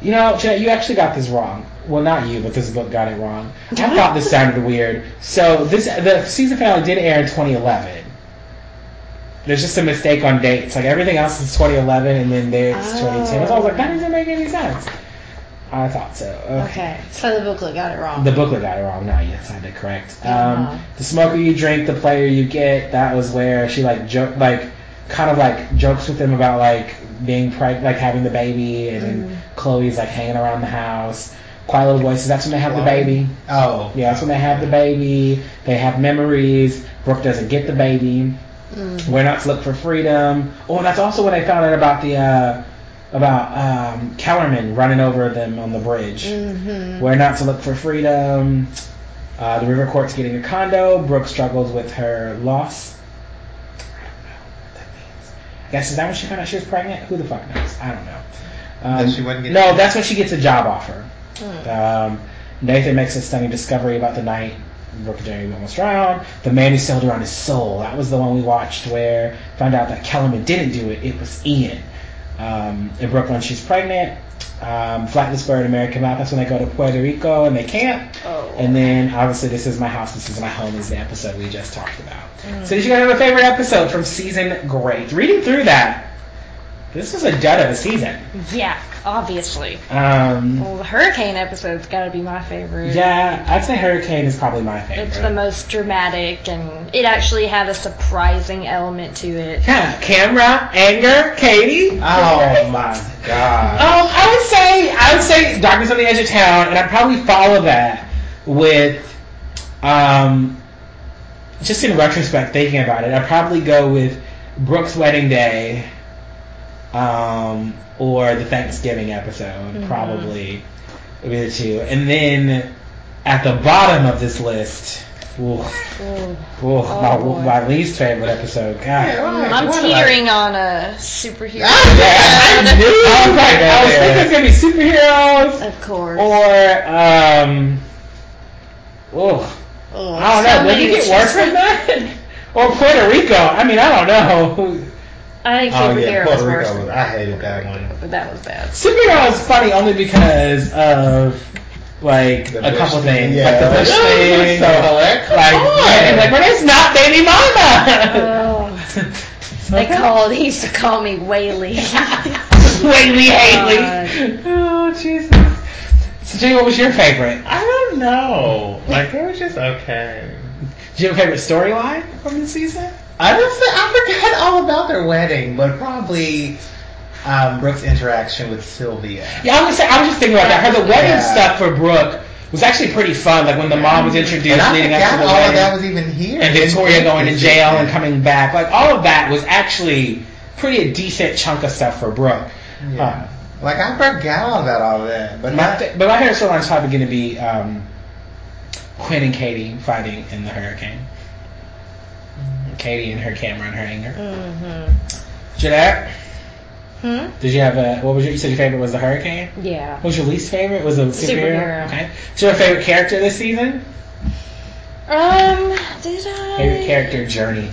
[SPEAKER 1] You know, Jeanette, you actually got this wrong. Well, not you, but this book got it wrong. I thought this sounded weird. So this the season finale did air in 2011. There's just a mistake on dates. Like everything else is 2011, and then there's 2010. So I was like, that doesn't make any sense. I thought so.
[SPEAKER 3] Okay. So the booklet got it wrong.
[SPEAKER 1] The booklet got it wrong. No, yes, I did correct.
[SPEAKER 3] Uh-huh.
[SPEAKER 1] Um, the smoker you drink, the player you get. That was where she like joke, like kind of like jokes with him about like being pregnant, like having the baby, and then Chloe's like hanging around the house. Quiet little voices. That's when they have the
[SPEAKER 2] Chloe.
[SPEAKER 1] baby.
[SPEAKER 2] Oh.
[SPEAKER 1] Yeah, that's when they have the baby. They have memories. Brooke doesn't get the baby. We're not to look for freedom. Oh, and that's also when they found out about the uh, about um, Kellerman running over them on the bridge.
[SPEAKER 3] Mm-hmm.
[SPEAKER 1] Where not to look for freedom. Uh, the River Court's getting a condo. Brooke struggles with her loss. I don't know what that means. I guess is that when she found out she was pregnant? Who the fuck knows? I don't know. Um,
[SPEAKER 2] Then she wouldn't get-
[SPEAKER 1] no, that's when she gets a job offer.
[SPEAKER 3] Mm.
[SPEAKER 1] Um, Nathan makes a stunning discovery about the night Brooke and Jeremy almost drowned. The man who sold her on his soul. That was the one we watched where found out that Kellerman didn't do it. It was Ian. Um, in Brooklyn, she's pregnant. Um, Flightless Bird, American Mouth. That's when they go to Puerto Rico and they camp.
[SPEAKER 3] Oh.
[SPEAKER 1] And then obviously, this is my house, this is my home is the episode we just talked about. So did you guys have a favorite episode from season? Great. Reading through that, this is a dud of a season.
[SPEAKER 3] yeah, obviously.
[SPEAKER 1] Um,
[SPEAKER 3] Well, the hurricane episode's got to be my favorite.
[SPEAKER 1] yeah, I'd say Hurricane is probably my favorite.
[SPEAKER 3] It's the most dramatic, and it actually had a surprising element to
[SPEAKER 1] (laughs)
[SPEAKER 3] it.
[SPEAKER 1] yeah, camera, anger, Katie.
[SPEAKER 2] Oh my
[SPEAKER 1] (laughs)
[SPEAKER 2] god.
[SPEAKER 1] Um, I would say I would say Darkness on the Edge of Town, and I'd probably follow that with, um, just in retrospect, thinking about it, I'd probably go with Brooke's Wedding Day, um, or the Thanksgiving episode,
[SPEAKER 3] Mm-hmm.
[SPEAKER 1] probably would be the two, and then at the bottom of this list, ooh,
[SPEAKER 3] Ooh.
[SPEAKER 1] ooh,
[SPEAKER 2] Oh,
[SPEAKER 1] my,
[SPEAKER 3] boy.
[SPEAKER 1] my least favorite episode. God.
[SPEAKER 2] Alright,
[SPEAKER 3] I'm
[SPEAKER 2] what
[SPEAKER 3] teetering on a superhero.
[SPEAKER 2] I knew
[SPEAKER 1] I was like, I was
[SPEAKER 2] Yeah.
[SPEAKER 1] thinking it's gonna be superheroes.
[SPEAKER 3] (laughs) Of course.
[SPEAKER 1] Or um,
[SPEAKER 2] (laughs)
[SPEAKER 1] oh,
[SPEAKER 3] Ugh,
[SPEAKER 1] I don't
[SPEAKER 3] so
[SPEAKER 1] know. Would
[SPEAKER 3] many
[SPEAKER 1] you get worse than that? or Puerto Rico? I mean, I don't know.
[SPEAKER 3] (laughs) I think
[SPEAKER 2] Oh
[SPEAKER 3] superhero
[SPEAKER 2] yeah,
[SPEAKER 3] was
[SPEAKER 2] Puerto
[SPEAKER 3] worse.
[SPEAKER 2] Rico.
[SPEAKER 3] than
[SPEAKER 2] was-
[SPEAKER 3] that.
[SPEAKER 2] I hated that one.
[SPEAKER 3] But that was bad.
[SPEAKER 1] Superhero is funny only because of like
[SPEAKER 2] The
[SPEAKER 1] a
[SPEAKER 2] Bush
[SPEAKER 1] couple
[SPEAKER 2] thing,
[SPEAKER 1] things,
[SPEAKER 2] yeah.
[SPEAKER 1] like the Bush
[SPEAKER 2] Yeah,
[SPEAKER 1] thing,
[SPEAKER 2] Oh, so hilarious.
[SPEAKER 1] like
[SPEAKER 2] Come on.
[SPEAKER 1] yeah, and like Renee's not baby mama.
[SPEAKER 3] Oh,
[SPEAKER 2] Uh,
[SPEAKER 1] (laughs)
[SPEAKER 3] they called. He used to call me Whaley.
[SPEAKER 1] Haley, Haley.
[SPEAKER 3] God.
[SPEAKER 1] Oh Jesus. So, Jimmy, what was your favorite?
[SPEAKER 2] I don't know. Like it was just okay.
[SPEAKER 1] Do you have a favorite storyline from the season?
[SPEAKER 2] I don't say I forgot all about their wedding, but probably um, Brooke's interaction with Sylvia.
[SPEAKER 1] Yeah, I was, I was just thinking about that. Her the wedding
[SPEAKER 2] Yeah.
[SPEAKER 1] stuff for Brooke was actually pretty fun. Like when the mom was introduced,
[SPEAKER 2] and I
[SPEAKER 1] leading up to
[SPEAKER 2] forgot
[SPEAKER 1] the
[SPEAKER 2] all
[SPEAKER 1] wedding,
[SPEAKER 2] of that was even here.
[SPEAKER 1] and Victoria going to jail and coming back. Like all of that was actually pretty a decent chunk of stuff for Brooke.
[SPEAKER 2] Yeah. like I forgot about all that, but
[SPEAKER 1] Um, my
[SPEAKER 2] not.
[SPEAKER 1] fa- but my favorite storyline is probably going to be um, Quinn and Katie fighting in the hurricane.
[SPEAKER 2] Mm-hmm.
[SPEAKER 1] Katie and her camera and her anger.
[SPEAKER 3] mm-hmm.
[SPEAKER 1] Jeanette,
[SPEAKER 3] Hmm.
[SPEAKER 1] did you have a what was your you said your favorite was the hurricane?
[SPEAKER 3] Yeah.
[SPEAKER 1] What was your least favorite? Was it superhero?
[SPEAKER 3] Superhero.
[SPEAKER 1] Okay. What's your favorite character this season?
[SPEAKER 3] Um. Did I?
[SPEAKER 1] Favorite character journey.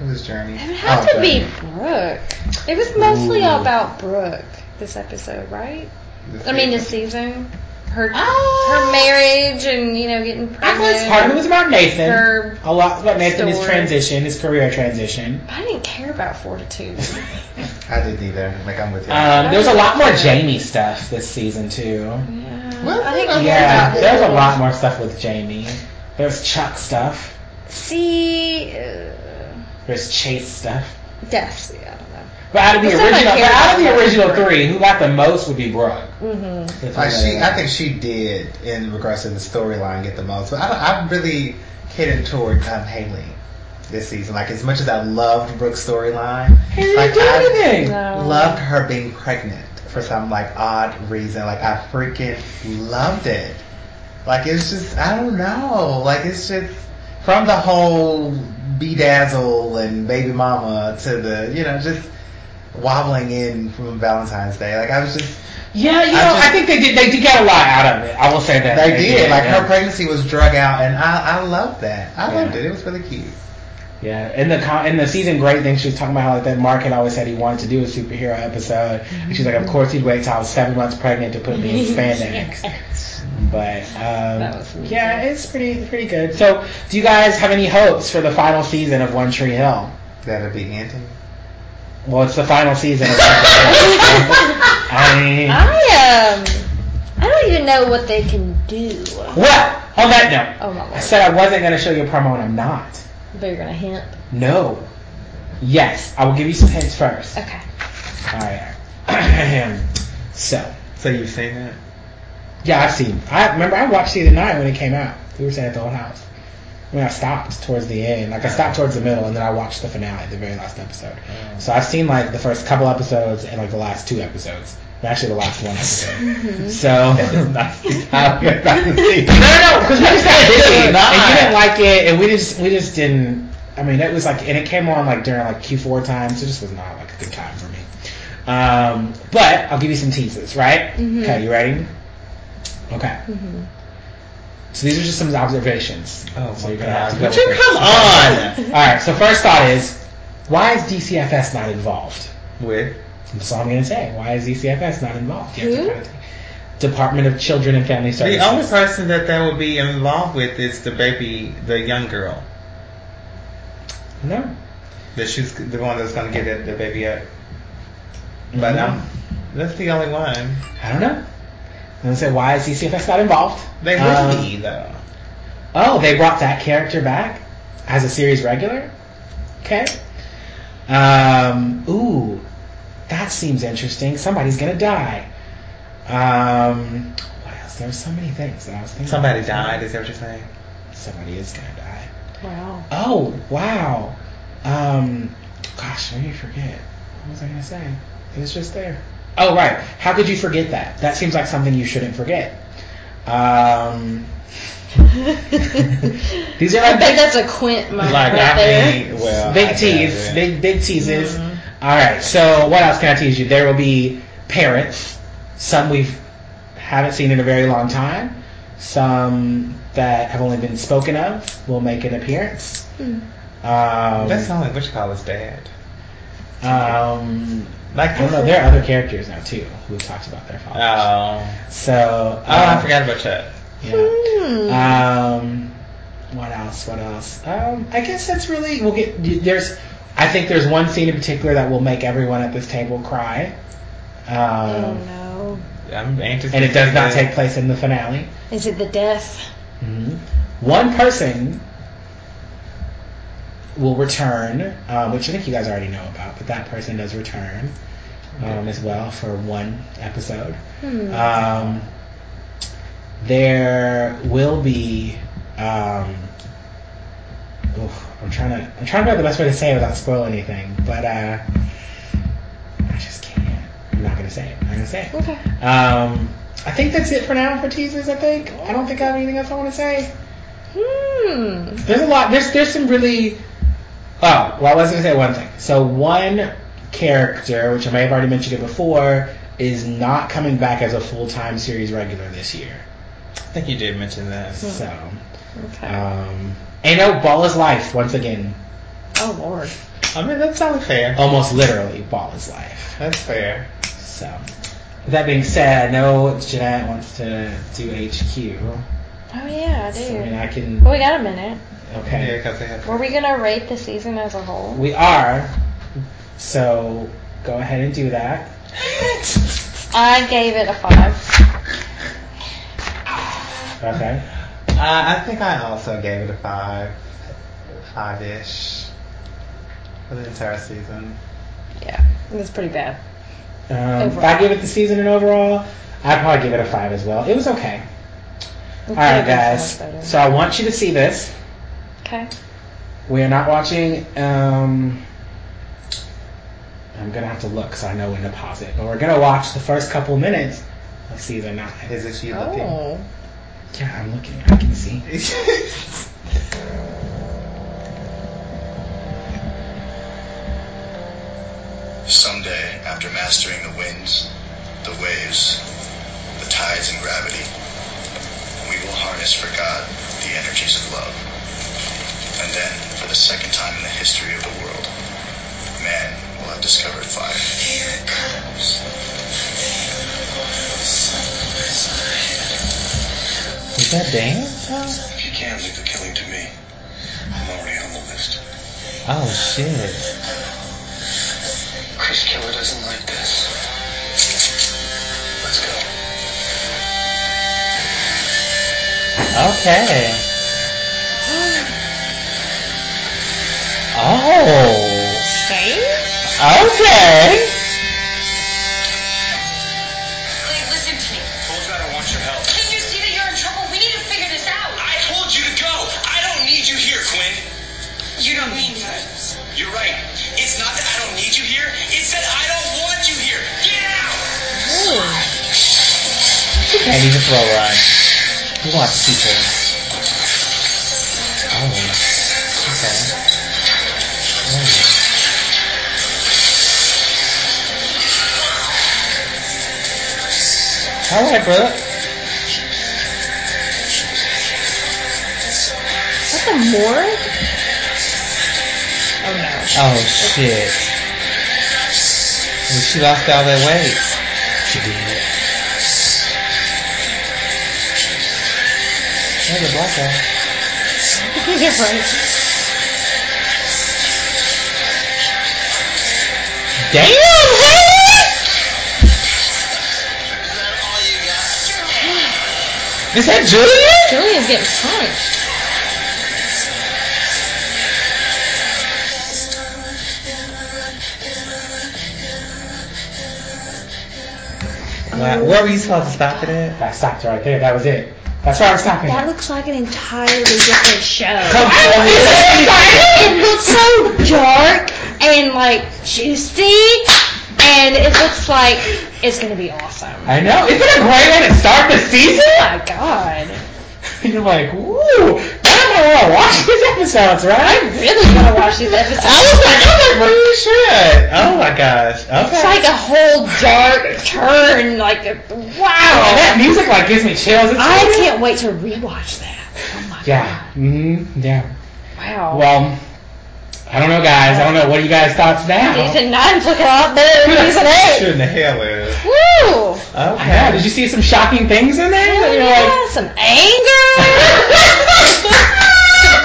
[SPEAKER 2] It was Journey.
[SPEAKER 3] It would have
[SPEAKER 2] Oh,
[SPEAKER 3] to be
[SPEAKER 2] Journey.
[SPEAKER 3] Brooke. It was mostly
[SPEAKER 1] Ooh.
[SPEAKER 3] about Brooke this episode, right?
[SPEAKER 2] This
[SPEAKER 3] I mean,
[SPEAKER 2] season.
[SPEAKER 3] this season. Her
[SPEAKER 1] Oh.
[SPEAKER 3] her marriage and you know getting
[SPEAKER 1] I
[SPEAKER 3] pregnant.
[SPEAKER 1] was part of it was about Nathan.
[SPEAKER 3] Her
[SPEAKER 1] a lot about Nathan, his
[SPEAKER 3] story.
[SPEAKER 1] transition, his career (laughs) transition.
[SPEAKER 3] I didn't care
[SPEAKER 1] (laughs)
[SPEAKER 3] about fortitude.
[SPEAKER 2] I didn't either. Like I'm with you.
[SPEAKER 1] Um, there was a lot more Jamie stuff this season too.
[SPEAKER 3] yeah.
[SPEAKER 2] Well,
[SPEAKER 3] I didn't
[SPEAKER 2] okay.
[SPEAKER 3] care
[SPEAKER 1] Yeah,
[SPEAKER 3] about
[SPEAKER 2] Yeah.
[SPEAKER 1] there was
[SPEAKER 3] it.
[SPEAKER 1] a lot more stuff with Jamie. There was Chuck stuff.
[SPEAKER 3] See. Uh,
[SPEAKER 1] There's Chase stuff.
[SPEAKER 3] death. Yeah, I
[SPEAKER 1] But out of the
[SPEAKER 3] Well, somebody
[SPEAKER 1] original, but
[SPEAKER 3] cared
[SPEAKER 1] out of
[SPEAKER 3] about
[SPEAKER 1] the
[SPEAKER 3] Brooke.
[SPEAKER 1] original three, who got the most would be Brooke.
[SPEAKER 3] don't know. Mm-hmm.
[SPEAKER 1] If I'm
[SPEAKER 2] Like she,
[SPEAKER 1] gonna-
[SPEAKER 2] I think she did in regards to the storyline get the most. But I, I'm really heading toward um, Haley this season. Like as much as I loved Brooke's storyline,
[SPEAKER 1] Haley
[SPEAKER 2] like
[SPEAKER 1] didn't do
[SPEAKER 2] I
[SPEAKER 1] anything.
[SPEAKER 3] No.
[SPEAKER 2] loved her being pregnant for some like odd reason. Like I freaking loved it. Like it's just I don't know. Like it's just from the whole bedazzle and baby mama to the you know just wobbling in from Valentine's Day. Like I was just,
[SPEAKER 1] Yeah, you know,
[SPEAKER 2] I
[SPEAKER 1] I,
[SPEAKER 2] just-
[SPEAKER 1] think they did. They did get a lot out of it. I will say that
[SPEAKER 2] they did. Like
[SPEAKER 1] yeah.
[SPEAKER 2] her pregnancy was drug out, and I, I loved that. I
[SPEAKER 1] Yeah.
[SPEAKER 2] loved it. It was really cute.
[SPEAKER 1] Yeah, in the con- in the season great thing, she was talking about how like that Mark had always said he wanted to do a superhero episode. And she's like, of course he'd wait till I was seven months pregnant to put me
[SPEAKER 3] (laughs)
[SPEAKER 1] in spandex. But
[SPEAKER 3] That was
[SPEAKER 1] um,
[SPEAKER 3] amazing.
[SPEAKER 1] yeah, it's pretty pretty good. So, do you guys have any hopes for the final season of One Tree Hill?
[SPEAKER 2] That'll be ending.
[SPEAKER 1] Well, it's the final season. of One Tree Hill. (laughs)
[SPEAKER 3] (laughs)
[SPEAKER 1] I mean,
[SPEAKER 3] I um, I don't even know what they can do.
[SPEAKER 1] well, on that note,
[SPEAKER 3] Oh my
[SPEAKER 1] I
[SPEAKER 3] lord!
[SPEAKER 1] said I wasn't going to show you a promo, and I'm not.
[SPEAKER 3] But you're gonna hint.
[SPEAKER 1] No. Yes, I will give you some hints first.
[SPEAKER 3] Okay.
[SPEAKER 1] All right. (clears throat) Ahem. so.
[SPEAKER 2] So you've seen it?
[SPEAKER 1] Yeah, I've seen. I remember I watched season nine when it came out. We were staying at the old house. When I stopped towards the end, like I stopped towards the middle, and then I watched the finale, the very last episode. So I've seen like the first couple episodes and like the last two episodes, and actually the last one episode. so (laughs)
[SPEAKER 2] How you're about to
[SPEAKER 1] no,
[SPEAKER 2] see.
[SPEAKER 1] no, because we just got busy,
[SPEAKER 2] Nah.
[SPEAKER 1] and you didn't like it, and we just we just didn't. I mean, it was like, and it came on like during like Q4 time, so it just was not like a good time for me. Um, but I'll give you some teases, right?
[SPEAKER 3] Mhm.
[SPEAKER 2] Mm-hmm.
[SPEAKER 1] Okay, you ready? Okay.
[SPEAKER 3] Mm-hmm.
[SPEAKER 1] So these are just some observations.
[SPEAKER 2] Oh
[SPEAKER 1] so
[SPEAKER 2] my
[SPEAKER 1] you're gonna
[SPEAKER 2] God.
[SPEAKER 1] have to
[SPEAKER 2] Would
[SPEAKER 1] go
[SPEAKER 2] you
[SPEAKER 1] first.
[SPEAKER 2] come on?
[SPEAKER 1] All right. So first thought is, why is DCFS not involved?
[SPEAKER 2] (laughs) With
[SPEAKER 1] That's all I'm gonna say. Why is DCFS not involved? You have to
[SPEAKER 3] Who?
[SPEAKER 1] kinda think. Department of Children and Family Services.
[SPEAKER 2] the only person that that would be involved with is the baby, the young girl.
[SPEAKER 1] no.
[SPEAKER 2] That she's the one that's gonna get the, the baby up. But
[SPEAKER 1] Mm-hmm.
[SPEAKER 2] um, that's the only one.
[SPEAKER 1] I don't know. I'm gonna say why is DCFS not involved?
[SPEAKER 2] They would
[SPEAKER 1] Um,
[SPEAKER 2] be though.
[SPEAKER 1] Oh, they brought that character back as a series regular. Okay. Um, ooh, that seems interesting. Somebody's gonna die. Um, what else? There were so many things that I was thinking.
[SPEAKER 2] Somebody
[SPEAKER 1] about.
[SPEAKER 2] died. Is that what you're saying?
[SPEAKER 1] Somebody is gonna die.
[SPEAKER 3] Wow. (laughs)
[SPEAKER 1] Oh wow. Um, gosh, let me forget. What was I gonna say? It was just there. Oh right. How could you forget that? That seems like something you shouldn't forget. Um, these are
[SPEAKER 3] I
[SPEAKER 1] like
[SPEAKER 3] think that's a Quint moment
[SPEAKER 2] Like
[SPEAKER 3] right
[SPEAKER 2] I
[SPEAKER 3] there.
[SPEAKER 2] mean, well, I
[SPEAKER 1] big
[SPEAKER 2] guess,
[SPEAKER 1] tease,
[SPEAKER 2] yeah.
[SPEAKER 1] big big teases. All right. So what else can I tease you? There will be parents. Some we've haven't seen in a very long time. Some that have only been spoken of will make an appearance.
[SPEAKER 3] Hmm.
[SPEAKER 1] Um,
[SPEAKER 2] That's not like what you call his dad.
[SPEAKER 1] um,
[SPEAKER 2] Like
[SPEAKER 1] I don't know. There are other characters now too who talks about their
[SPEAKER 2] Oh,
[SPEAKER 1] fathers.
[SPEAKER 2] (laughs) oh,
[SPEAKER 1] so uh,
[SPEAKER 2] I forgot about Chuck.
[SPEAKER 1] Yeah.
[SPEAKER 3] Hmm.
[SPEAKER 1] Um, what else? What else? Um, I guess that's really we'll get. There's, I think there's one scene in particular that will make everyone at this table cry,
[SPEAKER 3] oh
[SPEAKER 1] um,
[SPEAKER 3] no.
[SPEAKER 2] I'm anxious.
[SPEAKER 1] and
[SPEAKER 2] to
[SPEAKER 1] it does
[SPEAKER 2] see
[SPEAKER 1] not
[SPEAKER 2] that.
[SPEAKER 1] take place in the finale. Mm-hmm.
[SPEAKER 3] Is it the death?
[SPEAKER 1] One person will return, um, which I think you guys already know about, but that person does return um, as well for one episode.
[SPEAKER 3] Hmm.
[SPEAKER 1] Um, there will be. Um, oof, I'm trying to. I'm trying to figure out the best way to say it without spoiling anything, but uh, I just can't. I'm not gonna say it. I'm not gonna say it.
[SPEAKER 3] okay.
[SPEAKER 1] Um, I think that's it for now for teasers. I think. I don't think I have anything else I want to say.
[SPEAKER 3] Hmm.
[SPEAKER 1] There's a lot. There's there's some really. Oh well, I was gonna say one thing. So one character, which I may have already mentioned it before, is not coming back as a full time series regular this year.
[SPEAKER 2] I think you did mention that.
[SPEAKER 1] So,
[SPEAKER 3] Okay.
[SPEAKER 1] um, and oh, ball is life once again.
[SPEAKER 3] oh lord.
[SPEAKER 2] I mean, that's only fair.
[SPEAKER 1] Almost literally, ball is life.
[SPEAKER 2] That's fair.
[SPEAKER 1] So, with that being said, I know Jeanette wants to do HQ.
[SPEAKER 3] Oh yeah, I do.
[SPEAKER 1] So, I mean, I
[SPEAKER 3] well,
[SPEAKER 1] can.
[SPEAKER 3] we got a minute.
[SPEAKER 2] Yeah,
[SPEAKER 1] Okay,
[SPEAKER 2] because they have.
[SPEAKER 3] Were we gonna rate the season as a whole?
[SPEAKER 1] we are. So go ahead and do that.
[SPEAKER 3] I gave it a five.
[SPEAKER 1] Okay.
[SPEAKER 2] Uh, I think I also gave it a five, five ish for the entire season.
[SPEAKER 3] Yeah, it was pretty bad.
[SPEAKER 1] Um, if I give it the season and overall, I'd probably give it a five as well. It was okay. All right, guys. So I want you to see this.
[SPEAKER 3] Okay.
[SPEAKER 1] We are not watching. Um, I'm gonna have to look so I know when to pause it. But we're gonna watch the first couple minutes of season nine.
[SPEAKER 2] Is it you (laughs) looking?
[SPEAKER 3] Oh.
[SPEAKER 1] Yeah, I'm looking. I can see.
[SPEAKER 6] Some someday after mastering the winds, the waves, the tides, and gravity. We will harness for God the energies of love. And then, for the second time in the history of the world, man will have discovered fire. Here it comes.
[SPEAKER 2] Is that dance? huh?
[SPEAKER 6] If you can, leave the killing to me. I'm already on the list.
[SPEAKER 2] Oh shit!
[SPEAKER 6] Chris Killer doesn't like this. Let's go.
[SPEAKER 1] (gasps)
[SPEAKER 2] Okay. Oh.
[SPEAKER 3] Same?
[SPEAKER 2] Okay.
[SPEAKER 7] Please listen to me.
[SPEAKER 6] Told you I don't want your help.
[SPEAKER 7] Can't you see that you're in trouble? We need to figure this out.
[SPEAKER 6] I told you to go. I don't need you here, Quinn.
[SPEAKER 7] You don't mean that.
[SPEAKER 6] You're right. It's not that I don't need you here. It's that I don't want you here. Get out.
[SPEAKER 2] And he's a throw run. He wants to see things. Oh. Okay. Oh. Oh. All right, brother.
[SPEAKER 3] That's a morgue? Oh no.
[SPEAKER 2] Oh shit. Well, she lost all that weight. She did. There's a black guy.
[SPEAKER 3] (laughs) yeah, right.
[SPEAKER 2] Damn, Helen!
[SPEAKER 6] Is that all you got?
[SPEAKER 2] Is that Julia?
[SPEAKER 3] Julia's getting punched.
[SPEAKER 2] Wow, where were you supposed to stop it at?
[SPEAKER 1] I stopped right there. That was it. That's where I'm stopping. Oh,
[SPEAKER 3] That looks like an entirely different show. It
[SPEAKER 2] Come
[SPEAKER 3] looks so dark and like juicy, and it looks like it's gonna be awesome.
[SPEAKER 1] I know. Isn't it a great way to start the
[SPEAKER 3] Oh
[SPEAKER 1] season?
[SPEAKER 3] my god.
[SPEAKER 1] You're like, ooh, I'm gonna wanna watch these episodes, right?
[SPEAKER 3] Really gonna watch these episodes.
[SPEAKER 2] I was like, I was
[SPEAKER 1] "Oh
[SPEAKER 2] like, well, you should. Oh my gosh. Okay.
[SPEAKER 3] It's like a whole dark turn, like a-
[SPEAKER 1] Oh, that
[SPEAKER 3] wow.
[SPEAKER 1] music like gives me chills. It's
[SPEAKER 3] I can't wait to rewatch that. Oh my (laughs)
[SPEAKER 1] Yeah. Mm-hmm. Yeah.
[SPEAKER 3] god. Wow.
[SPEAKER 1] Well, I don't know, guys. I don't know. What do you guys thoughts now?
[SPEAKER 3] Season nine's looking a lot
[SPEAKER 1] (laughs)
[SPEAKER 3] better than season eight.
[SPEAKER 2] Sure in the hell is.
[SPEAKER 3] Woo!
[SPEAKER 1] I know. Did
[SPEAKER 2] Okay.
[SPEAKER 1] you see some shocking things in there? that you're like-
[SPEAKER 3] Yeah, some anger. (laughs)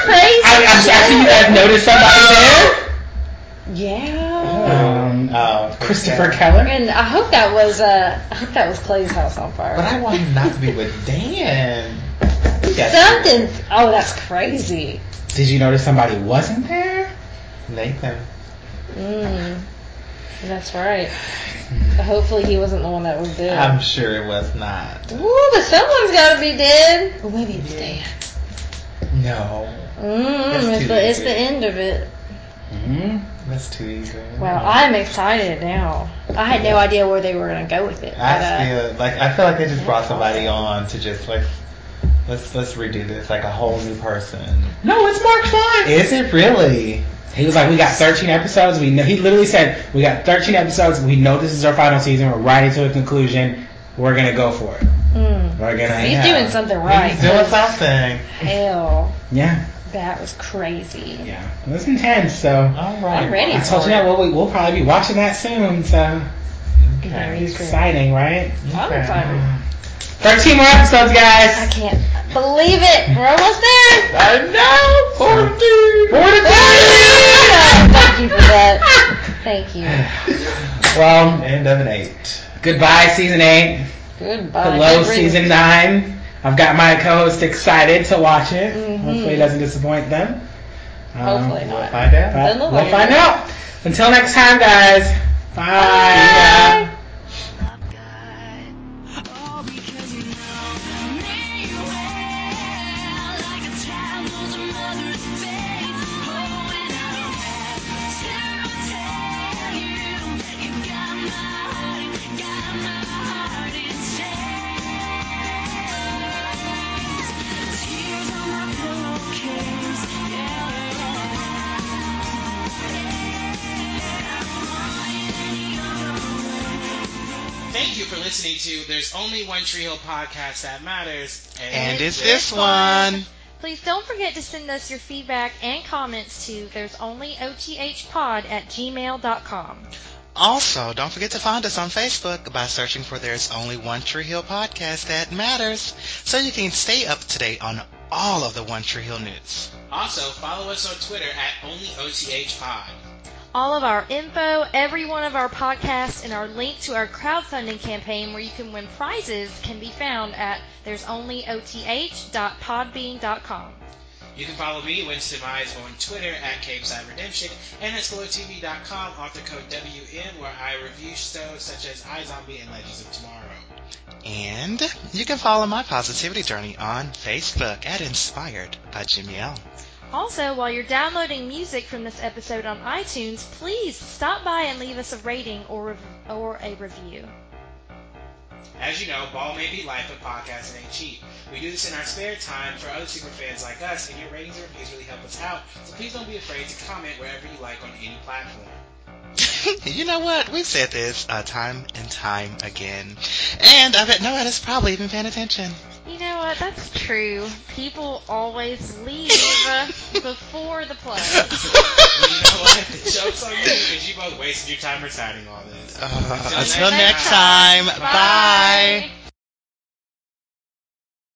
[SPEAKER 3] Crazy.
[SPEAKER 1] I, I'm actually you guys noticed somebody there.
[SPEAKER 3] Yeah.
[SPEAKER 1] Um,
[SPEAKER 2] oh,
[SPEAKER 1] Christopher Keller.
[SPEAKER 3] And I hope that was uh, I hope that was Clay's house on fire.
[SPEAKER 2] But I want him not to be
[SPEAKER 3] (laughs)
[SPEAKER 2] with Dan. We got
[SPEAKER 3] Something. Oh, that's crazy.
[SPEAKER 1] Did you notice somebody wasn't there?
[SPEAKER 2] Nathan.
[SPEAKER 3] Mm.
[SPEAKER 2] (sighs)
[SPEAKER 3] That's right. Hopefully he wasn't the one that was dead.
[SPEAKER 2] I'm sure it was not.
[SPEAKER 3] Ooh, but someone's gotta be dead. Or maybe it's Dan.
[SPEAKER 2] No. That's
[SPEAKER 3] Mm, it's
[SPEAKER 2] too
[SPEAKER 3] the, it's the
[SPEAKER 2] easy.
[SPEAKER 3] end of it.
[SPEAKER 1] Mm-hmm.
[SPEAKER 2] That's too easy.
[SPEAKER 3] Wow, I'm excited now. I had no idea where they were gonna go with it. but, uh,
[SPEAKER 2] I feel like I feel like they just brought somebody on to just like let's let's redo this like a whole new person.
[SPEAKER 1] No, it's Mark Schwartz.
[SPEAKER 2] Is it really?
[SPEAKER 1] He was like, we got 13 episodes. We know, he literally said, we got 13 episodes. We know this is our final season. We're riding to a conclusion. We're gonna go for it.
[SPEAKER 3] mm.
[SPEAKER 1] We're gonna.
[SPEAKER 3] He's
[SPEAKER 2] Yeah.
[SPEAKER 3] doing something right.
[SPEAKER 2] He's doing something.
[SPEAKER 3] Hell,
[SPEAKER 1] Yeah,
[SPEAKER 3] that was crazy.
[SPEAKER 1] yeah. It was intense. So
[SPEAKER 2] All right.
[SPEAKER 3] I'm ready
[SPEAKER 1] I told
[SPEAKER 3] for
[SPEAKER 1] you
[SPEAKER 3] it.
[SPEAKER 1] that we'll, we- we'll probably be watching that soon. So
[SPEAKER 2] Okay.
[SPEAKER 3] Very
[SPEAKER 1] it's
[SPEAKER 3] good.
[SPEAKER 1] exciting, right?
[SPEAKER 3] I'm excited.
[SPEAKER 1] 13 more episodes,
[SPEAKER 3] I
[SPEAKER 1] guys.
[SPEAKER 3] can't believe it. We're almost there.
[SPEAKER 2] I know. Forty.
[SPEAKER 1] 42.
[SPEAKER 3] Thank you for that. Thank you.
[SPEAKER 1] Well,
[SPEAKER 2] End of an eight.
[SPEAKER 1] goodbye season eight.
[SPEAKER 3] Goodbye.
[SPEAKER 1] Hello
[SPEAKER 3] Get rid of-
[SPEAKER 1] season nine. I've got my co-host excited to watch it.
[SPEAKER 3] Mhm.
[SPEAKER 1] Hopefully, it doesn't disappoint them. Um,
[SPEAKER 3] Hopefully
[SPEAKER 2] We'll
[SPEAKER 3] not.
[SPEAKER 2] find out.
[SPEAKER 1] But
[SPEAKER 3] Then we'll
[SPEAKER 1] we'll
[SPEAKER 3] learn.
[SPEAKER 1] find out. Until next time, guys. Bye.
[SPEAKER 3] Bye.
[SPEAKER 5] love God. All because you know me well, like a child knows a mother's face. Oh, and I don't have to tell you, you got my heart, got my heart in chains. Tears on my pillowcase, yeah. I want it in your
[SPEAKER 1] for listening to There's Only One Tree Hill podcast that matters.
[SPEAKER 2] And it's this one.
[SPEAKER 3] Please don't forget to send us your feedback and comments to there's only othpod at gmail.com.
[SPEAKER 2] Also, don't forget to find us on Facebook by searching for There's Only One Tree Hill podcast that matters, so you can stay up to date on all of the One Tree Hill news.
[SPEAKER 1] Also, follow us on Twitter at OnlyOTHPod.
[SPEAKER 3] All of our info, every one of our podcasts, and our link to our crowdfunding campaign where you can win prizes can be found at there's only oth.podbean.com.
[SPEAKER 1] You can follow me, Winston Mize, on Twitter at Capeside Redemption and at SoloTV.com, author code WN, where I review shows such as iZombie and Legends of Tomorrow.
[SPEAKER 2] Uh, And you can follow my positivity journey on Facebook at Inspired by Jimmy L.
[SPEAKER 3] Also, while you're downloading music from this episode on iTunes, please stop by and leave us a rating or, rev- or a review.
[SPEAKER 1] As you know, ball may be life, but podcasting ain't cheap. We do this in our spare time for other super fans like us, and your ratings and reviews really help us out, so please don't be afraid to comment wherever you like on any platform.
[SPEAKER 2] (laughs) you know what? We've said this uh, time and time again. And I bet nobody's probably even paying attention.
[SPEAKER 3] You know what? That's true. People always (laughs) leave before the play.
[SPEAKER 1] But you know what? The joke's on you because you both wasted your time reciting all this.
[SPEAKER 2] Uh,
[SPEAKER 1] Until
[SPEAKER 2] until
[SPEAKER 1] next
[SPEAKER 2] next time, bye.
[SPEAKER 3] Bye.